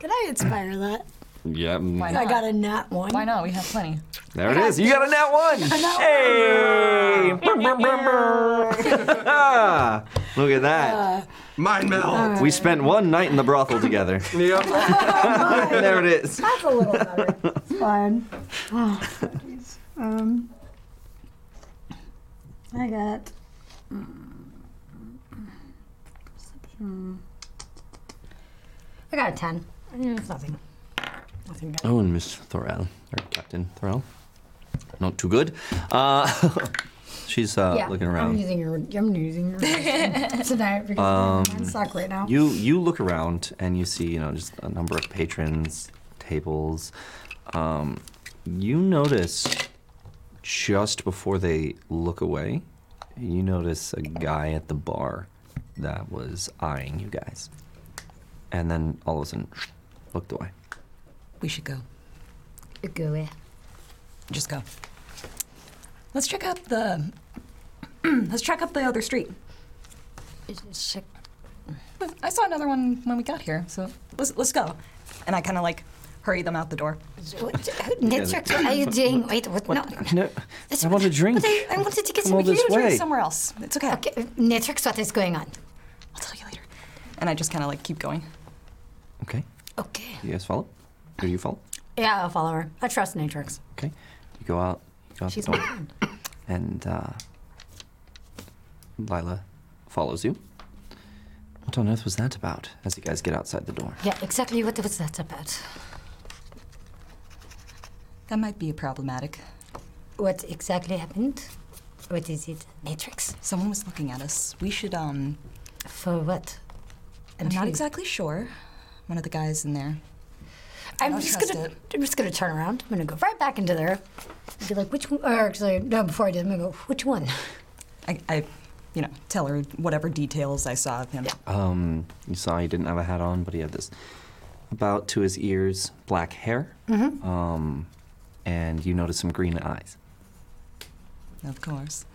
Speaker 3: Could I inspire that?
Speaker 2: Yeah. mm,
Speaker 3: I got a nat one. Why
Speaker 6: not? We have plenty.
Speaker 2: There it is. You got a nat one. Hey! Brum, brum, brum, brum. Look at
Speaker 3: Uh,
Speaker 2: that.
Speaker 14: Mind meld.
Speaker 2: We spent one night in the brothel together.
Speaker 14: Yep.
Speaker 2: there it is.
Speaker 3: That's a little better. It's fine.
Speaker 13: Oh,
Speaker 7: Ah,
Speaker 13: jeez. um, I got.
Speaker 7: Hmm. I got a 10. Mm, It's nothing. Nothing bad.
Speaker 2: Oh, and Miss Thorell, or Captain Thorell. Not too good. Uh, she's uh,
Speaker 3: Yeah,
Speaker 2: looking
Speaker 3: I'm
Speaker 2: around.
Speaker 3: using your. I'm using your tonight because
Speaker 2: Um,
Speaker 3: mine suck right now.
Speaker 2: You you look around and you see you know just a number of patrons, tables. Um, you notice just before they look away, you notice a guy at the bar that was eyeing you guys, and then all of a sudden looked away.
Speaker 6: We should go.
Speaker 7: Go where?
Speaker 6: Just go. Let's check out the. Let's check up the other street.
Speaker 7: Check.
Speaker 6: I saw another one when we got here, so let's let's go. And I kind of like hurry them out the door.
Speaker 7: Network, what are you doing? Wait, what? No.
Speaker 9: No, I want a drink.
Speaker 7: I, I wanted to get
Speaker 9: Come all this way.
Speaker 6: else. It's okay.
Speaker 7: Okay, Network, what is going on?
Speaker 6: And I just kind of like keep going.
Speaker 2: Okay.
Speaker 7: Okay.
Speaker 2: You guys follow? Or you follow?
Speaker 7: Yeah, I'll follow her. I trust Natrix.
Speaker 2: Okay. You go out. You go out
Speaker 7: She's
Speaker 2: the door,
Speaker 7: mine.
Speaker 2: and uh, Lila follows you. What on earth was that about? As you guys get outside the door.
Speaker 7: Yeah, exactly what was that about?
Speaker 6: That might be problematic.
Speaker 7: What exactly happened? What is it? Matrix?
Speaker 6: Someone was looking at us. We should, um.
Speaker 7: For what?
Speaker 6: I'm
Speaker 7: And
Speaker 6: not
Speaker 7: who?
Speaker 6: exactly sure. One of the guys in there.
Speaker 7: I'm
Speaker 6: don't
Speaker 7: just
Speaker 6: trust
Speaker 7: gonna I'm just gonna turn around. I'm gonna go right back into there. Be like, which one? Or actually, no. Before I did, I'm gonna go. Which one?
Speaker 6: I, I you know, tell her whatever details I saw of him.
Speaker 2: Um, you saw he didn't have a hat on, but he had this about to his ears black hair.
Speaker 6: Mhm.
Speaker 7: Mm-hmm.
Speaker 2: Um, and you noticed some green eyes.
Speaker 6: Of course.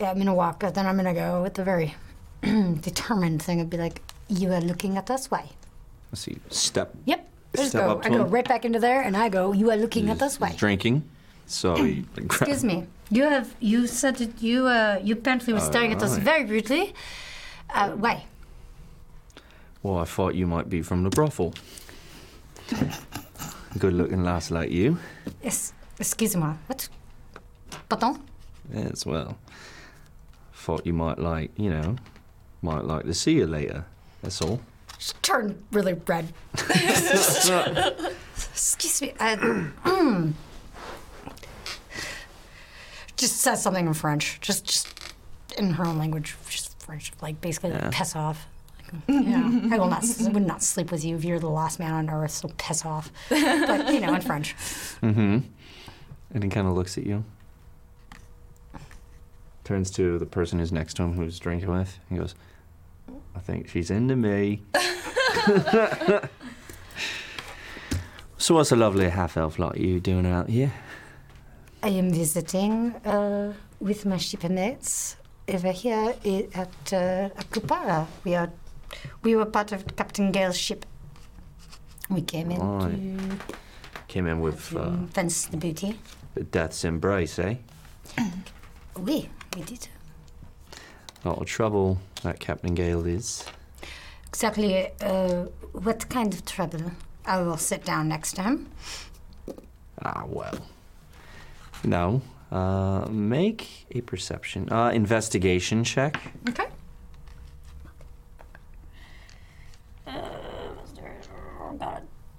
Speaker 7: Yeah, I'm gonna walk. But then I'm gonna go with the very determined thing. I'd be like, you are looking at us. Why?
Speaker 2: So you step.
Speaker 7: Yep. I just
Speaker 2: Step
Speaker 7: go.
Speaker 2: up to
Speaker 7: I go
Speaker 2: him.
Speaker 7: right back into there, and I go. You are looking at us. Why?
Speaker 2: Drinking. So you grab-
Speaker 7: Excuse me. You have you said that you uh, you apparently were staring at us
Speaker 2: Alright.
Speaker 7: very brutally. Uh, why?
Speaker 2: Well, I thought you might be from the brothel. Good looking lass like you,
Speaker 7: Yes. Excuse me. What? Pardon?
Speaker 2: as well. Thought you might like, you know, might like to see you later. That's all.
Speaker 7: She turned really red. Excuse me. Uh, mm. just says something in French. Just, just in her own language, just French. Like basically, like,
Speaker 14: Yeah.
Speaker 7: piss off. Like, yeah, I will not. I would not sleep with you if you're the last man on earth. So piss off. But you know, in French.
Speaker 2: Mm-hmm. And he kind of looks at you. Turns to the person who's next to him, who's drinking with. He goes, "I think she's into me." so, what's a lovely half-elf like you doing out here?
Speaker 7: I am visiting uh, with my shipmates over here i- at uh, at Kupara. We are we were part of Captain Gale's ship. We came in
Speaker 2: Right.
Speaker 7: to
Speaker 2: Came in with uh,
Speaker 7: fence the booty.
Speaker 2: death's embrace, eh?
Speaker 7: We we did
Speaker 2: A lot of trouble that Captain Gale is.
Speaker 7: exactly uh, what kind of trouble? I will sit down next to him.
Speaker 2: Ah, well. No. Uh, make a perception, uh, investigation check.
Speaker 6: Okay.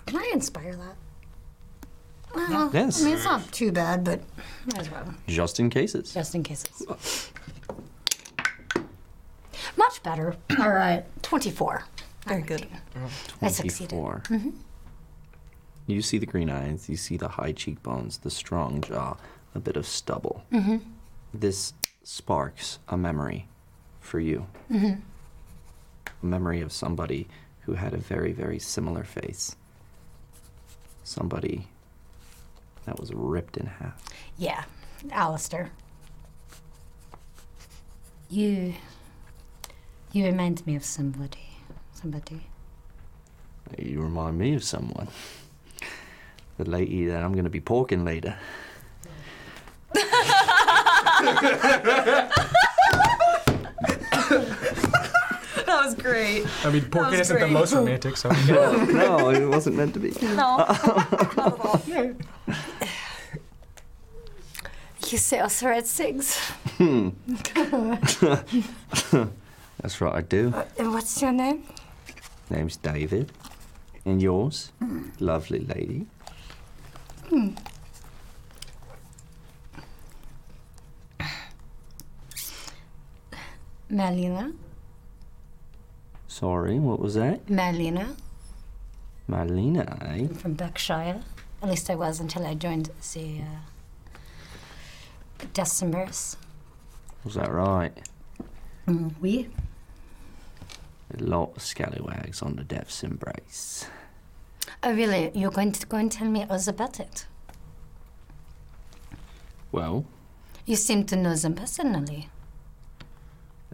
Speaker 7: Can I inspire that? Well,
Speaker 2: Yes.
Speaker 7: I mean it's not too bad, but might as well.
Speaker 2: Just in cases.
Speaker 7: Just in cases. Much better. All right. 24. Very good. I succeeded.
Speaker 2: 24.
Speaker 3: Mm-hmm.
Speaker 7: hmm
Speaker 2: You see the green eyes, you see the high cheekbones, the strong jaw, a bit of stubble.
Speaker 7: hmm
Speaker 6: Mm-hmm.
Speaker 2: This sparks a memory for you
Speaker 7: hmm
Speaker 6: Mm-hmm.
Speaker 2: a memory of somebody who had a very, very similar face. Somebody that was ripped in half.
Speaker 7: Yeah. Alistair. You. You remind me of somebody. Somebody.
Speaker 2: You remind me of someone. The lady that I'm going to be porking later.
Speaker 6: That was great.
Speaker 4: I mean, pork
Speaker 6: That was
Speaker 4: isn't the
Speaker 6: great.
Speaker 4: most romantic, so.
Speaker 2: no, it wasn't meant to be.
Speaker 3: You say us red sings.
Speaker 2: Hmm.
Speaker 7: Uh,
Speaker 3: and
Speaker 2: That's right, I do.
Speaker 7: what's your name?
Speaker 2: Name's David. And yours? Lovely lady.
Speaker 7: Hmm. Malina.
Speaker 2: Sorry, what was that?
Speaker 7: Malina.
Speaker 2: Marlena, eh?
Speaker 7: from Berkshire. At least I was until I joined the uh, Decimers.
Speaker 2: Was that right?
Speaker 7: Mm, we.
Speaker 2: A lot of scallywags on the depth's embrace.
Speaker 7: Uh, really, you're going to go and tell me all about it.
Speaker 2: Well,
Speaker 7: You seem to know them personally.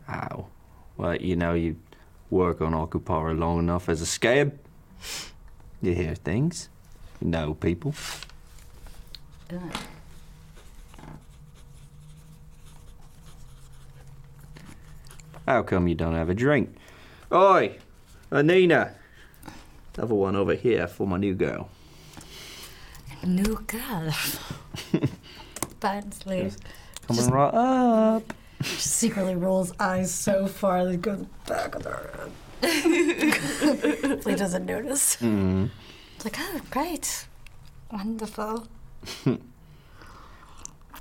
Speaker 2: ow. Well, you know, you work on Okupara long enough as a scab. You hear things. You know people.
Speaker 7: Uh,
Speaker 2: How come you don't have a drink?
Speaker 15: Oi, Anina. Another one over here for my new girl.
Speaker 7: new girl. Badly.
Speaker 2: Coming right up.
Speaker 3: She secretly rolls eyes so far that it goes back of her head. Lee doesn't notice.
Speaker 2: Mm.
Speaker 7: It's like, oh, great. Wonderful.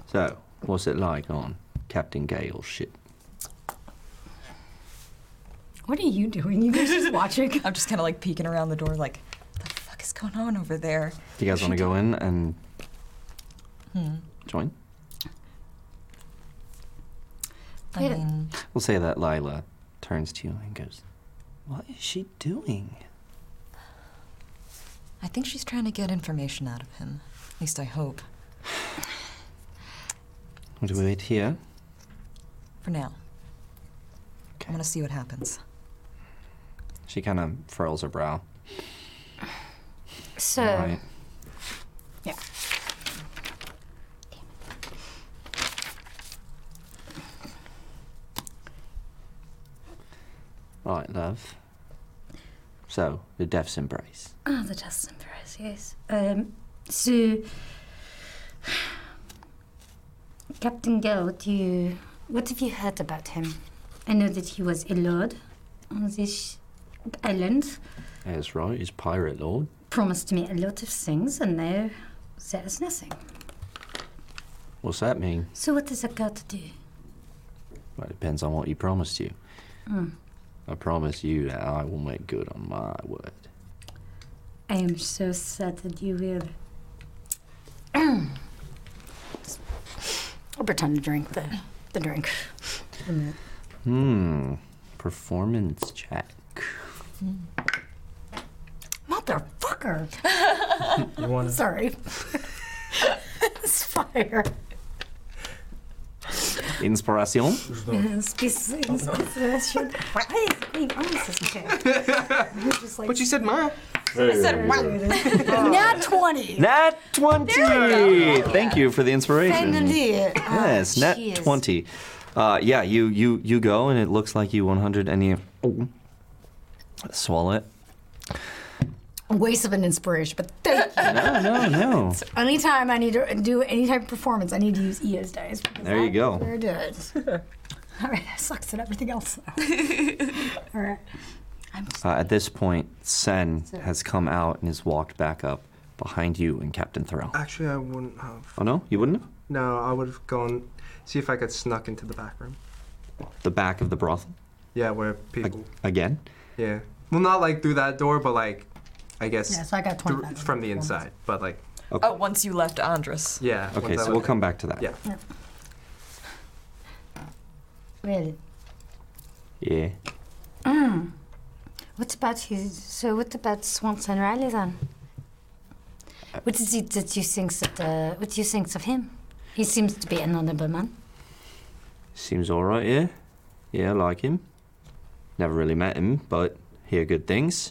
Speaker 2: So, what's it like on Captain Gale's ship?
Speaker 3: What are you doing? You guys just watching?
Speaker 6: I'm just kind of like peeking around the door, like, what the fuck is going on over there?
Speaker 2: Do you guys want to go in and
Speaker 6: Hmm.
Speaker 2: join?
Speaker 6: I mean,
Speaker 2: We'll say that Lila turns to you and goes, What is she doing?
Speaker 6: I think she's trying to get information out of him. At least I hope.
Speaker 2: Do we wait here?
Speaker 6: For now. I'm gonna see what happens.
Speaker 2: She kind of furrows her brow.
Speaker 7: So,
Speaker 2: Right.
Speaker 7: yeah.
Speaker 2: Right, love. So, the death's embrace.
Speaker 7: Ah, the Justin Perez, yes. Um, so, Captain Gale, what, do you, what have you heard about him? I know that he was a lord on this island,
Speaker 2: That's right, is Pirate Lord.
Speaker 7: promised me a lot of things, and now there is nothing.
Speaker 2: What's that mean?
Speaker 7: So, what does that got to do?
Speaker 2: Well, it depends on what he promised you.
Speaker 7: Hmm.
Speaker 2: I promise you that I will make good on my word.
Speaker 7: I am so sad that you will. I'll pretend to drink the, the drink.
Speaker 2: Hmm. Performance check.
Speaker 7: Motherfucker!
Speaker 2: You wanna-
Speaker 3: Sorry. it's fire.
Speaker 2: Inspiration.
Speaker 3: Mm-hmm.
Speaker 4: But you said mine.
Speaker 3: Nat 20.
Speaker 2: Nat 20! Thank you for the inspiration.
Speaker 3: Finally.
Speaker 2: Yes, nat 20. Uh, yeah, you, you, you go and it looks like you 100 and you swallow it.
Speaker 3: Waste of an inspiration, but thank you.
Speaker 2: No, no, no.
Speaker 3: Anytime I need to do any type of performance, I need to use EO's dice. because
Speaker 2: There you
Speaker 3: that's
Speaker 2: go.
Speaker 3: Where it is. All right, that sucks at everything else. All right.
Speaker 2: Uh, at this point, Sen has come out and has walked back up behind you and Captain Thorell.
Speaker 4: Actually, I wouldn't have.
Speaker 2: Oh no, you wouldn't have?
Speaker 4: No, I would have gone see if I could snuck into the back room.
Speaker 2: The back of the brothel.
Speaker 4: Yeah, where people.
Speaker 2: Again?
Speaker 4: yeah. Well, not like through that door, but like, I guess.
Speaker 6: Yeah, so I got 25
Speaker 4: through- from the inside, but like,
Speaker 6: Oh, once you left Andrus.
Speaker 4: yeah. once
Speaker 2: Okay,
Speaker 4: I
Speaker 2: so
Speaker 4: was-
Speaker 2: we'll come back to that.
Speaker 4: Yeah.
Speaker 7: Well,
Speaker 2: Yeah.
Speaker 7: mm. what about his. So, what about Swanson Riley then? What is it that you think that. Uh, what do you think of him? He seems to be an honorable man.
Speaker 2: Seems alright, yeah? Yeah, I like him. Never really met him, but hear good things.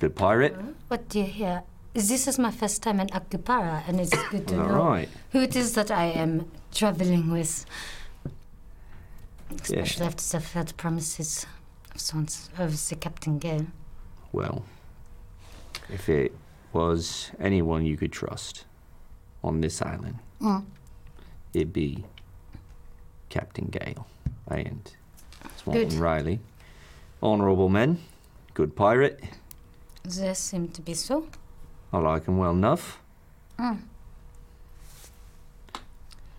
Speaker 2: Good pirate.
Speaker 7: What do you hear? This is my first time in Akupara, and it's good to
Speaker 2: All
Speaker 7: know
Speaker 2: right.
Speaker 7: who it is that I am traveling with.
Speaker 2: Yeah.
Speaker 7: Especially after the third promises of, Swans, of the Captain Gale.
Speaker 2: Well, if it was anyone you could trust on this island,
Speaker 7: Mm.
Speaker 2: it'd be Captain Gale and
Speaker 7: Good.
Speaker 2: Swanton Riley. Honourable men, good pirate.
Speaker 7: There seem to be so.
Speaker 2: I like him well enough,
Speaker 7: Mm.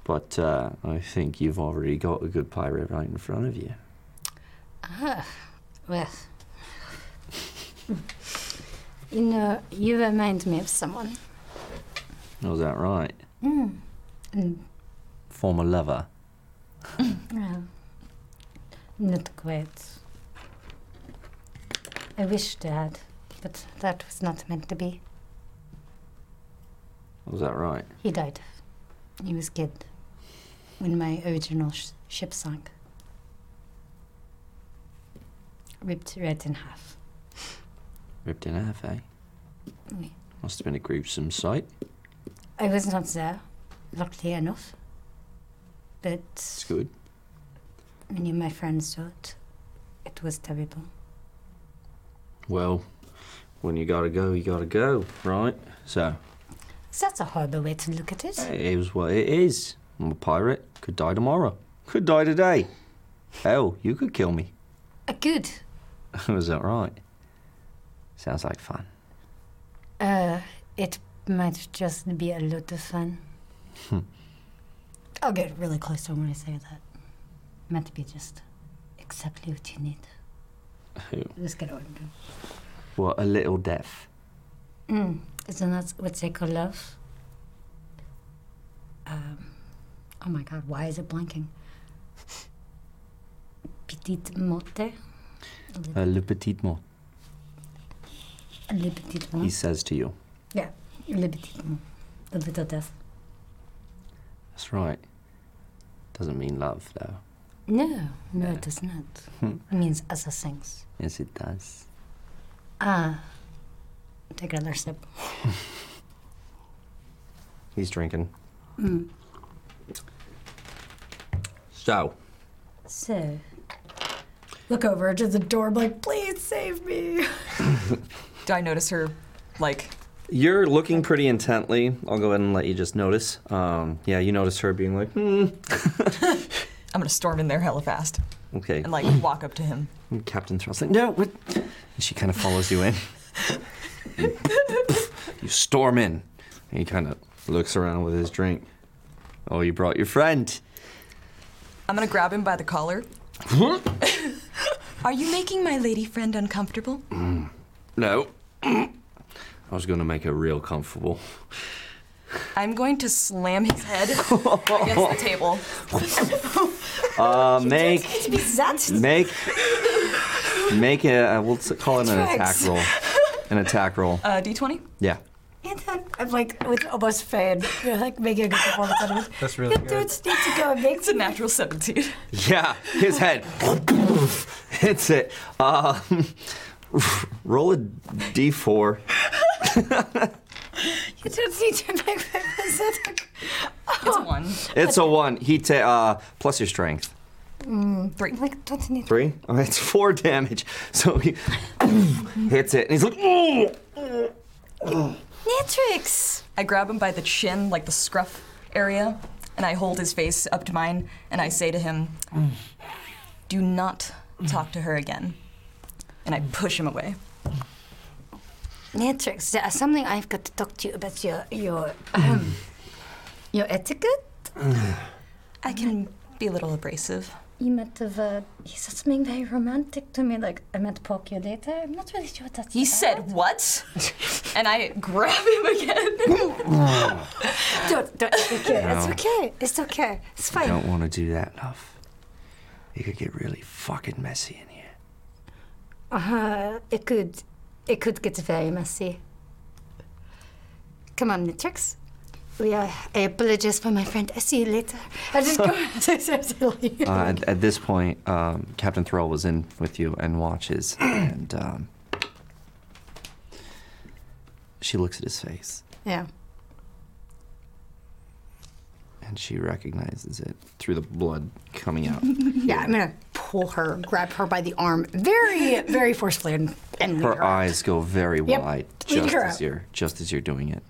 Speaker 2: but uh, I think you've already got a good pirate right in front of you.
Speaker 7: Ah, well. you know, you remind me of someone.
Speaker 2: Was that right?
Speaker 7: Mm. Mm,
Speaker 2: Former lover.
Speaker 7: well, not quite. I wished I had, but that was not meant to be.
Speaker 2: Was that right?
Speaker 7: He died. He was killed when my original sh- ship sank. Ripped right in half.
Speaker 2: Ripped in half, eh?
Speaker 7: Oui.
Speaker 2: Must have been a gruesome sight.
Speaker 7: I was not there, luckily enough. But
Speaker 2: It's good.
Speaker 7: many of my friends saw it. It was terrible.
Speaker 2: Well, when you gotta go, you gotta go, right? So,
Speaker 7: That's a horrible way to look at it.
Speaker 2: it is what it is. I'm a pirate. Could die tomorrow. Could die today. Hell, you could kill me.
Speaker 7: Uh, good.
Speaker 2: Was that right? Sounds like fun.
Speaker 7: Uh, it might just be a lot of fun.
Speaker 2: Hmm.
Speaker 7: I'll get really close to him when I say that. Might be just exactly what you need.
Speaker 2: Who?
Speaker 7: Let's get on.
Speaker 2: What a little death.
Speaker 7: Mm. Isn't that what they call love? Um, oh my god, why is it blanking? Petite morte?
Speaker 2: Uh, le petit mot,
Speaker 7: Le petit mort?
Speaker 2: he says to you.
Speaker 7: Yeah, le petit mort. The little death.
Speaker 2: That's right. Doesn't mean love, though.
Speaker 7: No, no, it does not.
Speaker 2: Hmm.
Speaker 7: It means other things.
Speaker 2: Yes, it does.
Speaker 7: Ah, take another sip.
Speaker 2: He's drinking.
Speaker 6: Hmm.
Speaker 7: Mm.
Speaker 2: So,
Speaker 3: So. Look over to the door, I'm like, please save me.
Speaker 6: Do I notice her, like,
Speaker 15: You're looking pretty intently. I'll go ahead and let you just notice. Um, yeah, you notice her being like, hmm.
Speaker 6: I'm gonna storm in there hella fast
Speaker 2: okay.
Speaker 6: and, like, walk up to him.
Speaker 2: Captain Thrust, like, no, what? And she kind of follows you in. you storm in. And he kind of looks around with his drink. Oh, you brought your friend.
Speaker 6: I'm gonna grab him by the collar. Are you making my lady friend uncomfortable?
Speaker 2: Mm. No. I was going to make her real comfortable.
Speaker 6: I'm going to slam his head against the table.
Speaker 2: Uh, make,
Speaker 6: It's me, Zat.
Speaker 2: make, make a, uh, we'll s- call it an attack
Speaker 3: Tricks.
Speaker 2: roll. An attack roll.
Speaker 6: Uh, D20?
Speaker 2: Yeah.
Speaker 3: And then I'm like, with almost fade. You're like making a good performance out of it.
Speaker 2: That's really
Speaker 3: You dudes need to go and make
Speaker 6: It's a natural 17.
Speaker 2: Yeah, his head hits it. Um, roll a d4.
Speaker 3: You dudes need to make breakfast.
Speaker 6: It's one.
Speaker 2: It's a one. He ta- uh, plus your strength.
Speaker 6: Mm, Three.
Speaker 7: Like, don't you need
Speaker 2: Three? All right, it's four damage. So he hits it, and he's like, "Ooh."
Speaker 6: Natrix! I grab him by the chin, like the scruff area, and I hold his face up to mine, and I say to him, Do not talk to her again. And I push him away.
Speaker 7: Natrix, there is something I've got to talk to you about your your um, your etiquette.
Speaker 6: I can be a little abrasive.
Speaker 7: You might have uh, he said something very romantic to me, like I might poke you later. I'm not really sure what that's.
Speaker 6: He said, What? and I grab him again.
Speaker 2: uh,
Speaker 7: don't, don't. It's okay. It's
Speaker 2: No.
Speaker 7: okay. It's okay. It's
Speaker 2: I
Speaker 7: fine.
Speaker 2: don't want to do that, love. It could get really fucking messy in here.
Speaker 7: Uh, it could, it could get very messy. Come on, Nitrix. We are. I apologize for my friend. I see you later. I just go.
Speaker 2: Uh, at, at this point, um, Captain Thrall was in with you and watches, and um, she looks at his face
Speaker 7: yeah.
Speaker 2: and she recognizes it through the blood coming out.
Speaker 3: yeah, I'm gonna pull her, grab her by the arm very, very forcefully and, and
Speaker 2: Her eyes go very
Speaker 3: Yep.
Speaker 2: wide
Speaker 3: Lead
Speaker 2: just
Speaker 3: her
Speaker 2: as
Speaker 3: out.
Speaker 2: you're just as you're doing it.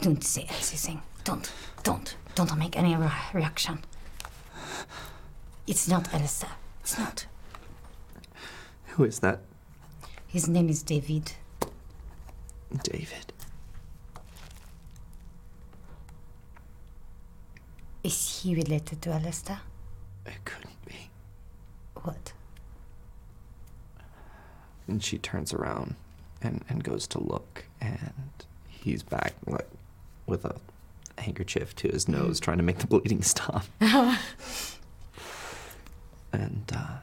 Speaker 7: Don't say anything. Don't, don't, don't make any re- reaction. It's not Alistair. It's not.
Speaker 2: Who is that?
Speaker 7: His name is David.
Speaker 2: David.
Speaker 7: Is he related to Alistair?
Speaker 2: It couldn't be.
Speaker 7: What?
Speaker 2: And she turns around and, and goes to look, and he's back like with a handkerchief to his nose, trying to make the bleeding stop. And uh,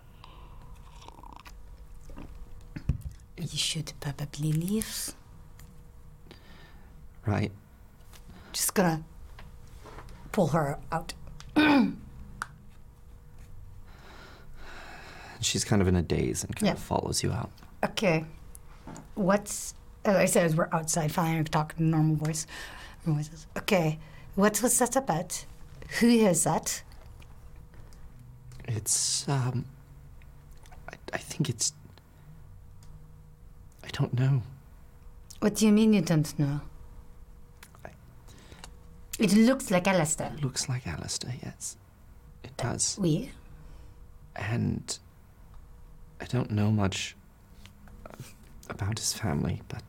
Speaker 7: You should probably leave.
Speaker 2: right,
Speaker 7: just gonna pull her out.
Speaker 2: She's kind of in a daze and kind of
Speaker 7: Yeah.
Speaker 2: follows you out.
Speaker 7: Okay. What's as I said we're outside finally I can talk in normal voice noises. Okay. What was that about? Who is that?
Speaker 2: It's um I, I think it's I don't know.
Speaker 7: What do you mean you don't know? It looks like Alistair.
Speaker 2: Looks like Alistair, yes. It does.
Speaker 7: We
Speaker 2: And I don't know much about his family, but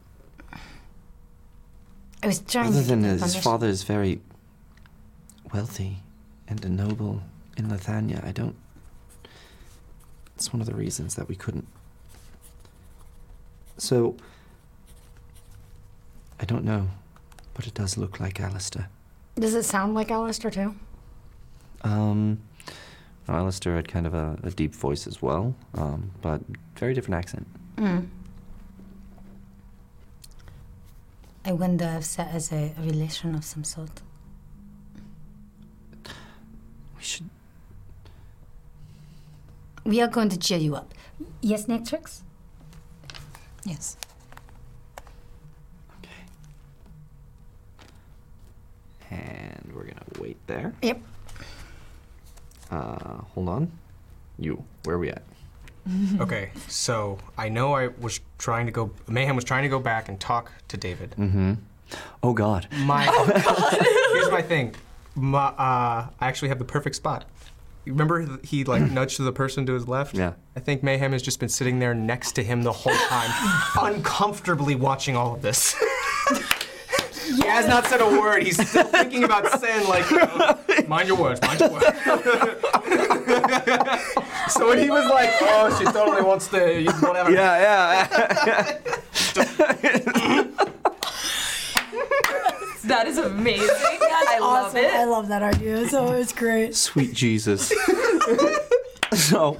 Speaker 7: I was trying
Speaker 2: other
Speaker 7: to
Speaker 2: than
Speaker 7: get
Speaker 2: his
Speaker 7: information.
Speaker 2: father is very wealthy and a noble in Lithania, I don't it's one of the reasons that we couldn't. So I don't know, but it does look like Alistair.
Speaker 7: Does it sound like Alistair too?
Speaker 2: Um, no, Alistair had kind of a, a deep voice as well, um, but very different accent.
Speaker 7: Mm. I wonder if that is a relation of some sort.
Speaker 2: We should.
Speaker 7: We are going to cheer you up. Yes, Nectrix?
Speaker 6: Yes.
Speaker 2: And we're gonna wait there.
Speaker 7: Yep.
Speaker 2: Uh, hold on. You, where are we at?
Speaker 4: okay, so I know I was trying to go. Mayhem was trying to go back and talk to David.
Speaker 2: Mm-hmm. Oh God.
Speaker 4: My here's my thing. My, uh, I actually have the perfect spot. You Remember he like nudged the person to his left.
Speaker 2: Yeah.
Speaker 4: I think Mayhem has just been sitting there next to him the whole time, uncomfortably watching all of this. He has not said a word. He's still thinking about sin. Like, mind your words, mind your words. so when he was like, "Oh, she totally wants to," you- whatever.
Speaker 2: Yeah,
Speaker 4: yeah.
Speaker 6: That is amazing. I love
Speaker 3: awesome.
Speaker 6: it.
Speaker 3: I love that idea. So it's great.
Speaker 2: Sweet Jesus. so,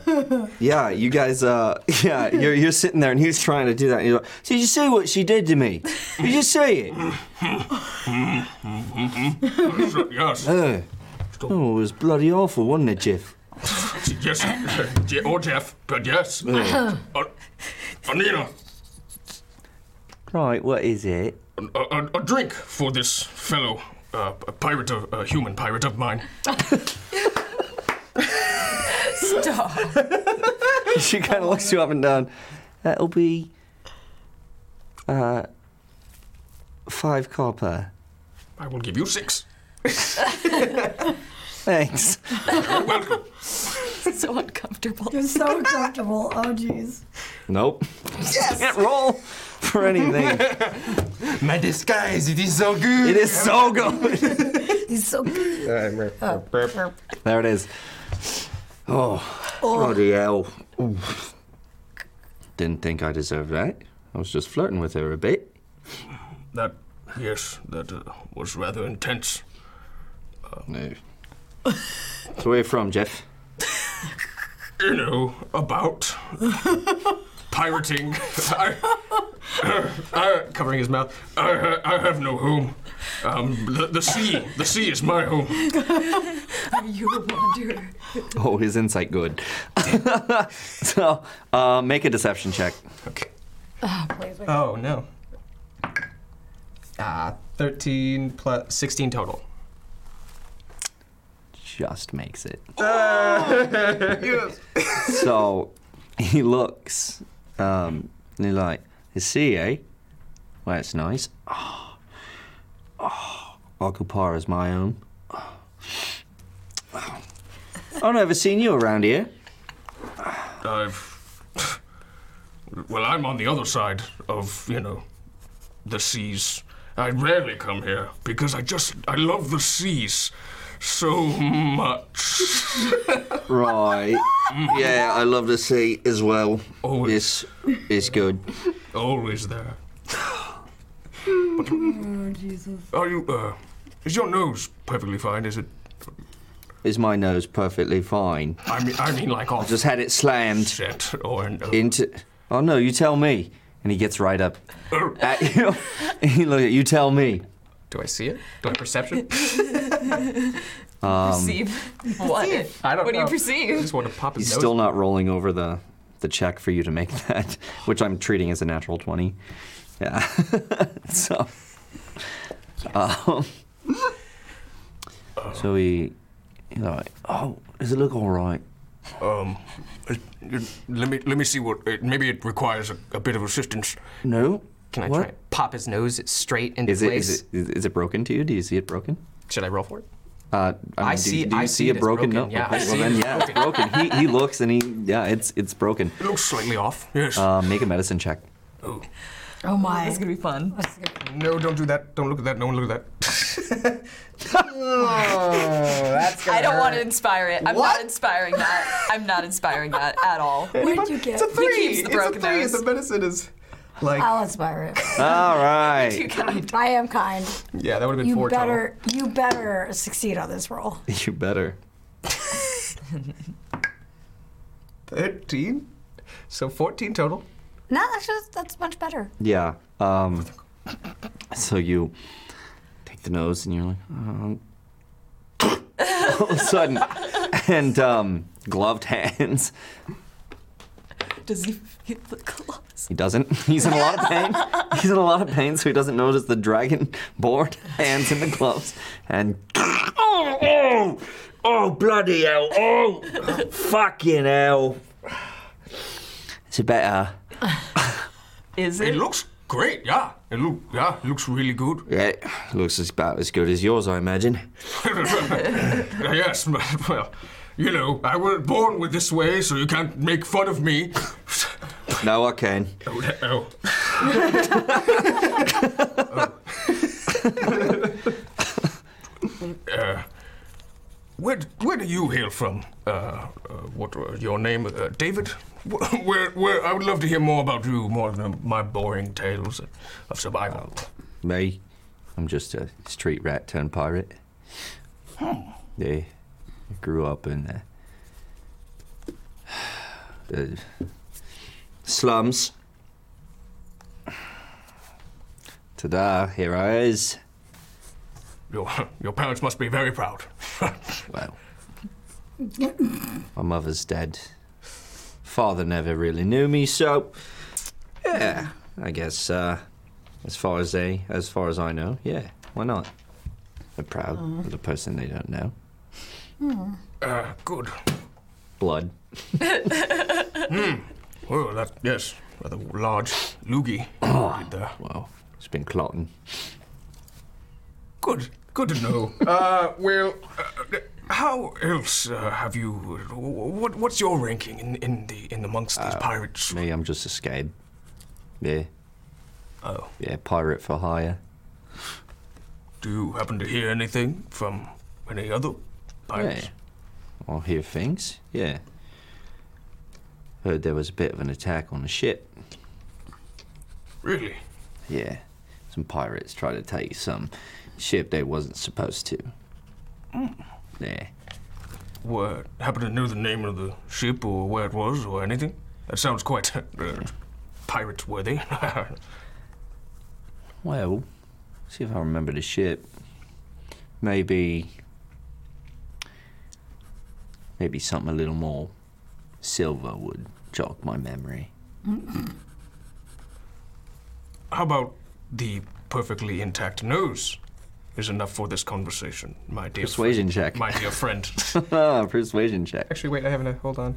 Speaker 2: yeah, you guys, uh, yeah, you're, you're sitting there and he's trying to do that. And you're like, Did you see what she did to me? Did you see it?
Speaker 8: yes.
Speaker 2: Uh, oh, it was bloody awful, wasn't it, Jeff?
Speaker 8: Yes, uh, Je- or Jeff, but yes.
Speaker 2: Yeah.
Speaker 8: Uh, Anina,
Speaker 2: Right, what is it?
Speaker 8: a, uh, a, a drink for this fellow uh, p- pirate, of, uh, human pirate of mine.
Speaker 6: Stop.
Speaker 2: she kind of looks you up and down. That'll be uh, five copper.
Speaker 8: I will give you six.
Speaker 2: Thanks.
Speaker 8: Welcome.
Speaker 6: so uncomfortable.
Speaker 3: You're so uncomfortable. Oh, jeez.
Speaker 2: Nope. Can't roll for anything.
Speaker 5: My disguise, it is so good.
Speaker 2: It is
Speaker 4: Oh,
Speaker 2: so good.
Speaker 3: He's so good.
Speaker 7: Oh.
Speaker 2: There it is. Oh, bloody hell. Oof. Didn't think I deserved that. I was just flirting with her a bit.
Speaker 8: That, yes, that uh, was rather intense.
Speaker 2: No. So where you from, Jeff?
Speaker 8: You know, about pirating. I, uh, I- covering his mouth. I, ha- I have no home. Um, the, the sea. The sea is my home.
Speaker 6: Are you a wanderer?
Speaker 2: Oh, his insight good. so, uh, make a deception check.
Speaker 4: Okay.
Speaker 6: Oh, please.
Speaker 4: Oh no. Ah, thirteen plus sixteen total.
Speaker 2: Just makes it.
Speaker 4: yes.
Speaker 2: so he looks um, and he's like, you see, eh? Well, it's nice. Oh, oh Akupara is my own. Oh. I've never seen you around here.
Speaker 8: I've. Well, I'm on the other side of, you know, the seas. I rarely come here because I just. I love the seas so much.
Speaker 2: Right. yeah, I love the sea as well. Always. It's, it's good.
Speaker 8: Always there.
Speaker 3: Oh, Jesus.
Speaker 8: Are you. Uh, is your nose perfectly fine? Is it.
Speaker 2: Is my nose perfectly fine?
Speaker 8: I mean, I mean like
Speaker 2: I
Speaker 8: off.
Speaker 2: just had it slammed
Speaker 8: Shit, or no.
Speaker 2: into. Oh no, you tell me. And he gets right up at you. he look at you. Tell me.
Speaker 4: Do I see it? Do I perception?
Speaker 2: Um,
Speaker 6: perceive what?
Speaker 4: I don't
Speaker 6: what do
Speaker 4: know.
Speaker 6: you perceive?
Speaker 4: I just want to pop his
Speaker 2: He's
Speaker 4: nose.
Speaker 2: still not rolling over the the check for you to make that, which I'm treating as a natural twenty. Yeah. so. Um, so he, he's like, oh, does it look all right?
Speaker 8: Um, uh, let me let me see what. It, maybe it requires a, a bit of assistance.
Speaker 2: No.
Speaker 4: Can I
Speaker 2: What?
Speaker 4: try and pop his nose straight into
Speaker 2: Is it,
Speaker 4: place?
Speaker 2: is it is is it broken to you? Do you see it broken?
Speaker 4: Should I roll for it?
Speaker 2: Uh, I,
Speaker 4: I
Speaker 2: mean, do-
Speaker 4: see-
Speaker 2: Do,
Speaker 4: I
Speaker 2: you
Speaker 4: see
Speaker 2: see
Speaker 4: it
Speaker 2: it
Speaker 4: as
Speaker 2: broken?
Speaker 4: broken.
Speaker 2: No.
Speaker 4: Yeah, I
Speaker 2: Okay,
Speaker 4: see
Speaker 2: well then,
Speaker 4: it as
Speaker 2: yeah, it's broken. He, he looks and he, yeah, it's it's broken. It
Speaker 8: looks slightly off. Yes.
Speaker 2: Uh, make a medicine check.
Speaker 3: Oh my.
Speaker 6: This is gonna be fun.
Speaker 8: No, don't do that. Don't look at that. No one look at that.
Speaker 4: Oh, that's
Speaker 6: I don't
Speaker 4: hurt.
Speaker 6: want to inspire it. I'm not inspiring that. I'm not inspiring that at all.
Speaker 3: Where'd you get?
Speaker 4: It's a
Speaker 6: He
Speaker 4: three.
Speaker 6: keeps the broken
Speaker 4: it's a three.
Speaker 6: nose.
Speaker 4: The medicine is like.
Speaker 3: I'll inspire it.
Speaker 2: All
Speaker 3: Too
Speaker 2: right.
Speaker 3: kind. I am kind.
Speaker 4: Yeah, that would have been
Speaker 3: You
Speaker 4: four total.
Speaker 3: better, you better succeed on this roll.
Speaker 2: You better.
Speaker 4: Thirteen. So fourteen total.
Speaker 3: No, actually, that's- that's much better.
Speaker 2: Yeah. Um, so you take the nose and you're like, oh. all of a sudden, and um, gloved hands.
Speaker 6: Does he get the claws?
Speaker 2: He doesn't. He's in a lot of pain. He's in a lot of pain, so he doesn't notice the dragon board hands in the gloves. And
Speaker 11: Oh, oh, oh, bloody hell. Oh, fucking hell.
Speaker 2: it's better.
Speaker 6: Is
Speaker 8: it? It looks great. Yeah. It look. Yeah. It looks really good.
Speaker 12: Yeah, looks as- about as good as yours, I imagine.
Speaker 8: Uh, yes, but, well, you know, I was born with this way, so you can't make fun of me.
Speaker 12: No, I can.
Speaker 8: Oh, that- oh. uh, where, where do you hail from? Uh, uh, what uh, your name? Uh, David? Wh- Where, where, I would love to hear more about you, more than my boring tales of survival.
Speaker 12: Me, I'm just a street rat turned pirate.
Speaker 8: Hmm.
Speaker 12: They grew up in uh, the, the uh, slums. Ta-da, here I is.
Speaker 8: Your, your parents must be very proud.
Speaker 12: Well, my mother's dead. Father never really knew me, so yeah, I guess uh, as far as they, as far as I know, yeah, why not? They're proud
Speaker 14: Mm.
Speaker 12: of the person they don't know.
Speaker 8: Uh, good.
Speaker 12: Blood.
Speaker 8: Hmm. Well, that, yes, rather large loogie. you did there.
Speaker 12: Well, it's been clotting.
Speaker 8: Good. Good to know. Uh, well, uh, how else uh, have you? What, what's your ranking in, in the in amongst
Speaker 12: Uh,
Speaker 8: these pirates?
Speaker 12: Me, I'm just a scab. Yeah.
Speaker 8: Oh.
Speaker 12: Yeah, pirate for hire.
Speaker 8: Do you happen to hear anything from any other pirates?
Speaker 12: I hear things. Yeah. Heard there was a bit of an attack on the ship.
Speaker 8: Really?
Speaker 12: Yeah. Some pirates tried to take some ship they wasn't supposed to.
Speaker 8: Hmm.
Speaker 12: Yeah.
Speaker 8: What happen to know the name of the ship or where it was or anything? That sounds quite uh, pirate worthy.
Speaker 12: Well, see if I remember the ship. Maybe. Maybe something a little more silver would jog my memory.
Speaker 7: Mm-hmm.
Speaker 8: how about the perfectly intact nose? Is enough for this conversation, my dear.
Speaker 2: Persuasion
Speaker 8: friend-
Speaker 2: check.
Speaker 8: My dear friend.
Speaker 12: Ah,
Speaker 2: Persuasion check.
Speaker 4: Actually, wait. I have not Hold on.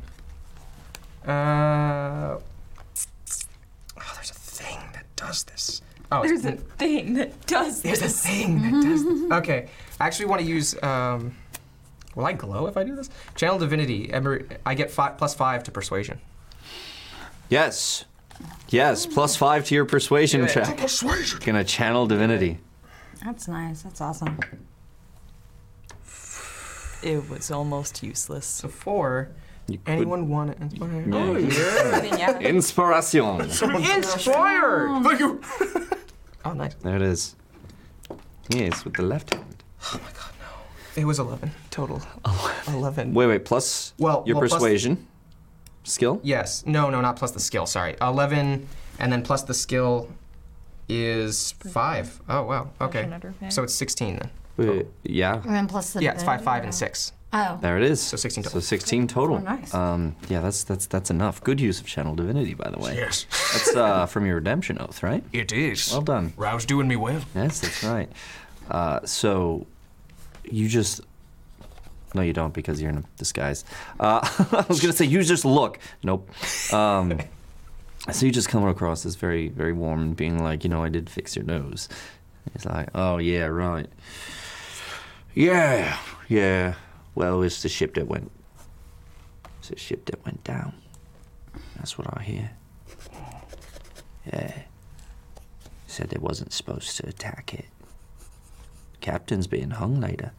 Speaker 4: Uh. Oh, there's a thing that does this. Oh, it's-
Speaker 6: There's a thing that does
Speaker 4: There's a
Speaker 6: this.
Speaker 4: thing that does this. Okay, I actually want to use. Um, will I glow if I do this? Channel Divinity. Emer- I get fi- plus five to persuasion.
Speaker 2: Yes. Yes. Plus five to your persuasion
Speaker 4: Do it.
Speaker 2: check.
Speaker 8: Persuasion.
Speaker 2: Gonna channel divinity.
Speaker 16: That's nice. That's awesome.
Speaker 6: It was almost useless. So
Speaker 4: four. Anyone want to inspire?
Speaker 2: Oh,
Speaker 4: yeah.
Speaker 2: Inspiration.
Speaker 4: Inspire! Thank you. oh, nice.
Speaker 2: There it is. Yes, with the left hand.
Speaker 4: It was eleven total. Eleven.
Speaker 2: Wait, wait. Plus
Speaker 4: Well,
Speaker 2: your
Speaker 4: well, plus-
Speaker 2: persuasion skill.
Speaker 4: Yes. No, no, not plus the skill. Sorry. 11, and then plus the skill. is five. Oh wow. Okay.
Speaker 7: Another pair.
Speaker 4: So it's sixteen then.
Speaker 2: yeah.
Speaker 7: And then plus the
Speaker 4: Yeah, it's five, five, and six.
Speaker 7: Oh.
Speaker 2: There it is. So 16 total. So 16 total.
Speaker 7: Oh, nice.
Speaker 2: Um, yeah, that's that's that's enough. Good use of channel divinity, by the way.
Speaker 8: Yes.
Speaker 2: That's uh, from your redemption oath, right?
Speaker 8: It is.
Speaker 2: Well done.
Speaker 8: Rao's doing me well.
Speaker 2: Yes, that's right. Uh, so you just. No, you don't because you're in a disguise. Uh, I was going to say, you just look. Nope. Um, so you just come across as very, very warm and being like, you know, I did fix your nose. He's like, oh, yeah, right.
Speaker 12: Yeah, yeah. Well, it's the ship that went. It's the ship that went down. That's what I hear. Yeah. Said they wasn't supposed to attack it. Captain's being hung later.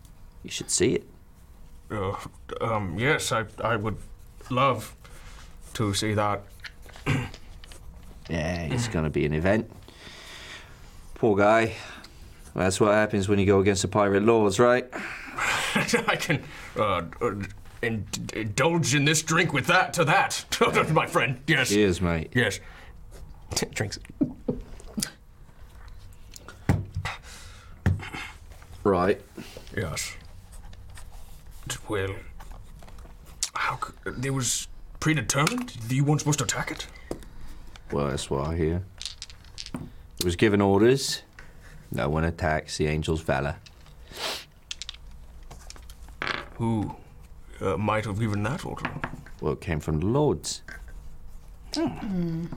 Speaker 12: You should see it.
Speaker 8: Uh, um, yes, I, I would love to see that.
Speaker 12: Yeah,
Speaker 14: Mm.
Speaker 12: it's gonna be an event. Poor guy. That's what happens when you go against the pirate laws, right?
Speaker 8: I can uh, uh, in- indulge in this drink with that to that, my friend. Yes.
Speaker 12: Cheers, mate.
Speaker 8: Yes. Drinks.
Speaker 12: Right.
Speaker 8: Yes. Well, how c It was predetermined? You weren't supposed to attack it?
Speaker 12: Well, that's what I hear. It was given orders. No one attacks the angel's valor.
Speaker 8: Who uh, might have given that order?
Speaker 12: Well, it came from the lords.
Speaker 4: Mm.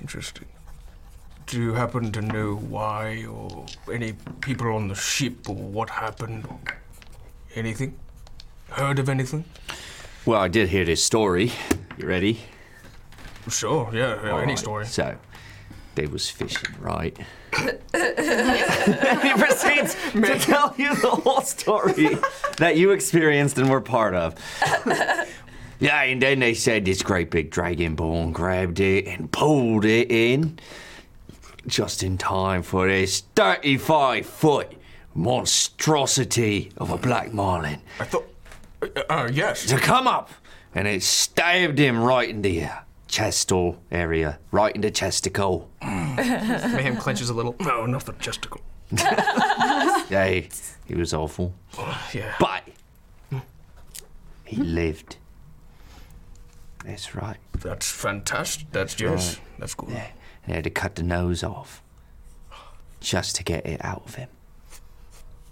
Speaker 8: Interesting. Do you happen to know why or any people on the ship or what happened or anything? Heard of anything?
Speaker 12: Well, I did hear this story. You ready?
Speaker 8: Sure, yeah,
Speaker 14: Oh,
Speaker 8: yeah,
Speaker 12: All
Speaker 8: any
Speaker 12: right,
Speaker 8: story.
Speaker 12: So, they was fishing, right?
Speaker 14: he proceeds to tell you the whole story.
Speaker 12: that you experienced and were part of.
Speaker 14: yeah,
Speaker 12: And then they said this great big dragonborn grabbed it and pulled it in just in time for this 35 foot monstrosity of a black marlin.
Speaker 8: I thought. Uh, uh, yes.
Speaker 12: To come up and it stabbed him right in the uh, chestal area, right in the chesticle.
Speaker 4: Mayhem clenches a little.
Speaker 8: No, not the chesticle.
Speaker 12: Yeah, he was awful.
Speaker 8: yeah.
Speaker 12: But he lived. That's right.
Speaker 8: That's fantastic. That's yes.
Speaker 12: Right.
Speaker 8: That's good.
Speaker 12: They had to cut the nose off just to get it out of him.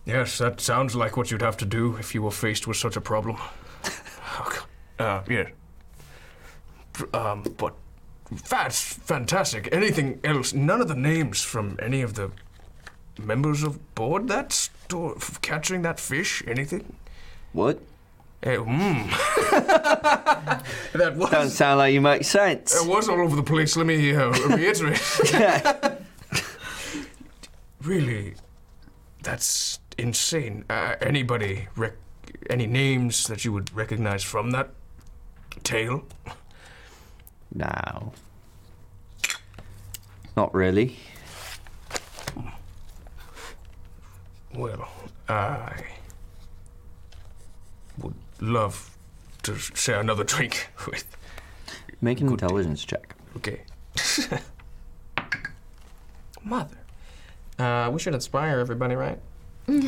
Speaker 8: Yes, that sounds like what you'd have to do if you were faced with such a problem. uh, yeah. Um, but that's fantastic. Anything else? None of the names from any of the members of board that store f- catching that fish. Anything?
Speaker 12: What?
Speaker 8: Eh, mm. that was.
Speaker 12: Don't sound like you make sense.
Speaker 8: It was all over the place. Let me uh, reiterate. really, that's insane. Uh, anybody, rec- any names that you would recognize from that tale?
Speaker 2: No. Not really.
Speaker 8: Well, I would love to share another drink with.
Speaker 2: Make an intelligence check.
Speaker 8: Okay.
Speaker 4: Mother. Uh, we should inspire everybody, right?
Speaker 2: Yeah,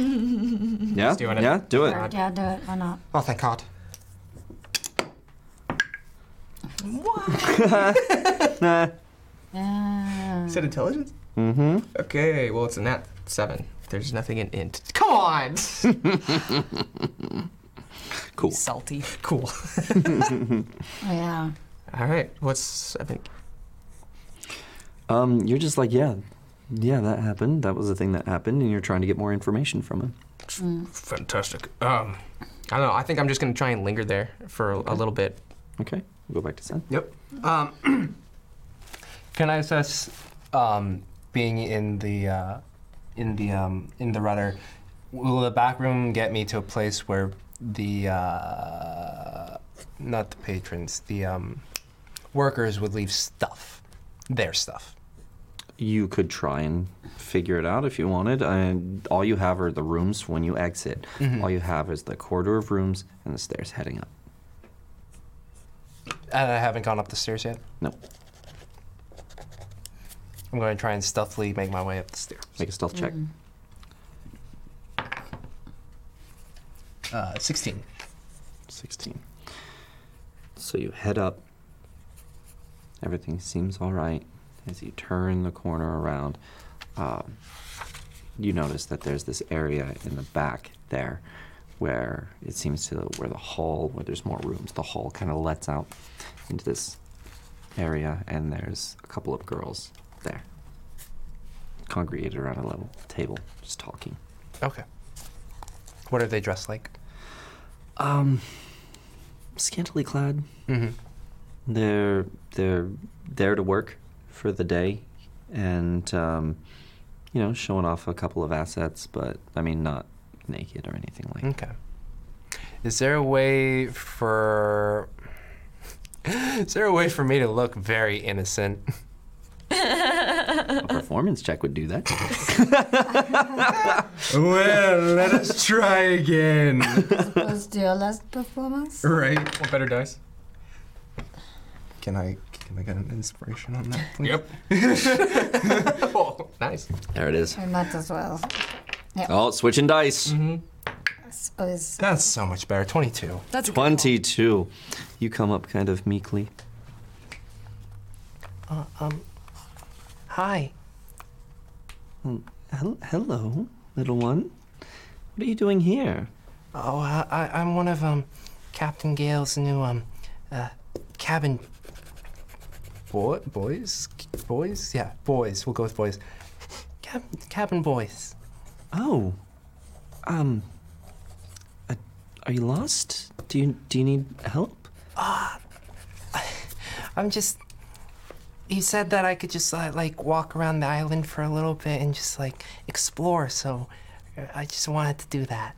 Speaker 4: Just doing it.
Speaker 2: yeah, do it.
Speaker 4: Sure.
Speaker 7: Mm-hmm. Yeah, do it. Why not?
Speaker 4: Oh, thank God.
Speaker 2: nah.
Speaker 4: Is it intelligence?
Speaker 2: Mm-hmm.
Speaker 4: Okay, well, it's a nat seven. There's nothing in int. Come on!
Speaker 2: cool.
Speaker 6: Salty.
Speaker 4: Cool.
Speaker 16: Yeah.
Speaker 4: All right, what's, I think,
Speaker 2: Um, you're just like, yeah, yeah, that happened. That was the thing that happened, and you're trying to get more information from him.
Speaker 7: Mm.
Speaker 8: Fantastic. Um,
Speaker 4: I don't know. I think I'm just going to try and linger there for a, a little bit.
Speaker 2: Okay, we'll go back to Sen.
Speaker 5: Yep. Um, can I assess um, being in the uh, in the um, in the rudder? Will the back room get me to a place where the uh, not the patrons, the um, workers would leave stuff, their stuff?
Speaker 2: You could try and figure it out if you wanted. And all you have are the rooms when you exit.
Speaker 8: Mm-hmm.
Speaker 5: Mhm.
Speaker 2: All you have is the corridor of rooms and the stairs heading up.
Speaker 5: Uh, And I haven't gone up the stairs yet.
Speaker 2: No.
Speaker 5: I'm going to try and stealthily make my way up the stairs.
Speaker 2: Make a stealth check.
Speaker 5: Mm. Uh, 16.
Speaker 2: 16. So you head up. Everything seems all right. As you turn the corner around, um, you notice that there's this area in the back there where it seems to where the hall, where there's more rooms, the hall kind of lets out into this area, and there's a couple of girls there congregated around a little table just talking.
Speaker 5: Okay. What are they dressed like?
Speaker 2: Um, scantily clad.
Speaker 5: Mm-hmm.
Speaker 2: They're they're there to work for the day, and um, you know, showing off a couple of assets, but I mean, not naked or anything like.
Speaker 5: Okay. Is there a way for. Is there a way for me to look very innocent?
Speaker 2: A performance check would do that.
Speaker 4: well, let us try again.
Speaker 16: Was your last performance?
Speaker 4: right. What better dice?
Speaker 5: Can I can I get an inspiration on that?
Speaker 4: Yep.
Speaker 5: nice.
Speaker 2: There it is.
Speaker 16: We might as well. Yeah.
Speaker 2: Oh, switching dice.
Speaker 16: I
Speaker 7: Oh,
Speaker 16: suppose.
Speaker 5: Mm-hmm. That's so much better. 22.
Speaker 16: That's a good one.
Speaker 2: 22. You come up kind of meekly.
Speaker 5: Uh, um, hi.
Speaker 2: Mm, hel- Hello, little one. What are you doing here?
Speaker 5: Oh, I, I, I'm one of um, Captain Gale's new um, uh, cabin boy, boys, boys. Yeah, boys. We'll go with boys. Cab, cabin boys.
Speaker 2: Oh, um, uh, are you lost? Do you do you need help?
Speaker 5: Ah, I'm just. He said that I could just uh, like walk around the island for a little bit and just like explore. So, uh, I just wanted to do that.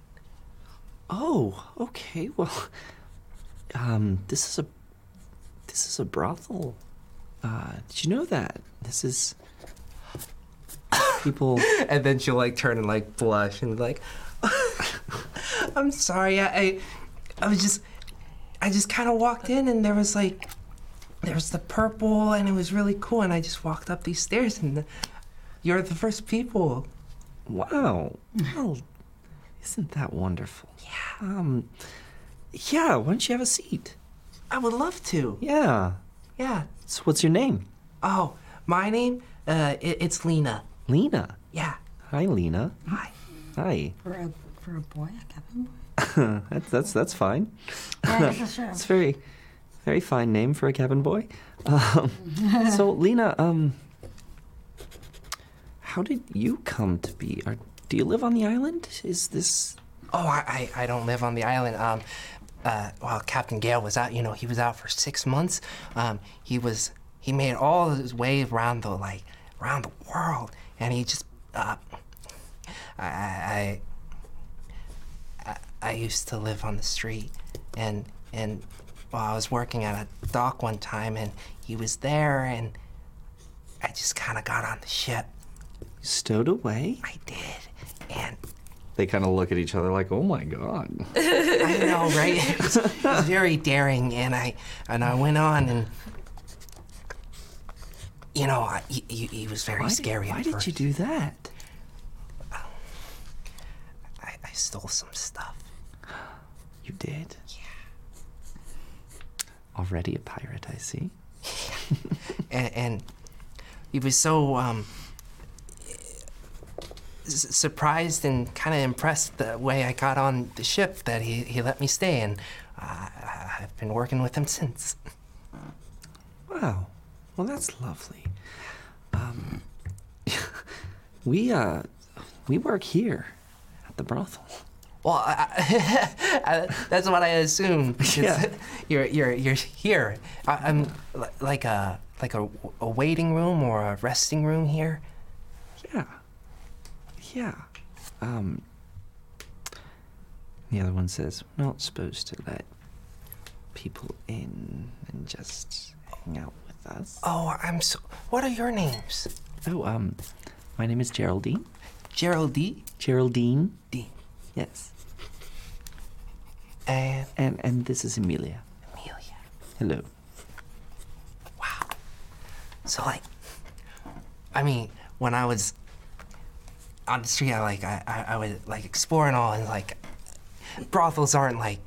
Speaker 2: Oh, okay. Well, um, this is a this is a brothel. Uh, did you know that this is people?
Speaker 5: and then she'll like turn and like blush and be like, "I'm sorry, I, I, I was just, I just kind of walked in and there was like, there was the purple and it was really cool and I just walked up these stairs and the, you're the first people.
Speaker 2: Wow. Well, isn't that wonderful? Yeah. Um, yeah. Why don't you have a seat?
Speaker 5: I would love to.
Speaker 2: Yeah.
Speaker 5: Yeah.
Speaker 2: So, what's your name?
Speaker 5: Oh, my name, uh, it, it's Lena.
Speaker 2: Lena.
Speaker 5: Yeah.
Speaker 2: Hi, Lena. Hi. Hi.
Speaker 16: For a, for a boy, a cabin boy?
Speaker 2: that's that's that's fine.
Speaker 16: Yeah, yeah, sure.
Speaker 2: it's very, very fine name for a cabin boy. Um, so Lena, um, how did you come to be? Are, do you live on the island? Is this?
Speaker 5: Oh, I, I, I don't live on the island. Um, uh, well, Captain Gale was out. You know, he was out for six months. Um, he was he made all his way around the like around the world, and he just uh, I, I I I used to live on the street, and and well, I was working at a dock one time, and he was there, and I just kind of got on the ship.
Speaker 2: Stowed away.
Speaker 5: I did, and
Speaker 2: they kind of look at each other like, "Oh my god."
Speaker 5: I know, right? It was, it was very daring, and I and I went on, and you know, I, he, he, he was very
Speaker 2: Why did-
Speaker 5: scary.
Speaker 2: why
Speaker 5: at
Speaker 2: did
Speaker 5: first.
Speaker 2: you do that?
Speaker 5: I, I stole some stuff.
Speaker 2: You did. Yeah. Already a pirate, I see.
Speaker 5: and, and he was so um, s- surprised and kind of impressed the way I got on the ship that he, he let me stay, and uh, I- I've been working with him since.
Speaker 2: Wow. Well, that's lovely. Um, we uh, we work here at the brothel.
Speaker 5: Well, I, I, I, that's what I assumed. because
Speaker 2: Yeah.
Speaker 5: you're you're you're here. I, I'm li- like a like a, a waiting room or a resting room here.
Speaker 2: Yeah. Yeah. Um. The other one says, "We're not supposed to let people in and just hang out with us."
Speaker 5: Oh, I'm so. What are your names?
Speaker 2: Oh, um, my name is Geraldine.
Speaker 5: Geraldine.
Speaker 2: Geraldine.
Speaker 5: Dean.
Speaker 2: Yes.
Speaker 5: And
Speaker 2: and and this is Amelia.
Speaker 5: Amelia.
Speaker 2: Hello.
Speaker 5: So like, I mean, when I was on the street, I like I, I, I was like exploring all, and like brothels aren't like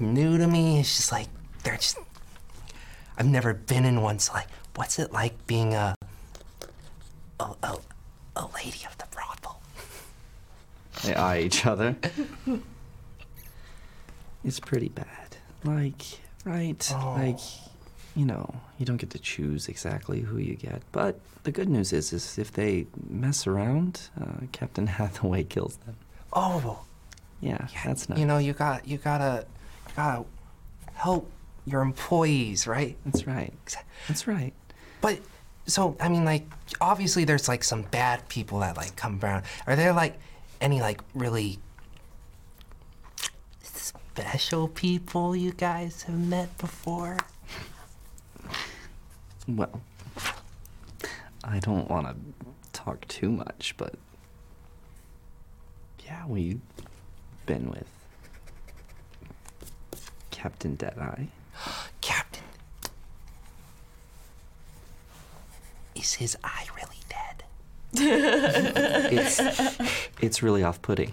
Speaker 5: new to me. It's just like they're just. I've never been in one, so like, what's it like being a a, a, a lady of the brothel?
Speaker 2: They eye each other. it's pretty bad. Like, right? Like, you know, you don't get to choose exactly who you get. But the good news is, is if they mess around, uh, Captain Hathaway kills them.
Speaker 5: Oh,
Speaker 2: Yeah, that's nice.
Speaker 5: you know, you got you gotta you gotta help your employees, right?
Speaker 2: That's right. That's right.
Speaker 5: But so I mean, like obviously there's like some bad people that like come around. Are there like any like really special people you guys have met before?
Speaker 2: Well, I don't want to talk too much, but yeah, we've been with Captain Deadeye.
Speaker 5: Captain, is his eye really dead?
Speaker 2: It's it's really off-putting.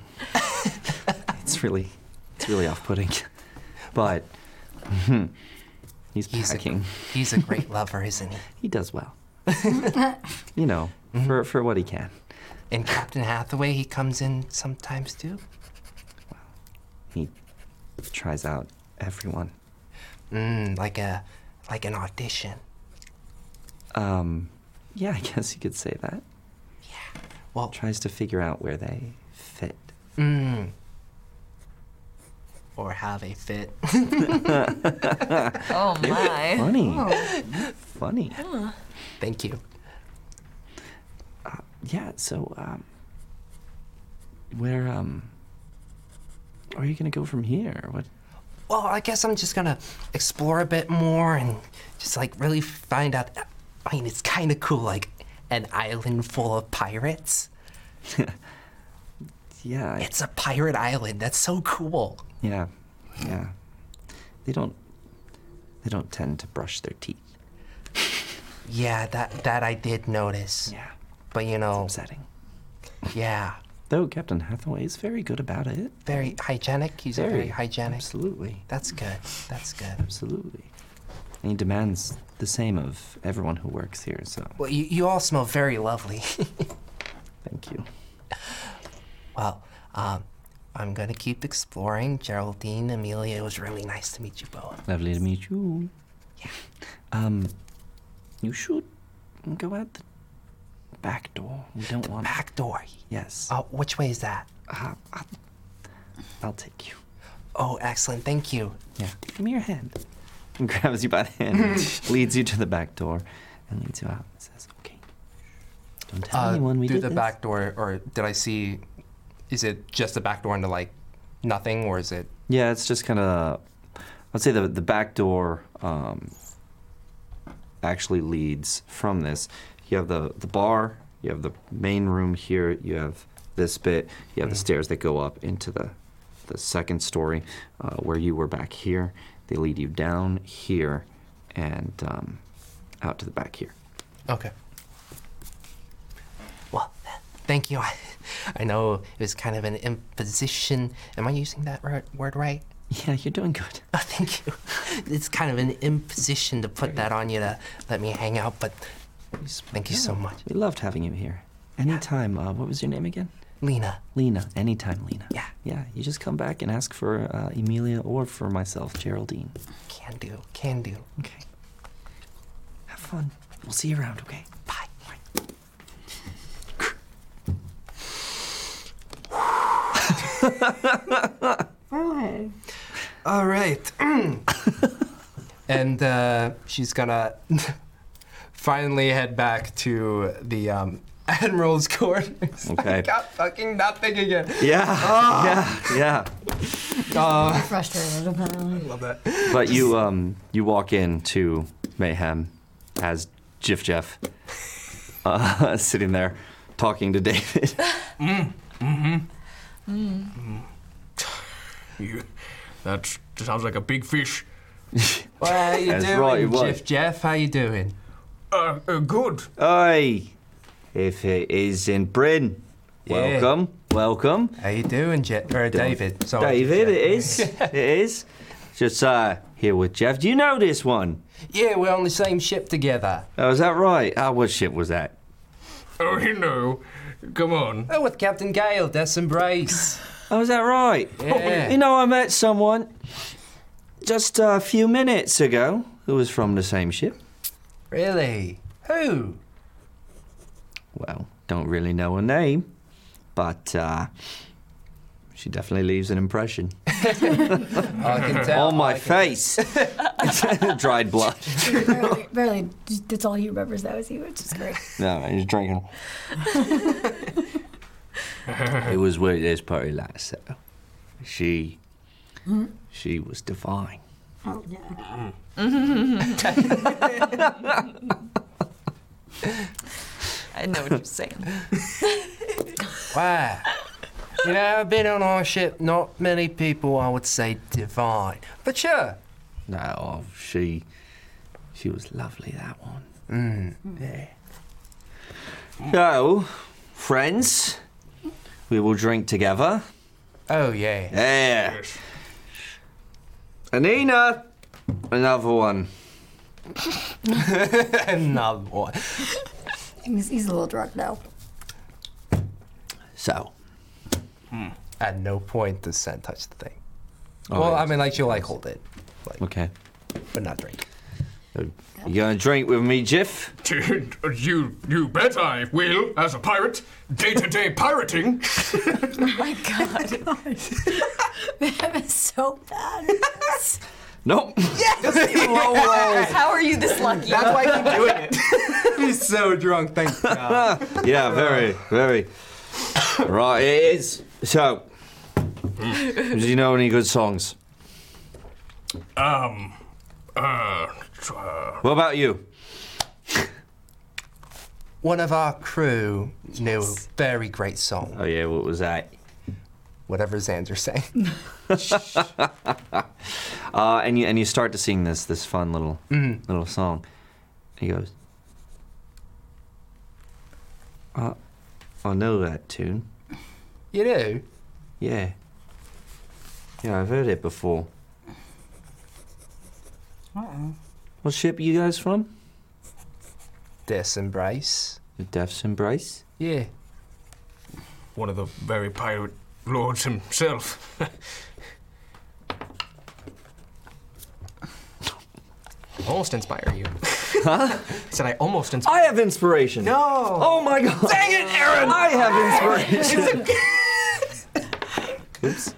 Speaker 2: it's really it's really off-putting, but hmm, he's packing.
Speaker 5: He's a great lover, isn't he?
Speaker 2: he does well. you know, for for what he can.
Speaker 5: And Captain Hathaway, he comes in sometimes too.
Speaker 2: He tries out everyone.
Speaker 5: Mm, like a like an audition.
Speaker 2: Um, yeah, I guess you could say that. Yeah.
Speaker 5: Well,
Speaker 2: tries to figure out where they fit.
Speaker 5: Mm. Or how they fit.
Speaker 2: oh
Speaker 5: You're
Speaker 6: my.
Speaker 2: Funny.
Speaker 6: Oh.
Speaker 2: Funny.
Speaker 6: Huh.
Speaker 5: Thank you.
Speaker 2: Uh, yeah. So, um, where um, are you gonna go from here? What?
Speaker 5: Well, I guess I'm just gonna explore a bit more and just like really find out. I mean, it's kind of cool, like an island full of pirates.
Speaker 2: yeah.
Speaker 5: It's a pirate island. That's so cool.
Speaker 2: Yeah. Yeah. They don't. They don't tend to brush their teeth.
Speaker 5: Yeah, that that I did notice.
Speaker 2: Yeah.
Speaker 5: But you know,
Speaker 2: upsetting.
Speaker 5: Yeah.
Speaker 2: Though Captain Hathaway is very good about it.
Speaker 5: Very hygienic. He's very, very
Speaker 2: Very,
Speaker 5: hygienic.
Speaker 2: Absolutely.
Speaker 5: That's good. That's good.
Speaker 2: Absolutely. And he demands the same of everyone who works here. So
Speaker 5: Well, you, you all smell very lovely.
Speaker 2: thank you.
Speaker 5: Well, um, I'm gonna keep exploring. Geraldine, Amelia, it was really nice to meet you both.
Speaker 2: Lovely to meet you. Yeah. Um, you should go out the back door. We don't want
Speaker 5: back door.
Speaker 2: Yes.
Speaker 5: Uh, which way is that?
Speaker 2: Uh, I'll, I'll take you.
Speaker 5: Oh, excellent. Thank you.
Speaker 2: Yeah. Give me your hand. And grabs you by the hand, and leads you to the back door, and leads you out. And says, "Okay, don't
Speaker 5: Uh,
Speaker 2: tell anyone we
Speaker 5: through
Speaker 2: did
Speaker 5: the
Speaker 2: this."
Speaker 5: back door, or did I see? Is it just the back door into like nothing, or is it?
Speaker 2: Yeah, it's just kind of. I'd say the the back door um, actually leads from this. You have the the bar. You have the main room here. You have this bit. You have the stairs that go up into the the second story, uh, where you were back here. They lead you down here, and um, out to the back here.
Speaker 5: Okay. Well, th- thank you. I, I know it was kind of an imposition. Am I using that ri- word right?
Speaker 2: Yeah, you're doing good.
Speaker 5: Oh, thank you. It's kind of an imposition to put that on you to let me hang out, but thank you so much.
Speaker 2: We loved having you here. Anytime. Uh, what was your name again?
Speaker 5: Lena.
Speaker 2: Lena. Anytime, Lena.
Speaker 5: Yeah.
Speaker 2: Yeah. You just come back and ask for uh, Emilia or for myself, Geraldine.
Speaker 5: Can do. Can do.
Speaker 2: Okay. Have fun. We'll see you around. Okay.
Speaker 13: Okay.
Speaker 5: All right. and uh, she's gonna finally head back to the um, Admiral's ah. quarters.
Speaker 2: Okay.
Speaker 5: got fucking nothing again.
Speaker 2: Yeah.
Speaker 5: Ah.
Speaker 2: Yeah. Yeah.
Speaker 5: Uh,
Speaker 16: Frustrated about it.
Speaker 5: love that.
Speaker 2: But you um you walk into mayhem as Jif Jeff uh, sitting there talking to David.
Speaker 8: Mm. Mm-hmm.
Speaker 6: Mm.
Speaker 8: You, that sounds like a big fish.
Speaker 5: Well, how you
Speaker 8: That's
Speaker 5: doing,
Speaker 8: right, it was.
Speaker 5: Jeff? Jeff, how you doing?
Speaker 8: Uh, uh good.
Speaker 2: Oi. If it isn't Bryn,
Speaker 5: Yeah.
Speaker 2: welcome, welcome.
Speaker 5: How you doing, Je- or David? Sorry,
Speaker 2: David,
Speaker 5: Jeff.
Speaker 2: it is. it is. Just uh, here with Jeff. Do you know this one?
Speaker 5: Yeah, we're on the same ship together.
Speaker 2: Oh, is that right? Ah, what ship was that?
Speaker 5: Oh, you know. Come on. Oh, with Captain Gale, that's Embrace.
Speaker 2: Oh, is that right? Oh,
Speaker 5: Yeah.
Speaker 2: You know, I met someone just a few minutes ago who was from the same ship.
Speaker 5: Really? Who?
Speaker 2: Well, don't really know her name, but uh, she definitely leaves an impression.
Speaker 5: Oh, I can tell.
Speaker 2: On my face. Dried blood.
Speaker 3: barely, barely, that's all he remembers. That was you, which is great.
Speaker 2: No, he's drinking. it was with this party last so she she was divine.
Speaker 4: Oh, yeah.
Speaker 2: Oh.
Speaker 6: I know what you're saying.
Speaker 5: Wow. You know, I've been on our ship, not many people I would say divine. But sure.
Speaker 2: No, she she was lovely that one.
Speaker 5: Mm.
Speaker 2: Yeah. So, friends, we will drink together.
Speaker 5: Oh, yeah.
Speaker 2: Yeah. Anina, another one.
Speaker 5: another one.
Speaker 4: He's, he's a little drunk now.
Speaker 2: So.
Speaker 5: At no point does Sen touch the thing.
Speaker 2: Hmm. Oh,
Speaker 5: well,
Speaker 2: yes.
Speaker 5: I mean, like, she'll, like, hold it,
Speaker 2: Okay.
Speaker 5: but not drink.
Speaker 2: You gonna drink with me, Jiff?
Speaker 8: you, you bet I will, as a pirate. Day to day pirating.
Speaker 3: Oh my god. that was so bad.
Speaker 2: Nope.
Speaker 6: Yes! How are you this lucky?
Speaker 5: That's why I keep doing
Speaker 6: it.
Speaker 5: He's so drunk, thank God.
Speaker 2: yeah, very, very. right, it is. So, do you know any good songs?
Speaker 8: Um. Uh. t- uh,
Speaker 2: What about you?
Speaker 5: One of our crew knew a very great song.
Speaker 2: Oh, yeah, what was that?
Speaker 5: Whatever Xander sang.
Speaker 10: uh, and you and you start to sing this this fun little
Speaker 5: Mhm.
Speaker 10: little song.
Speaker 2: He goes, uh, I know that tune.
Speaker 5: You do?
Speaker 2: Yeah. Yeah, I've heard it before.
Speaker 4: Uh-oh.
Speaker 2: What ship are you guys from?
Speaker 5: Death's Embrace.
Speaker 2: The Death's Embrace?
Speaker 5: Yeah.
Speaker 8: One of the very pirate lords himself. Hmm.
Speaker 17: Almost inspire you.
Speaker 2: Huh?
Speaker 17: I said I almost inspire.
Speaker 2: I have inspiration.
Speaker 17: No.
Speaker 2: Oh my god. Dang it, Aaron! I have inspiration. Oops.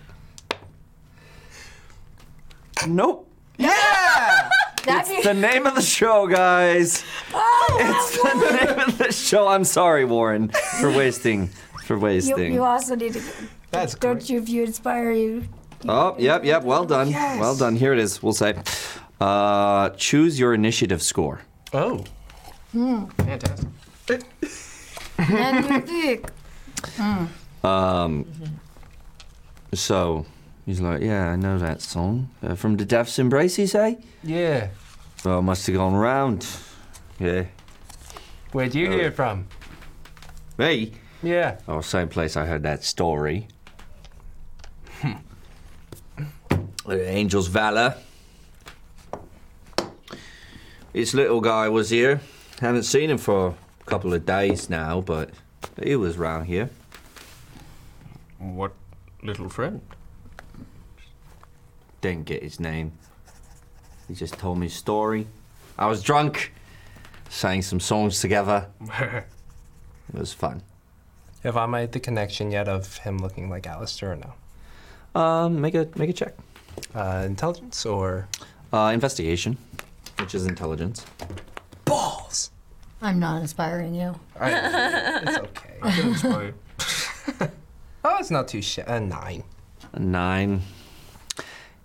Speaker 2: Nope.
Speaker 5: Yeah!
Speaker 2: It's the name of the show, guys.
Speaker 3: Oh,
Speaker 2: it's the name of the show. I'm sorry, Warren, for wasting, for
Speaker 3: You,
Speaker 2: wasting.
Speaker 3: you also need to. don't you if you inspire you?
Speaker 10: Oh, yep, yep. Well done.
Speaker 3: Yes.
Speaker 10: Well done. Here it is. We'll say, uh, choose your initiative score.
Speaker 5: Oh.
Speaker 4: Hmm.
Speaker 17: Fantastic.
Speaker 4: And you think. Hmm.
Speaker 10: Um, so he's like, yeah, I know that song uh, from the Death's Embrace. You say?
Speaker 5: Yeah.
Speaker 10: Well, I must have gone round. Yeah.
Speaker 5: Where'd you
Speaker 10: Oh.
Speaker 5: hear it from?
Speaker 10: Me?
Speaker 5: Yeah.
Speaker 10: Oh, same place I heard that story.
Speaker 2: Hmm. Angel's Valor. This little guy was here. Haven't seen him for a couple of days now, but he was round here.
Speaker 8: what little friend?
Speaker 2: Didn't get his name. He just told me his story. I was drunk, sang some songs together. It was fun.
Speaker 5: Have I made the connection yet of him looking like Alistair or no?
Speaker 10: Um, make a make a check.
Speaker 5: Uh, intelligence or
Speaker 10: uh, investigation, which is intelligence.
Speaker 5: Balls!
Speaker 4: I'm not inspiring you.
Speaker 5: I- it's okay. oh, it's not too sh- A nine.
Speaker 10: A nine.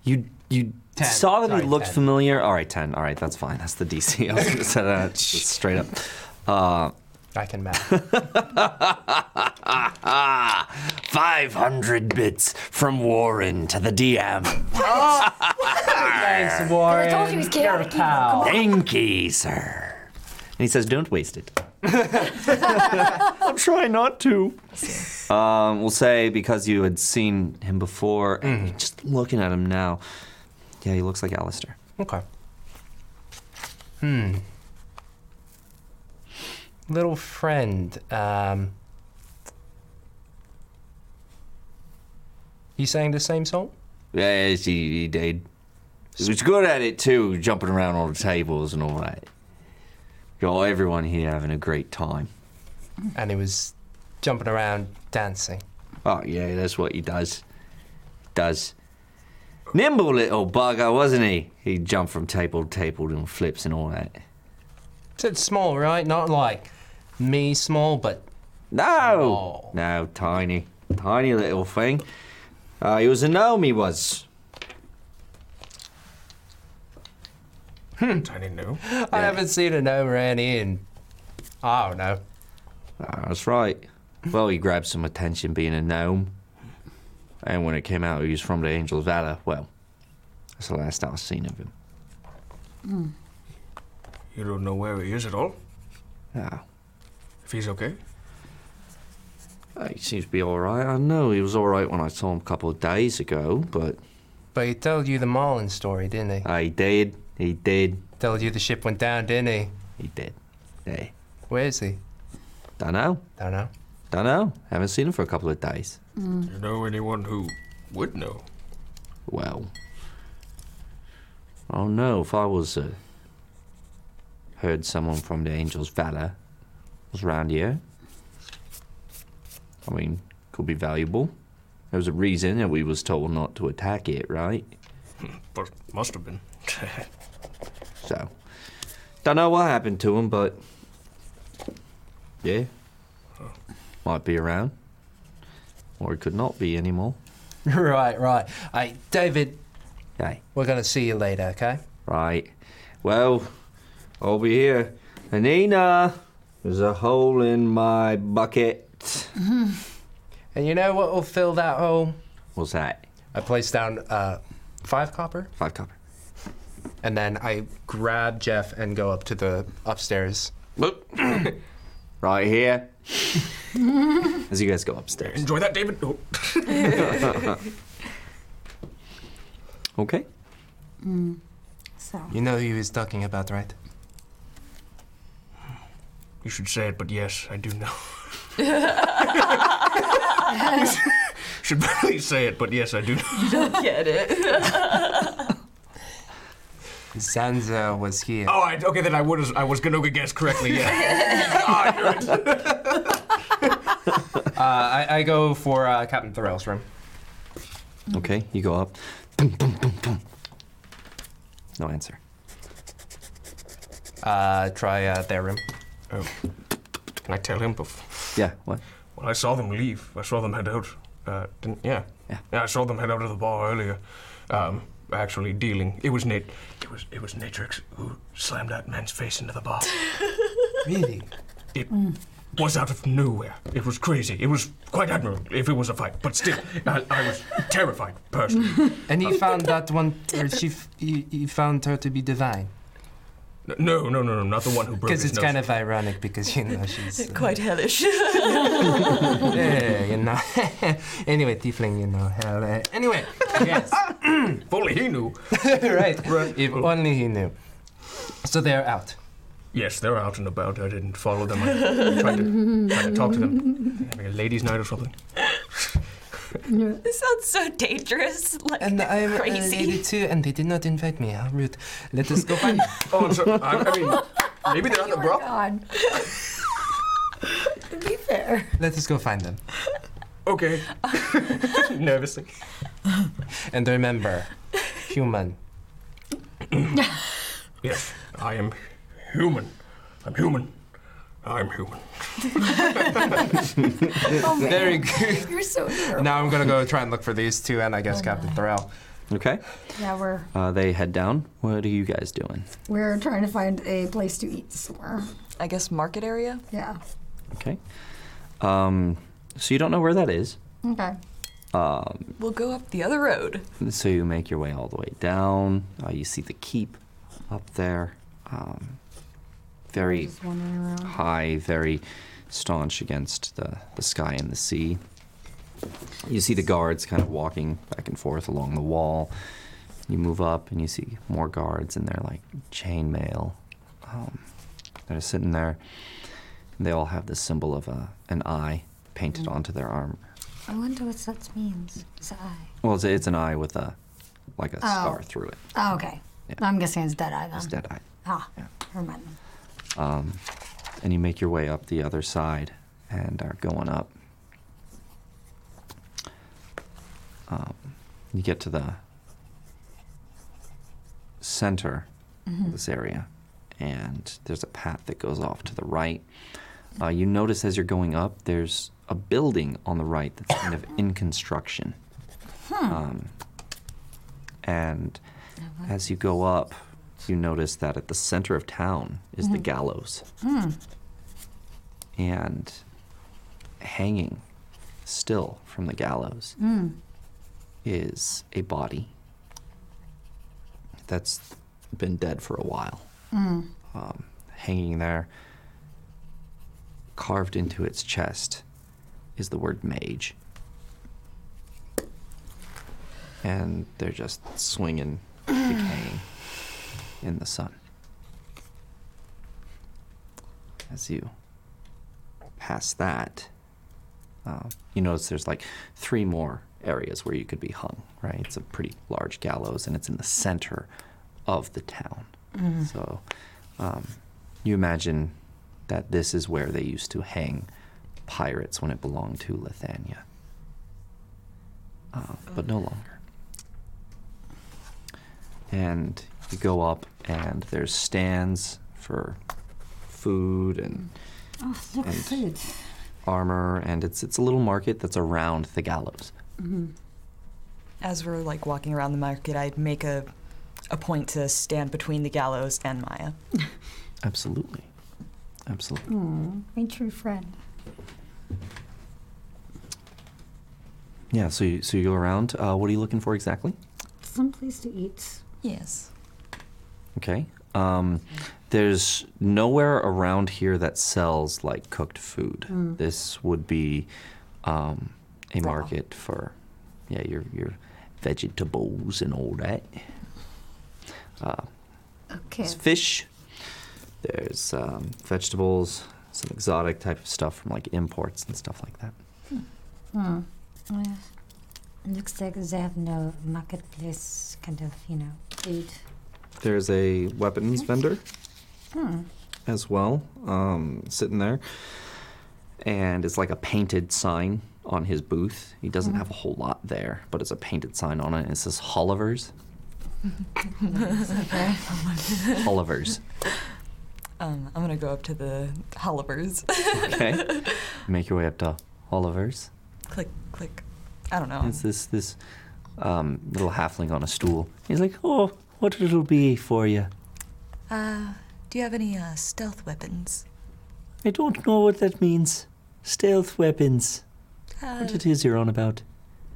Speaker 10: You you
Speaker 5: Ten.
Speaker 10: saw that
Speaker 5: Sorry,
Speaker 10: he looked
Speaker 5: ten.
Speaker 10: familiar. All right, ten. All right, that's fine. That's the DC. I was gonna say that just straight up. Uh,
Speaker 5: I can match.
Speaker 12: Five hundred bits from Warren to the DM.
Speaker 5: Thanks,
Speaker 12: Warren.
Speaker 3: I told you he's chaotic. evil. Come on.
Speaker 10: Thank ye, sir. And he says, "Don't waste it." I'm trying not to.
Speaker 18: Um, we'll say because you had seen him before,
Speaker 5: Mm-hmm.
Speaker 18: and just looking at him now, yeah, he looks like Alistair.
Speaker 5: Okay. Hmm. Little friend, um. You sang the same song?
Speaker 2: Yeah, yes, he, he did. He was good at it too, jumping around on the tables and all that.
Speaker 18: Got everyone here having a great time.
Speaker 5: And he was jumping around dancing.
Speaker 2: Oh yeah, that's what he does. Does. Nimble little bugger, wasn't he? He jumped from table to table doing flips and all that.
Speaker 5: Said small, right? Not like me small, but
Speaker 2: No, no, tiny, tiny little thing. Uh, he was a gnome. He was.
Speaker 8: Tiny new.
Speaker 5: I haven't seen a gnome around here in. I don't know.
Speaker 2: Ah, that's right. Well, he grabbed some attention being a gnome. And when it came out he was from the Angel's Valor, well, that's the last I've seen of him.
Speaker 8: Mm. You don't know where he is at all?
Speaker 2: No.
Speaker 8: If he's okay?
Speaker 2: Uh, He seems to be all right. I know he was all right when I saw him a couple of days ago, but
Speaker 5: But he told you the Marlin story, didn't he?
Speaker 2: I did. He did.
Speaker 5: Told you the ship went down, didn't he?
Speaker 2: He did. Yeah.
Speaker 5: Where is he?
Speaker 2: Don't know.
Speaker 5: Don't know.
Speaker 2: Don't know. Haven't seen him for a couple of days.
Speaker 8: You know anyone who would know?
Speaker 2: Well, I don't know if I was uh, heard someone from the Angel's Valor was around here. I mean, could be valuable. There was a reason that we was told not to attack it, right?
Speaker 8: But must have been.
Speaker 2: So, don't know what happened to him, but yeah, might be around, or it could not be anymore.
Speaker 5: right, right. Hey, David. Hey. We're gonna see you later, okay?
Speaker 2: Right. Well, over here, Anina, there's a hole in my bucket.
Speaker 5: And you know what will fill that hole?
Speaker 2: What's that?
Speaker 5: I place down uh, five copper.
Speaker 2: Five copper.
Speaker 5: And then I grab Jeff and go up to the upstairs.
Speaker 2: right here. As you guys go upstairs.
Speaker 8: Enjoy that, David. Oh.
Speaker 2: okay.
Speaker 12: Mm. So.
Speaker 5: You know who he's talking about, right?
Speaker 8: You should say it, but yes, I do know. should barely say it, but yes, I do know.
Speaker 6: You don't get it.
Speaker 5: Zanza was here.
Speaker 8: Oh, I, okay, then I would. I was gonna guess correctly. Yeah. Ah, you're right.
Speaker 5: Uh, I, I go for uh, Captain Thorell's room.
Speaker 18: Okay, you go up. Boom, boom, boom, boom. No answer.
Speaker 5: Uh, try uh, their room.
Speaker 8: Oh. Can I tell him before?
Speaker 18: Yeah. What?
Speaker 8: Well, I saw them leave. I saw them head out. Uh, didn't? Yeah. yeah. I saw them head out of the bar earlier. Um, actually dealing. It was Nate. It was it was Natrix who slammed that man's face into the bar.
Speaker 5: really?
Speaker 8: It was out of nowhere. It was crazy. It was quite admirable if it was a fight, but still, I, I was terrified personally.
Speaker 5: and he found that one. Or she, f- he, he found her to be divine.
Speaker 8: No, no, no, no, not the one who broke
Speaker 5: Because
Speaker 8: his
Speaker 5: it's
Speaker 8: nose.
Speaker 5: kind of ironic because you know she's.
Speaker 6: Quite hellish.
Speaker 5: yeah, you know. anyway, tiefling, you know hell. eh. Anyway, yes.
Speaker 8: if Hmm, only he knew.
Speaker 5: right. If only he knew. So they're out.
Speaker 8: Yes, they're out and about. I didn't follow them. I tried to, tried to talk to them. Having a ladies' night or something.
Speaker 6: this sounds so dangerous. Like
Speaker 5: And
Speaker 3: uh,
Speaker 5: I'm a
Speaker 6: crazy.
Speaker 5: lady too, and they did not invite me. How rude. Let us go find.
Speaker 8: Oh, I'm sorry. I, I mean, maybe they're on the broth.
Speaker 3: Oh God. to be fair.
Speaker 5: Let us go find them.
Speaker 8: Okay. Nervously.
Speaker 5: And remember, human.
Speaker 8: Yes, I am human. I'm human. I'm human.
Speaker 7: Hmm.
Speaker 5: Very good.
Speaker 3: Oh, You're so terrible.
Speaker 5: Now I'm gonna go try and look for these two, and I guess Captain Thorell.
Speaker 18: Okay.
Speaker 3: Yeah, we're
Speaker 18: Uh, they head down. What are you guys doing?
Speaker 3: we're trying to find a place to eat somewhere.
Speaker 6: I guess market area.
Speaker 3: Yeah.
Speaker 18: Okay. Um, so you don't know where that is.
Speaker 3: Okay.
Speaker 18: Um,
Speaker 6: We'll go up the other road.
Speaker 18: So you make your way all the way down. Uh, you see the keep up there. Um,
Speaker 2: very
Speaker 16: wandering around.
Speaker 2: high, very staunch against the, the sky and the sea. You see the guards kind of walking back and forth along the wall. You move up and you see more guards, and they're like chainmail. Um, they're sitting there. They all have the symbol of a, an eye painted
Speaker 16: Mm.
Speaker 2: onto their arm.
Speaker 7: I wonder what that means. It's eye.
Speaker 2: Well, it's, it's an eye with a like a
Speaker 7: Oh.
Speaker 2: star through it.
Speaker 7: Oh, okay. I'm guessing it's dead eye then.
Speaker 2: It's dead eye.
Speaker 7: Ah, never mind. then.
Speaker 2: Um, and you make your way up the other side and are going up. Um, you get to the center
Speaker 11: Mhm.
Speaker 2: of this area, and there's a path that goes off to the right. Uh, you notice as you're going up, there's a building on the right that's kind of in construction.
Speaker 11: Hmm.
Speaker 2: Um, and as you go up, you notice that at the center of town is the
Speaker 11: Mhm.
Speaker 2: gallows.
Speaker 11: Hmm.
Speaker 2: And hanging still from the gallows
Speaker 11: Mm.
Speaker 2: is a body that's been dead for a while.
Speaker 11: Mm.
Speaker 2: Um, hanging there, carved into its chest, is the word mage. And they're just swinging, decaying in the sun. As you pass that, uh, you notice there's like three more areas where you could be hung, right? It's a pretty large gallows and it's in the center of the town.
Speaker 16: Mm-hmm.
Speaker 11: Mm.
Speaker 2: So um, you imagine that this is where they used to hang pirates when it belonged to Lithania. Uh, but no longer. And you go up, and there's stands for food and
Speaker 16: Oh, look,
Speaker 2: And-
Speaker 16: food.
Speaker 2: armor, and it's it's a little market that's around the gallows.
Speaker 6: Mm-hmm. As we're like walking around the market, I'd make a a point to stand between the gallows and Maya.
Speaker 2: Absolutely, absolutely.
Speaker 16: Aw, my true friend.
Speaker 2: Yeah. So you, so you go around. Uh, what are you looking for exactly?
Speaker 16: Some place to eat.
Speaker 6: Yes.
Speaker 2: Okay. Um, there's nowhere around here that sells like cooked food.
Speaker 11: Mm.
Speaker 2: This would be um, a market for yeah your your vegetables and all that. Uh,
Speaker 7: Okay.
Speaker 2: There's fish. There's um, vegetables, some exotic type of stuff from like imports and stuff like that.
Speaker 7: Hmm. Yeah. Looks like they have no marketplace kind of, you know, food.
Speaker 2: There's a weapons vendor
Speaker 7: Hmm.
Speaker 2: as well, um, sitting there, and it's like a painted sign on his booth. He doesn't have a whole lot there, but it's a painted sign on it. and It says Hollivers. Hollivers.
Speaker 6: Um, I'm gonna go up to the hollivers.
Speaker 2: Okay. Make your way up to Hollivers.
Speaker 6: click, click. I don't
Speaker 9: Hmm.
Speaker 6: know.
Speaker 2: It's this this um, little halfling on a stool. He's like, oh, what it'll be for you?
Speaker 6: Uh, do you have any uh, stealth weapons?
Speaker 9: I don't know what that means. Stealth weapons.
Speaker 6: Uh,
Speaker 9: What it is you're on about?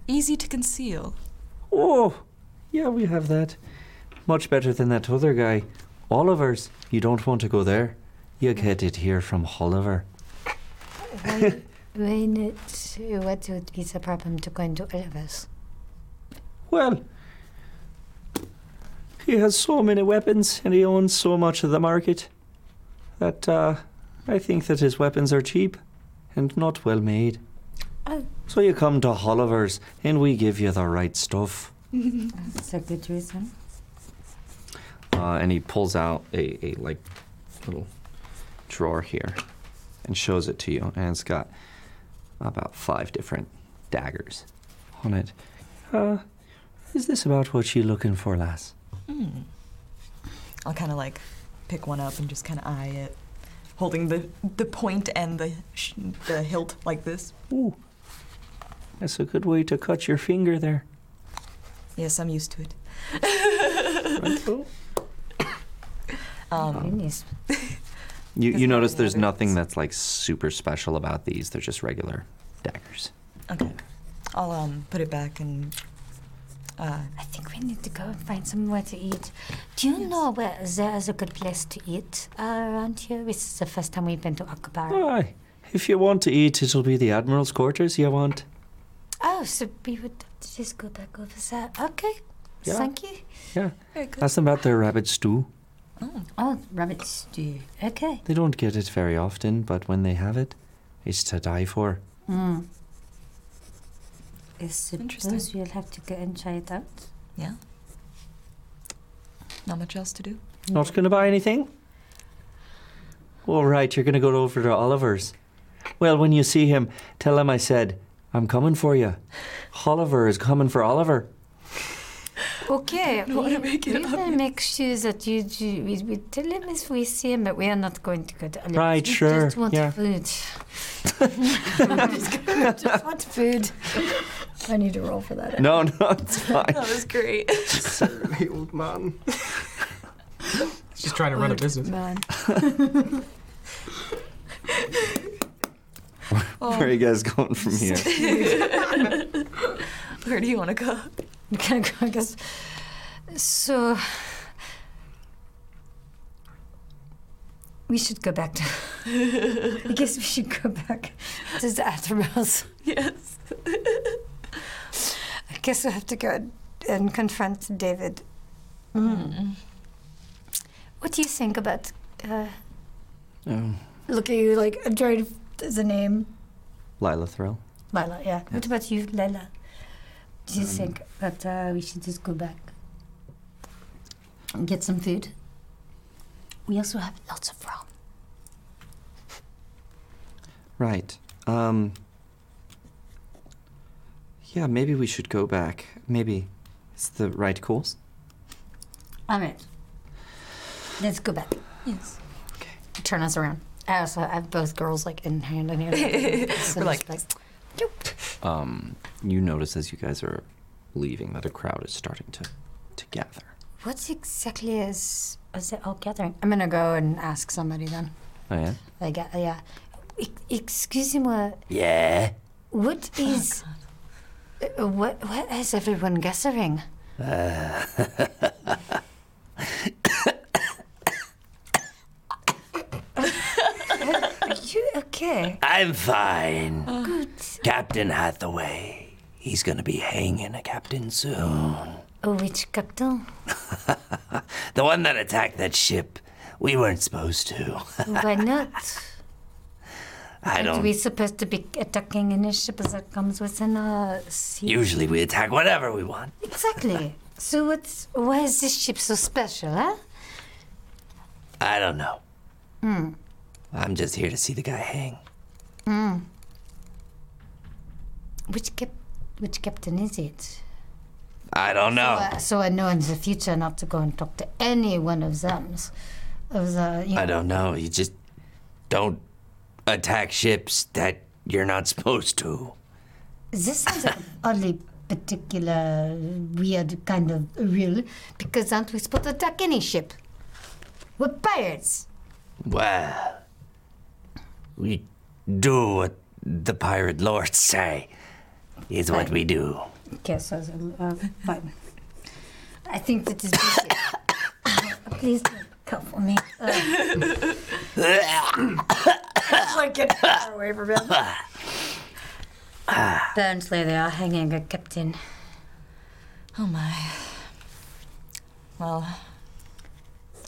Speaker 6: easy to conceal.
Speaker 9: Oh, yeah, we have that.
Speaker 11: Much better than that other guy. Oliver's. You don't want to go there. You get it here from Oliver.
Speaker 7: Why, why not? What would be the problem to go into Oliver's?
Speaker 9: Well, he has so many weapons and he owns so much of the market that uh, I think that his weapons are cheap and not well made.
Speaker 11: So you come to Oliver's and we give you the right stuff.
Speaker 16: That's a good reason.
Speaker 2: Uh, and he pulls out a, a like little drawer here and shows it to you, and it's got about five different daggers on it.
Speaker 9: Uh, is this about what you're looking for, lass?
Speaker 6: Hmm. I'll kind of like pick one up and just kind of eye it, holding the the point and the sh- the hilt like this.
Speaker 9: Ooh. That's a good way to cut your finger there.
Speaker 6: Yes, I'm used to it.
Speaker 7: Um, Goodness.
Speaker 2: You
Speaker 6: Does
Speaker 2: you
Speaker 6: it have
Speaker 2: notice
Speaker 6: any
Speaker 2: there's
Speaker 6: other-
Speaker 2: nothing that's like super special about these. They're just regular daggers.
Speaker 6: Okay. I'll um put it back and Uh,
Speaker 7: I think we need to go and find somewhere to eat. Do you know where there is a good place to eat uh, around here? This is the first time we've been to
Speaker 2: Hmm.
Speaker 7: Akbar.
Speaker 11: Aye. If you want to eat, it'll be the Admiral's quarters you want.
Speaker 7: Oh, so we would just go back over there. Okay.
Speaker 11: Yeah.
Speaker 7: Thank you.
Speaker 11: Yeah.
Speaker 7: Very good.
Speaker 11: Ask them about their rabbit stew.
Speaker 7: Oh, oh, rabbit stew. Okay.
Speaker 11: They don't get it very often, but when they have it, it's to die for.
Speaker 16: Mm. I suppose we'll have to go and try it out.
Speaker 6: Yeah. Not much else to do.
Speaker 11: Not going to buy anything? All right, you're going to go over to Oliver's. Well, when you see him, tell him I said, I'm coming for you. Oliver is coming for Oliver.
Speaker 7: Okay.
Speaker 6: don't wanna
Speaker 7: we-
Speaker 6: make it
Speaker 7: we will make sure that you do. We, we tell him if we see him, but we are not going to go to Olive's.
Speaker 11: Right,
Speaker 7: we
Speaker 11: sure,
Speaker 7: Just want
Speaker 11: yeah.
Speaker 7: food.
Speaker 3: just want food. I need to roll for that.
Speaker 15: No, no, it's fine.
Speaker 6: That was great.
Speaker 4: Surly old man. She's trying to run a business.
Speaker 6: Man.
Speaker 7: Oh.
Speaker 6: Oh.
Speaker 15: Where are you guys going from here?
Speaker 6: Where do you want to go?
Speaker 7: Can I go? I guess. So. We should go back to. I guess we should go back to the Admiral's.
Speaker 6: Yes.
Speaker 7: I guess we have to go and- and confront David. Mm. What do you think about. Uh,
Speaker 11: Um,
Speaker 15: Oh,
Speaker 3: Look at you, like, I'm trying to. Is the name
Speaker 15: Lila Thrill.
Speaker 7: Lila, yeah. What about you, Lila?
Speaker 16: Do you think that uh, we should just go back and get some food? We also have lots of rum.
Speaker 15: Right. Um. Yeah, maybe we should go back. Maybe it's the right course.
Speaker 7: All right. Let's go back.
Speaker 6: Yes.
Speaker 7: Okay. Turn us around. I also have both girls like in hand in hand. So
Speaker 6: We're like-
Speaker 7: just
Speaker 2: Um, you notice as you guys are leaving that a crowd is starting to, to gather.
Speaker 7: what exactly is is it all gathering? I'm gonna go and ask somebody then.
Speaker 2: Oh, yeah?
Speaker 7: Like, uh, yeah. E- excuse me.
Speaker 12: Yeah.
Speaker 7: What is? uh, what what is everyone gathering?
Speaker 12: Uh,
Speaker 7: Are you okay?
Speaker 12: I'm fine.
Speaker 7: Good.
Speaker 12: Captain Hathaway. He's gonna be hanging a captain soon.
Speaker 7: Oh, which captain?
Speaker 12: The one that attacked that ship. We weren't supposed to.
Speaker 7: Why not?
Speaker 12: I
Speaker 7: Aren't
Speaker 12: don't.
Speaker 7: we supposed to be attacking any ship that comes within a sea?
Speaker 12: Usually we attack whatever we want.
Speaker 7: Exactly. So what's why is this ship so special, huh?
Speaker 12: I don't know.
Speaker 7: Hmm.
Speaker 12: I'm just here to see the guy hang.
Speaker 7: Hmm. Which cap which captain is it?
Speaker 12: I don't know.
Speaker 7: Uh, so I know in the future not to go and talk to any one of them. Of the you
Speaker 12: I don't know. You just don't attack ships that you're not supposed to.
Speaker 7: This sounds like an oddly particular, weird kind of rule because aren't we supposed to attack any ship? We're pirates.
Speaker 12: Well, we do what the pirate lords say, is what we do.
Speaker 16: Okay, so uh, fine.
Speaker 7: I think that is bullshit. Please don't come for me. Uh,
Speaker 3: like, get far away from him.
Speaker 7: Apparently, they are hanging a captain.
Speaker 6: Oh my. Well,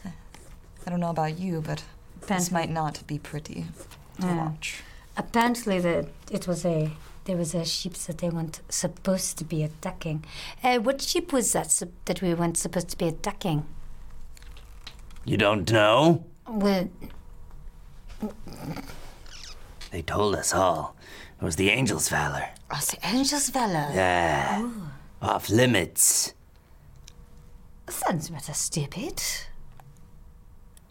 Speaker 6: I don't know about you, but this might not be pretty to
Speaker 7: Yeah.
Speaker 6: watch.
Speaker 7: Apparently, the, it was a there was a ship that they weren't supposed to be attacking. Uh, what ship was that sup- that we weren't supposed to be attacking?
Speaker 12: You don't know?
Speaker 7: Well,
Speaker 12: They told us all. It was the Angel's Valor.
Speaker 7: oh, the Angel's Valor.
Speaker 12: Yeah. Off limits.
Speaker 7: Sounds rather stupid.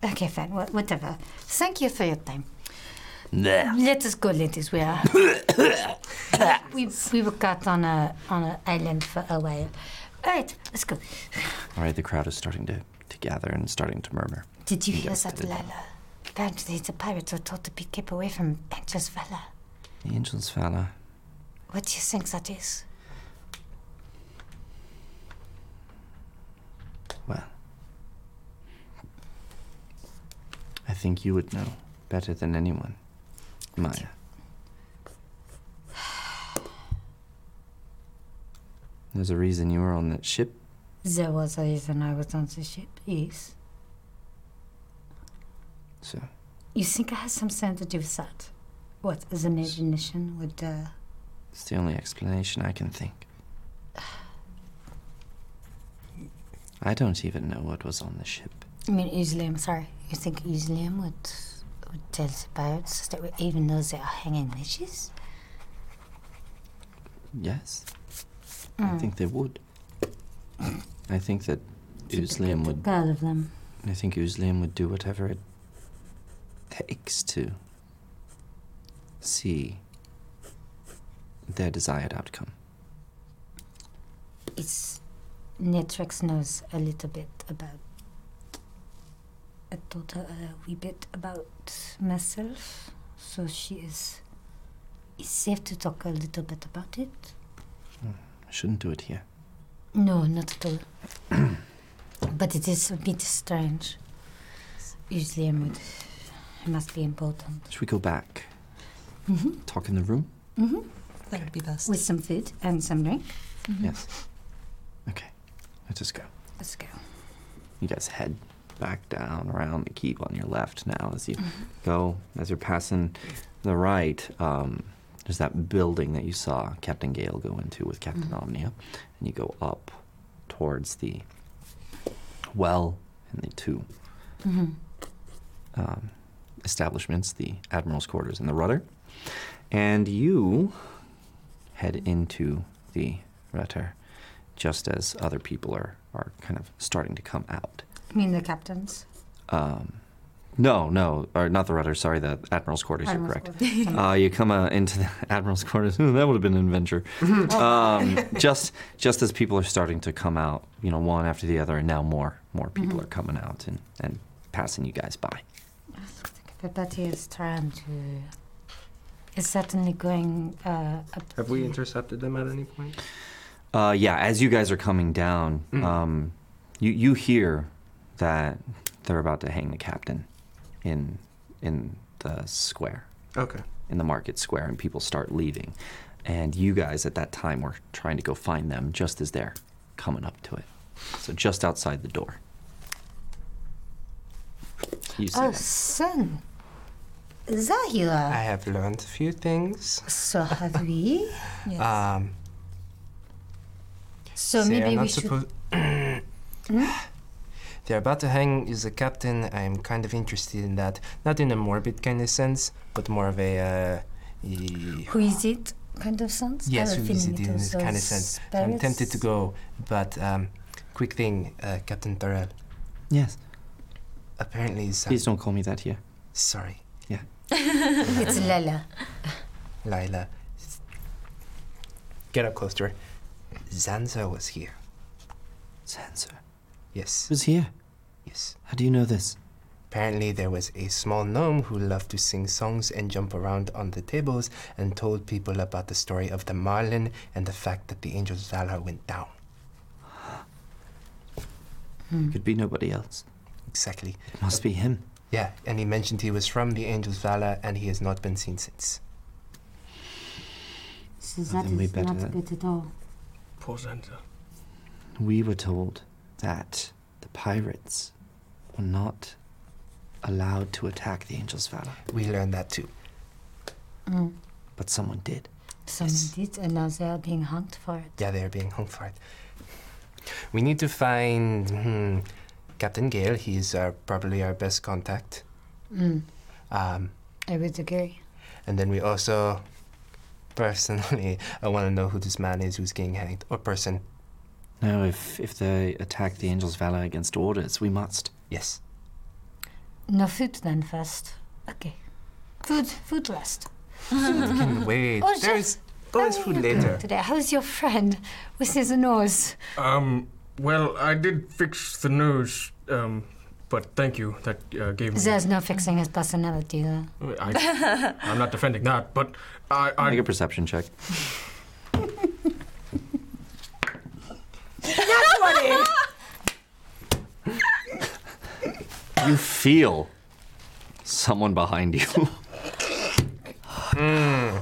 Speaker 7: Okay, fine, wha- whatever. Thank you for your time.
Speaker 12: Blech.
Speaker 7: Let us go, ladies. We are. we, we were caught on a on an island for a while. All right, let's go.
Speaker 2: All right, the crowd is starting to, to gather and starting to murmur.
Speaker 7: Did you hear
Speaker 2: guys
Speaker 7: that,
Speaker 2: did it.
Speaker 7: Lila? Apparently, the pirates were told to be kept away from Angel's Valor.
Speaker 2: The uh, angel's fella.
Speaker 7: What do you think that is?
Speaker 2: think you would know better than anyone, Maya. There's a reason you were on that ship.
Speaker 7: There was a reason I was on the ship. Yes.
Speaker 2: So.
Speaker 7: You think I had something to do with that? What? The imagination would. Uh,
Speaker 2: It's the only explanation I can think. I don't even know what was on the ship.
Speaker 7: I mean, Islam. Sorry. You think Islam would would tell the pirates that we, even though they are hanging witches?
Speaker 2: Yes, I
Speaker 7: Mm.
Speaker 2: think they would. I think that Usliam would.
Speaker 7: God of them.
Speaker 2: I think Usliam would do whatever it takes to see their desired outcome.
Speaker 7: It's Netrix knows a little bit about. I told her a wee bit about myself, so she is. It's safe to talk a little bit about it.
Speaker 2: I shouldn't do it here.
Speaker 7: No, not at all. but it is a bit strange. Usually, I would. It must be important.
Speaker 2: Should we go back?
Speaker 7: Mhm.
Speaker 2: Talk in the room?
Speaker 7: Mm-hmm.
Speaker 19: That would be best. Mm-hmm.
Speaker 7: With some food and some drink.
Speaker 2: Yes. Okay, let's just go.
Speaker 7: Let's go.
Speaker 2: You guys head back down around the keep on your left now as you
Speaker 7: Mm-hmm.
Speaker 2: go, as you're passing the right. Um, there's that building that you saw Captain Gale go into with Captain
Speaker 7: Mm-hmm.
Speaker 2: Omnia, and you go up towards the well and the two
Speaker 7: Mm-hmm.
Speaker 2: um, establishments, the admiral's quarters and the rudder. And you head into the rudder just as other people are, are kind of starting to come out.
Speaker 7: I mean, the captains.
Speaker 2: Um, no, no, or not the rudder, sorry, the admiral's quarters,
Speaker 7: Admiral's
Speaker 2: you're correct.
Speaker 7: quarters.
Speaker 2: uh, you come uh, into the admiral's quarters, that would have been an adventure. um, just, just as people are starting to come out, you know, one after the other, and now more, more people
Speaker 7: Mhm.
Speaker 2: are coming out and, and passing you guys by.
Speaker 7: But he is trying to. Is certainly going uh, up.
Speaker 20: Have we intercepted them at any point?
Speaker 2: Uh, yeah, as you guys are coming down,
Speaker 20: Mm.
Speaker 2: um, you you hear that they're about to hang the captain in in the square.
Speaker 20: Okay.
Speaker 2: In the market square, and people start leaving, and you guys at that time were trying to go find them just as they're coming up to it. So just outside the door. You see
Speaker 7: Oh,
Speaker 2: them.
Speaker 7: son. There you are.
Speaker 5: I have learned a few things.
Speaker 7: So have we.
Speaker 5: Um,
Speaker 7: So
Speaker 5: they are
Speaker 7: maybe
Speaker 5: not
Speaker 7: we should. Hmm?
Speaker 5: suppo- They're about to hang is the captain. I'm kind of interested in that. Not in a morbid kind of sense, but more of a. Uh, e-
Speaker 7: Who is it? Kind of sense. I
Speaker 5: yes,
Speaker 7: have
Speaker 5: who
Speaker 7: a
Speaker 5: is
Speaker 7: feeling
Speaker 5: it in
Speaker 7: was
Speaker 5: this kind of
Speaker 7: those
Speaker 5: sense? I'm
Speaker 7: spirits.
Speaker 5: tempted to go, but um, quick thing, uh, Captain Thorell.
Speaker 2: Yes.
Speaker 5: Apparently, some-
Speaker 2: Please don't call me that here.
Speaker 5: Sorry,
Speaker 2: Yeah.
Speaker 7: it's Lala.
Speaker 5: Lila. S- Get up close to her. Zanza was here.
Speaker 2: Zanza?
Speaker 5: Yes.
Speaker 2: Was here?
Speaker 5: Yes.
Speaker 2: How do you know this?
Speaker 5: Apparently, there was a small gnome who loved to sing songs and jump around on the tables and told people about the story of the marlin and the fact that the angel Zala went down.
Speaker 2: Could be nobody else.
Speaker 5: Exactly.
Speaker 2: It must be him.
Speaker 5: Yeah, and he mentioned he was from the angel Zala and he has not been seen since.
Speaker 7: So
Speaker 2: Well,
Speaker 7: that
Speaker 2: then we
Speaker 7: is
Speaker 2: better
Speaker 7: not
Speaker 2: then.
Speaker 7: good at all.
Speaker 8: Poor Zanza.
Speaker 2: We were told that the pirates were not allowed to attack the Angel's Valor,
Speaker 5: We learned that too.
Speaker 7: Mm.
Speaker 2: but someone did.
Speaker 7: Some did, and now they are being hung for it.
Speaker 5: Yeah, they are being hung for it. We need to find hmm, Captain Gale. He's our, probably our best contact.
Speaker 7: Mm.
Speaker 5: Um,
Speaker 7: I would agree.
Speaker 5: And then we also, personally, I want to know who this man is who's getting hanged, or person.
Speaker 2: No, if, if they attack the Angel's Valor against orders, we must.
Speaker 5: Yes.
Speaker 7: No food then first. Okay. Food, food last.
Speaker 5: Can wait.
Speaker 7: Oh,
Speaker 5: There's bonus food
Speaker 7: Good
Speaker 5: later.
Speaker 7: Today, how's your friend with his nose?
Speaker 8: Um, well, I did fix the nose, um, but thank you. That uh, gave me.
Speaker 7: There's no fixing his personality. Though.
Speaker 8: I, I'm not defending that, but I. I
Speaker 2: Make a perception check.
Speaker 7: That's what it is.
Speaker 2: You feel someone behind you.
Speaker 5: Hmm.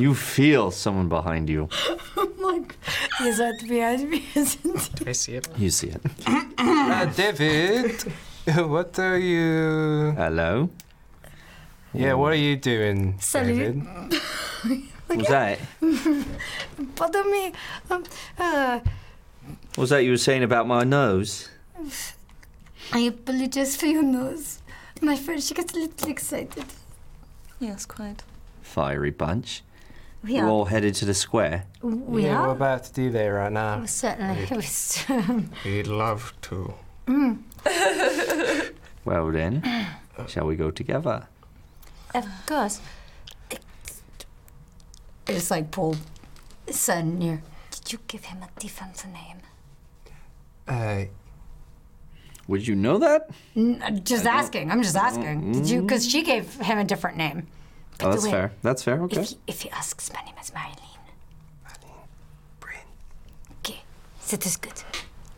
Speaker 2: You feel someone behind you.
Speaker 3: I'm like, is that behind me? Isn't
Speaker 4: I see it.
Speaker 2: You see it.
Speaker 5: uh, David, what are you?
Speaker 2: Hello.
Speaker 5: Yeah, what are you doing, David?
Speaker 3: Salut.
Speaker 15: Was that
Speaker 3: Pardon me. Um, uh,
Speaker 15: what was that you were saying about my nose?
Speaker 3: I apologize for your nose.
Speaker 7: My friend, she gets a little excited.
Speaker 6: Yes, quite.
Speaker 2: Fiery bunch.
Speaker 7: We
Speaker 2: We're
Speaker 7: are.
Speaker 2: all headed to the square.
Speaker 7: We
Speaker 5: yeah,
Speaker 7: are.
Speaker 5: we're about to do that right now.
Speaker 7: Oh, certainly. It was, um,
Speaker 8: He'd love to.
Speaker 7: mm.
Speaker 2: Well then, shall we go together?
Speaker 7: Of course. It's like pulled sun near.
Speaker 16: Did you give him a different name?
Speaker 5: Uh,
Speaker 2: Would you know that?
Speaker 7: N- Just
Speaker 2: I don't-
Speaker 7: asking. I'm just asking. Did you? Because she gave him a different name.
Speaker 2: Oh, that's
Speaker 7: wait.
Speaker 2: fair. That's fair. Okay.
Speaker 7: If, he, if he asks, my name is Marilyn. Okay, that is good.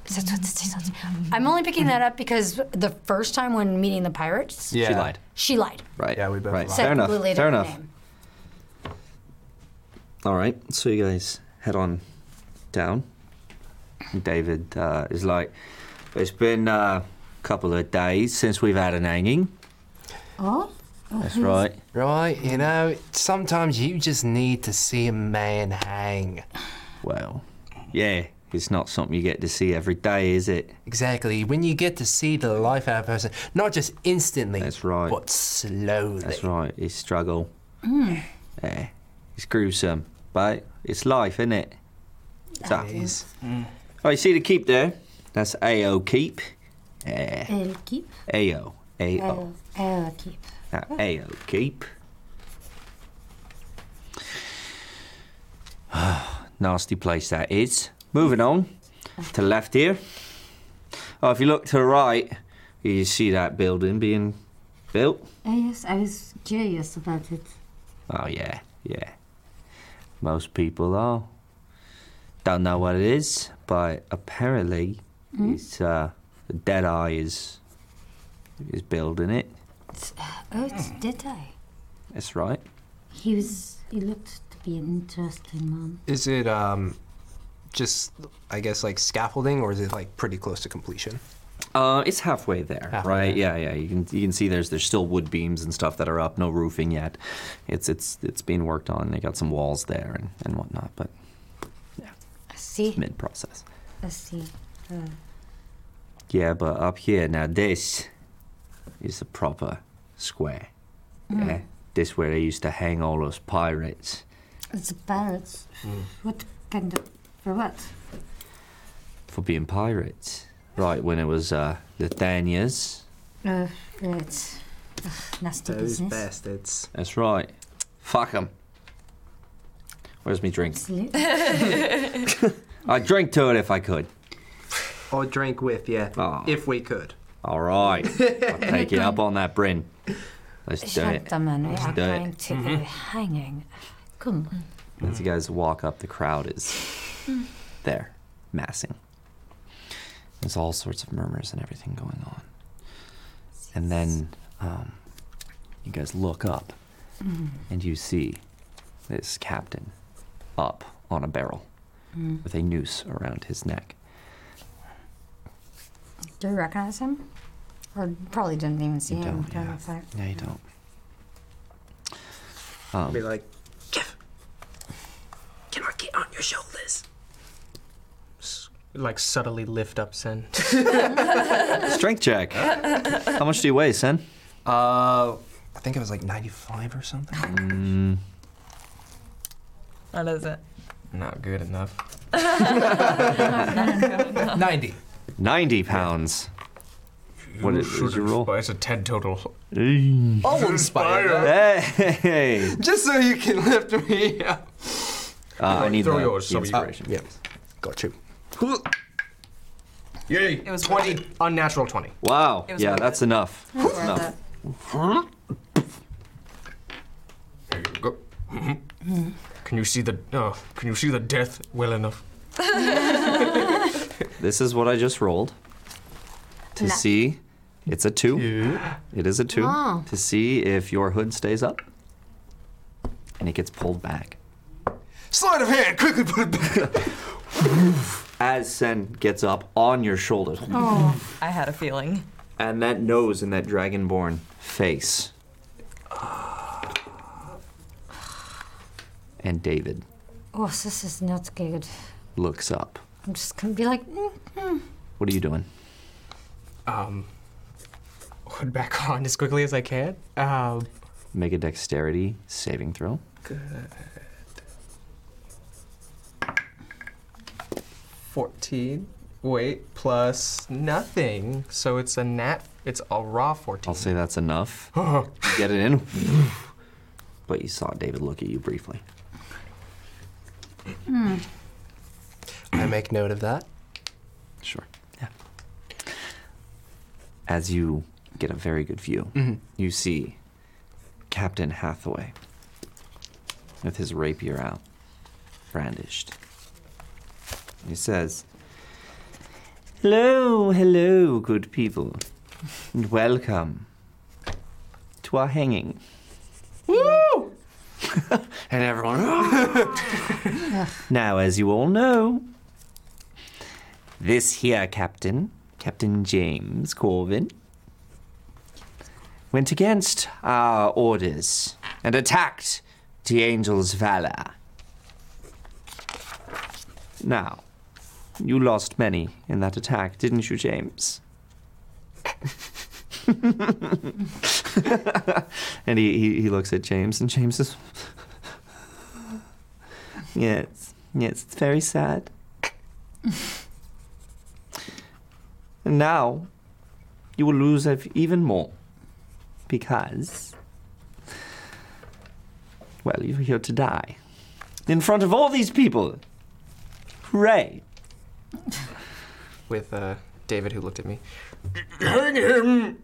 Speaker 7: That's what this is. I'm only picking that up because the first time when meeting the pirates,
Speaker 2: She lied.
Speaker 7: she lied.
Speaker 2: Right.
Speaker 5: Yeah, we both
Speaker 2: right.
Speaker 7: lied.
Speaker 2: Fair enough.
Speaker 7: Separately
Speaker 2: Fair
Speaker 7: different
Speaker 2: enough.
Speaker 15: All right, so you guys head on down.
Speaker 2: David uh, is like, it's been uh, a couple of days since we've had an hanging.
Speaker 7: Oh?
Speaker 2: That's right.
Speaker 5: Right, you know, sometimes you just need to see a man hang.
Speaker 2: Well, yeah, it's not something you get to see every day, is it?
Speaker 5: Exactly. When you get to see the life out of a person, not just instantly. That's
Speaker 2: right.
Speaker 5: But slowly.
Speaker 2: That's right. It's struggle.
Speaker 7: Mm.
Speaker 2: Yeah, it's gruesome, but it's life, isn't it? So,
Speaker 7: It is.
Speaker 2: Oh, you see the keep there? That's AO keep. Eh, Yeah.
Speaker 7: I'll keep.
Speaker 2: AO. AO.
Speaker 7: I'll, I'll keep.
Speaker 2: Now, AO keep. Nasty place that is. Moving on to left here. Oh, if you look to the right, you see that building being built.
Speaker 16: Ah, yes, I was curious about it.
Speaker 2: Oh yeah, yeah. Most people are. Don't know what it is, but apparently
Speaker 16: Mm.
Speaker 2: it's uh the Dead Eye is is building it.
Speaker 7: uh,
Speaker 16: Oh, it's Dead Eye.
Speaker 2: That's right.
Speaker 16: He was. He looked to be an interesting man.
Speaker 5: Is it um, just I guess like scaffolding, or is it like pretty close to completion?
Speaker 2: Uh it's halfway there,
Speaker 5: Halfway
Speaker 2: right? Yeah, yeah. You can you can see there's there's still wood beams and stuff that are up, no roofing yet. It's it's it's being worked on. They got some walls there and, and whatnot, but
Speaker 16: I see.
Speaker 2: mid process.
Speaker 16: I see. Uh,
Speaker 2: Yeah, but up here now this is the proper square.
Speaker 16: Mm.
Speaker 2: Yeah, this where they used to hang all those pirates.
Speaker 16: the parrots. What kind of. For what?
Speaker 2: for being pirates. Right when it was uh, Lithuania's.
Speaker 16: Uh, right. Ugh, nasty business.
Speaker 5: bastards.
Speaker 2: That's right. Fuck 'em. Where's me drink? I'd drink to it if I could.
Speaker 5: Or drink with, yeah,
Speaker 2: Aw.
Speaker 5: if we could.
Speaker 2: All right. I'll take you up on that, Bryn. Let's do it.
Speaker 16: Gentlemen, we
Speaker 2: Let's
Speaker 16: are
Speaker 2: do it.
Speaker 16: going to be hanging. Come on.
Speaker 2: As you guys walk up, the crowd is
Speaker 16: Mm.
Speaker 2: there, massing. There's all sorts of murmurs and everything going on. And then um, you guys look up
Speaker 16: Mm-hmm.
Speaker 14: Mm.
Speaker 2: and you see this captain up on a barrel
Speaker 16: Mm.
Speaker 2: with a noose around his neck.
Speaker 7: Do you recognize him? Or probably didn't even see
Speaker 2: You
Speaker 7: him.
Speaker 2: don't, yeah. Yeah, you don't. Um,
Speaker 5: Be like,
Speaker 4: Can I get on your shoulders? Like subtly lift up Sen.
Speaker 2: strength check. How much do you weigh, Sen?
Speaker 5: Uh, I think it was like 95 or something.
Speaker 2: Mm,
Speaker 6: How does it?
Speaker 4: Not good enough.
Speaker 5: 90.
Speaker 2: 90 pounds. What is,
Speaker 8: should
Speaker 2: is your roll?
Speaker 8: It's a 10 total.
Speaker 5: I'll inspire
Speaker 2: that. Hey!
Speaker 5: Just so you can lift me up.
Speaker 2: Uh, I need
Speaker 8: Throw
Speaker 2: the,
Speaker 8: yours,
Speaker 2: the
Speaker 8: so you-
Speaker 2: inspiration.
Speaker 5: yeah. Got you.
Speaker 8: Yay!
Speaker 4: It was 20. Unnatural 20.
Speaker 2: Wow.
Speaker 4: It was
Speaker 2: Yeah,
Speaker 4: worth
Speaker 2: that's
Speaker 4: it.
Speaker 2: enough.
Speaker 4: It was worth
Speaker 2: enough.
Speaker 4: it.
Speaker 8: Go. Mhm. Can you see the uh, Can you see the death well enough?
Speaker 2: This is what I just rolled to
Speaker 7: Nah.
Speaker 2: see It's a two. It is a two
Speaker 4: Oh.
Speaker 7: Wow.
Speaker 2: to see if your hood stays up, and it gets pulled back.
Speaker 4: Sleight of hand, quickly put it back.
Speaker 2: As Sen gets up on your shoulder,
Speaker 6: I had a feeling.
Speaker 2: and that nose and that dragonborn face, and David
Speaker 16: Oh, this is not good.
Speaker 2: looks up.
Speaker 16: I'm just gonna be like, mm, mm.
Speaker 2: What are you doing?
Speaker 4: Um, hood back on as quickly as I can. Um,
Speaker 2: Make a dexterity saving throw.
Speaker 4: fourteen. Wait, plus nothing. So it's a nat. It's a raw fourteen.
Speaker 2: I'll say that's enough.
Speaker 4: You
Speaker 2: Get it in. But you saw David look at you briefly.
Speaker 16: mm.
Speaker 5: I make note of that.
Speaker 2: Sure. As you get a very good view,
Speaker 5: Mhm.
Speaker 2: you see Captain Hathaway with his rapier out, brandished. He says, Hello, hello, good people, and welcome to our hanging. Woo! and everyone. now, as you all know, this here captain, Captain James Corvin,
Speaker 12: went against our orders and attacked the angel's valor.
Speaker 2: Now, you lost many in that attack, didn't you, James? and he, he, he looks at James, and James is. yes, yes, it's very sad. and now, you will lose ev- even more. Because. Well, you're here to die. In front of all these people. Hooray!
Speaker 4: With uh, David, who looked at me.
Speaker 8: Hang him!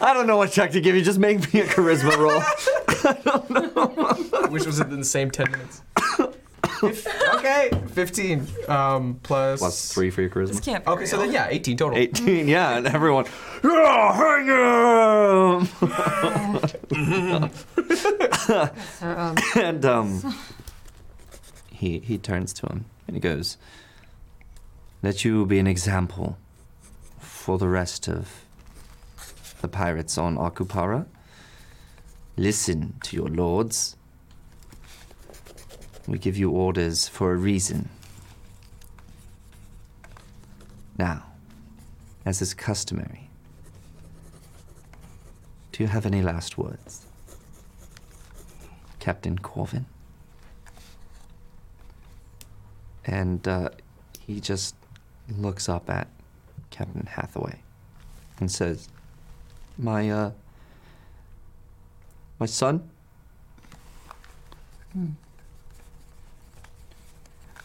Speaker 2: I don't know what check to give you. Just make me a charisma roll.
Speaker 4: Which was in the same 10 minutes. If- okay, 15 um, plus.
Speaker 2: Plus three for your charisma.
Speaker 4: can't be okay, so then, yeah, 18 total.
Speaker 2: 18, yeah, and everyone, "Yeah, hang him! and um, he, he turns to him and he goes,
Speaker 12: Let you be an example for the rest of the pirates on Akupara. Listen to your lords. We give you orders for a reason. Now, as is customary, do you have any last words?
Speaker 2: Captain Corvin. And uh, he just looks up at Captain Hathaway and says, My, uh, my son,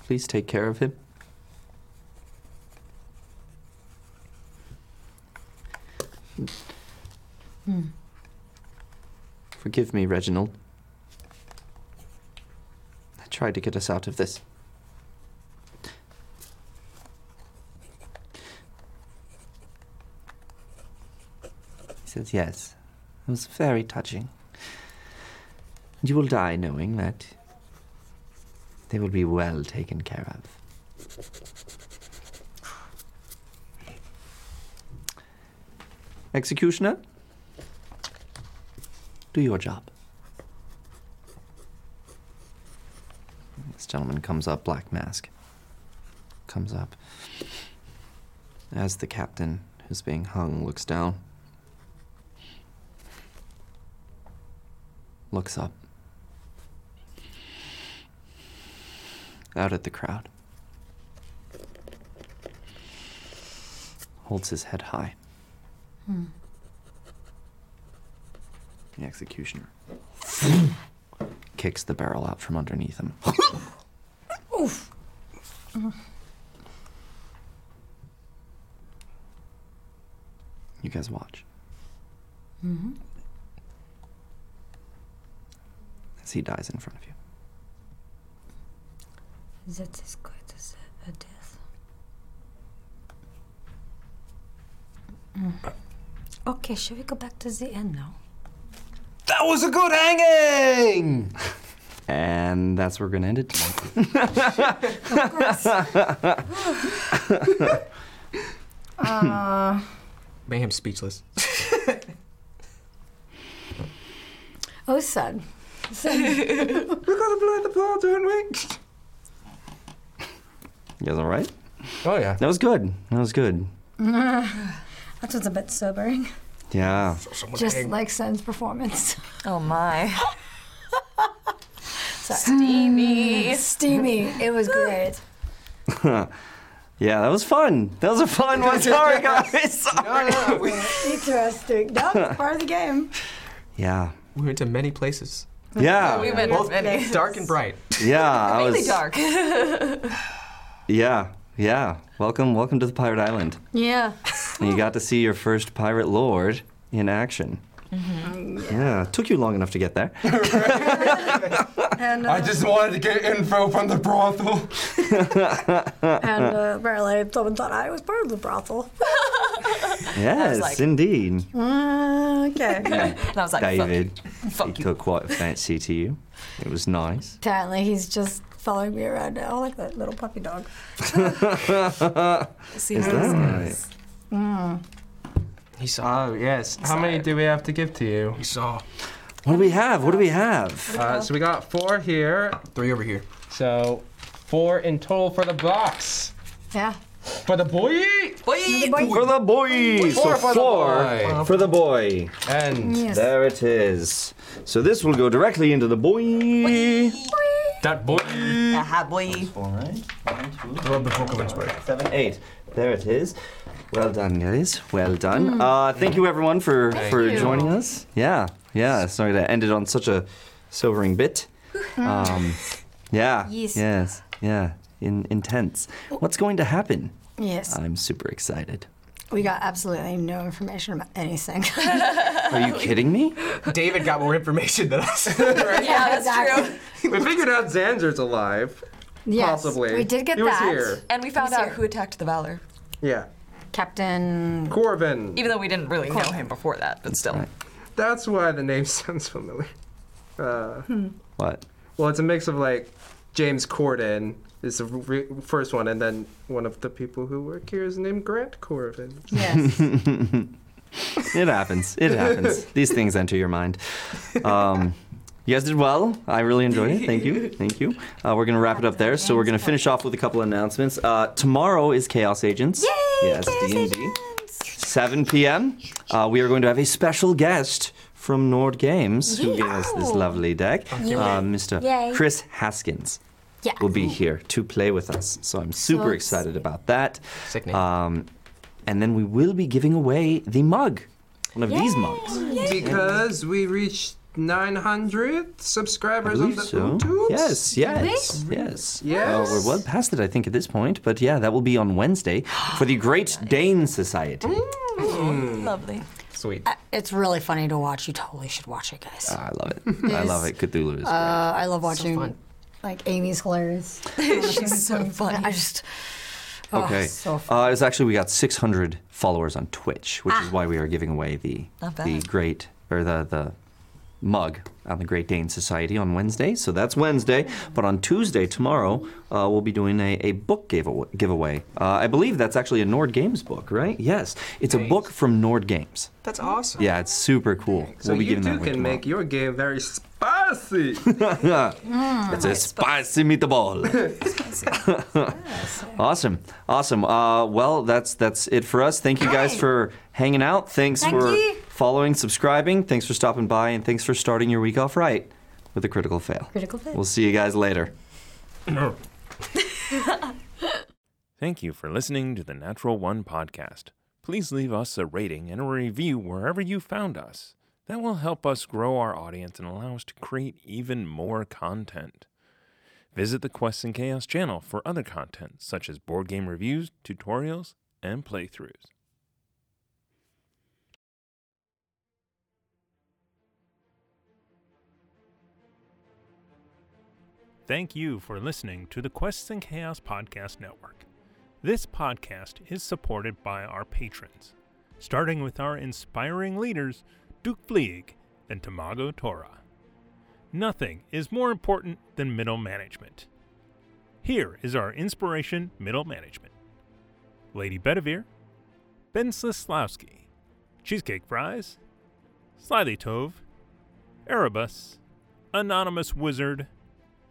Speaker 2: please take care of him.
Speaker 16: Hmm.
Speaker 2: Forgive me, Reginald. I tried to get us out of this.
Speaker 12: He says, Yes. It was very touching. And you will die knowing that
Speaker 2: They will be well taken care of. Executioner, do your job.
Speaker 12: This gentleman comes up, black mask.
Speaker 2: Comes up. As the captain who's being hung looks down, looks up, out at the crowd, holds his head high.
Speaker 16: Hmm.
Speaker 2: The executioner kicks the barrel out from underneath him.
Speaker 16: Oof. Mm.
Speaker 2: You guys watch
Speaker 3: Mm-hmm.
Speaker 16: Mhm.
Speaker 2: as he dies in front of you.
Speaker 16: That is quite a, s- a death. Mm. Okay, shall we go back to the end now?
Speaker 5: That was a good hanging!
Speaker 2: And that's where we're going to end it tonight.
Speaker 13: Uh,
Speaker 4: Mayhem speechless.
Speaker 3: Oh, son.
Speaker 5: We're gonna play the plot, aren't we?
Speaker 2: You guys all right?
Speaker 5: Oh, yeah.
Speaker 2: That was good. That was good.
Speaker 3: that was a bit sobering.
Speaker 2: Yeah.
Speaker 3: Just like Sen's performance.
Speaker 6: Oh my.
Speaker 3: Steamy. Steamy. It was great.
Speaker 2: yeah, that was fun. That was a fun one. Sorry, guys. Sorry.
Speaker 3: Interesting. No, it's part of the game.
Speaker 2: Yeah.
Speaker 4: We went to many places.
Speaker 2: Yeah. We went to
Speaker 4: Both
Speaker 6: many.
Speaker 4: dark and bright.
Speaker 2: Yeah. I
Speaker 6: Really
Speaker 2: was,
Speaker 6: dark.
Speaker 2: Yeah. Yeah. Welcome, welcome to the Pirate Island.
Speaker 3: Yeah.
Speaker 2: And you got to see your first pirate lord in action.
Speaker 16: Mm-hmm.
Speaker 2: Yeah. Took you long enough to get there.
Speaker 3: And,
Speaker 5: I just wanted to get info from the brothel.
Speaker 3: and uh, apparently someone thought I was part of the brothel.
Speaker 2: yes, indeed.
Speaker 3: Uh, okay.
Speaker 6: and I was like,
Speaker 2: David,
Speaker 6: fuck
Speaker 2: he took quite a fancy to you. It was nice.
Speaker 3: Apparently he's just following me around now, like that little puppy dog.
Speaker 6: See
Speaker 5: Is
Speaker 6: how
Speaker 5: that
Speaker 6: this
Speaker 5: right?
Speaker 3: Mm.
Speaker 5: He saw. Oh, yes. oh. How many do we have to give to you? He saw.
Speaker 2: What do we have? What do we have?
Speaker 5: Uh, so we got four here. Three over here. So four in total for the box.
Speaker 3: Yeah.
Speaker 5: For the boy.
Speaker 3: boy.
Speaker 2: For the boy.
Speaker 5: Four
Speaker 2: So
Speaker 5: for the
Speaker 2: four
Speaker 5: boy.
Speaker 2: for the boy.
Speaker 5: And
Speaker 3: Yes.
Speaker 2: there it is. So this will go directly into the boy.
Speaker 4: That boy.
Speaker 6: Aha, boy.
Speaker 2: All right.
Speaker 4: Rub the book of inspiration.
Speaker 2: Seven, eight. There it is. Well done, guys. Well done. Uh, thank you, everyone, for
Speaker 5: Thank
Speaker 2: for
Speaker 5: you.
Speaker 2: joining us. Yeah, yeah. Sorry to end it on such a sobering bit. Um, yeah.
Speaker 7: Yes.
Speaker 2: Yes. Yeah. In, intense. What's going to happen?
Speaker 3: Yes.
Speaker 2: I'm super excited.
Speaker 3: We got absolutely no information about anything.
Speaker 2: Are you kidding me?
Speaker 4: David got more information than us.
Speaker 3: Yeah, that's exactly.
Speaker 4: we figured out Xander's alive.
Speaker 3: Yes,
Speaker 5: Possibly.
Speaker 3: we did get
Speaker 5: He was
Speaker 3: that.
Speaker 5: here.
Speaker 6: And we found out who attacked the Valor,
Speaker 5: Yeah.
Speaker 3: Captain.
Speaker 5: Corvin.
Speaker 6: even though we didn't really know him before that, but still.
Speaker 5: That's why the name sounds familiar. Uh,
Speaker 3: Hmm.
Speaker 2: What?
Speaker 5: Well, it's a mix of like James Corden is the re- first one, and then one of the people who work here is named Grant Corvin.
Speaker 2: it happens. It happens. These things enter your mind. Um, you guys did well. I really enjoyed it. Thank you. Thank you. Uh, we're going to wrap it up there. So we're going to finish off with a couple announcements. Uh, tomorrow is Chaos Agents. Yay! Yes, D&D. 7 p.m. Uh, we are going to have a special guest from Nord Games who gave us this lovely deck.
Speaker 7: Yay.
Speaker 2: Uh, Mr.
Speaker 7: Yay.
Speaker 2: Chris Haskins
Speaker 7: Yeah.
Speaker 2: will be here to play with us. So I'm super
Speaker 7: So
Speaker 2: excited about that. Um, and then we will be giving away the mug, one of these mugs.
Speaker 5: Because we reached 900 subscribers
Speaker 2: I
Speaker 5: on
Speaker 2: believe
Speaker 5: the
Speaker 2: so.
Speaker 5: YouTube.
Speaker 2: Yes,
Speaker 5: Did we?
Speaker 2: yes, yes.
Speaker 5: Yes.
Speaker 2: Uh, we're well past it, I think, at this point. But yeah, that will be on Wednesday for the Great Dane Society.
Speaker 6: Hmm.
Speaker 5: Hmm.
Speaker 2: Ah,
Speaker 6: Lovely.
Speaker 5: Sweet.
Speaker 3: Uh, It's really funny to watch. You totally should watch it, guys.
Speaker 2: I love it. I love it. Cthulhu is.
Speaker 3: Uh, I love
Speaker 2: So
Speaker 3: watching.
Speaker 2: fun.
Speaker 3: like Amy's hilarious. She's so funny. I just. Oh,
Speaker 2: okay.
Speaker 3: So fun.
Speaker 2: uh, it's actually we got 600 followers on Twitch, which
Speaker 5: Ah.
Speaker 2: is why we are giving away the
Speaker 3: Not
Speaker 2: the
Speaker 3: bad.
Speaker 2: Great or the the mug on the Great Dane Society on Wednesday. So that's Wednesday. But on Tuesday tomorrow, uh, we'll be doing a, a book giveaway. giveaway. Uh, I believe that's actually a Nord Games book, right? Yes, it's a book from Nord Games.
Speaker 5: That's awesome.
Speaker 2: Yeah, it's super cool.
Speaker 5: So
Speaker 2: we'll be
Speaker 5: you
Speaker 2: giving
Speaker 5: too
Speaker 2: that away
Speaker 5: can
Speaker 2: tomorrow.
Speaker 5: make your game very spicy.
Speaker 2: It's a spicy meatball. awesome, awesome. Uh, well, that's that's it for us. Thank you guys for hanging out. Thanks
Speaker 14: Thank
Speaker 2: for
Speaker 14: you.
Speaker 2: following, subscribing. Thanks for stopping by, and thanks for starting your week off right with a critical fail.
Speaker 7: Critical fail.
Speaker 2: We'll see you guys later.
Speaker 1: Thank you for listening to the Natural One podcast. Please leave us a rating and a review wherever you found us. That will help us grow our audience and allow us to create even more content. Visit the Quests and Chaos channel for other content such as board game reviews, tutorials, and playthroughs. Thank you for listening to the Quests and Chaos Podcast Network. This podcast is supported by our patrons. starting with our inspiring leaders, Duke Fleeg and Tamago Tora. Nothing is more important than middle management. Here is our inspiration middle management Lady Bedivere, Ben Slislawski, Cheesecake Fries, Slyly Tove, Erebus, Anonymous Wizard,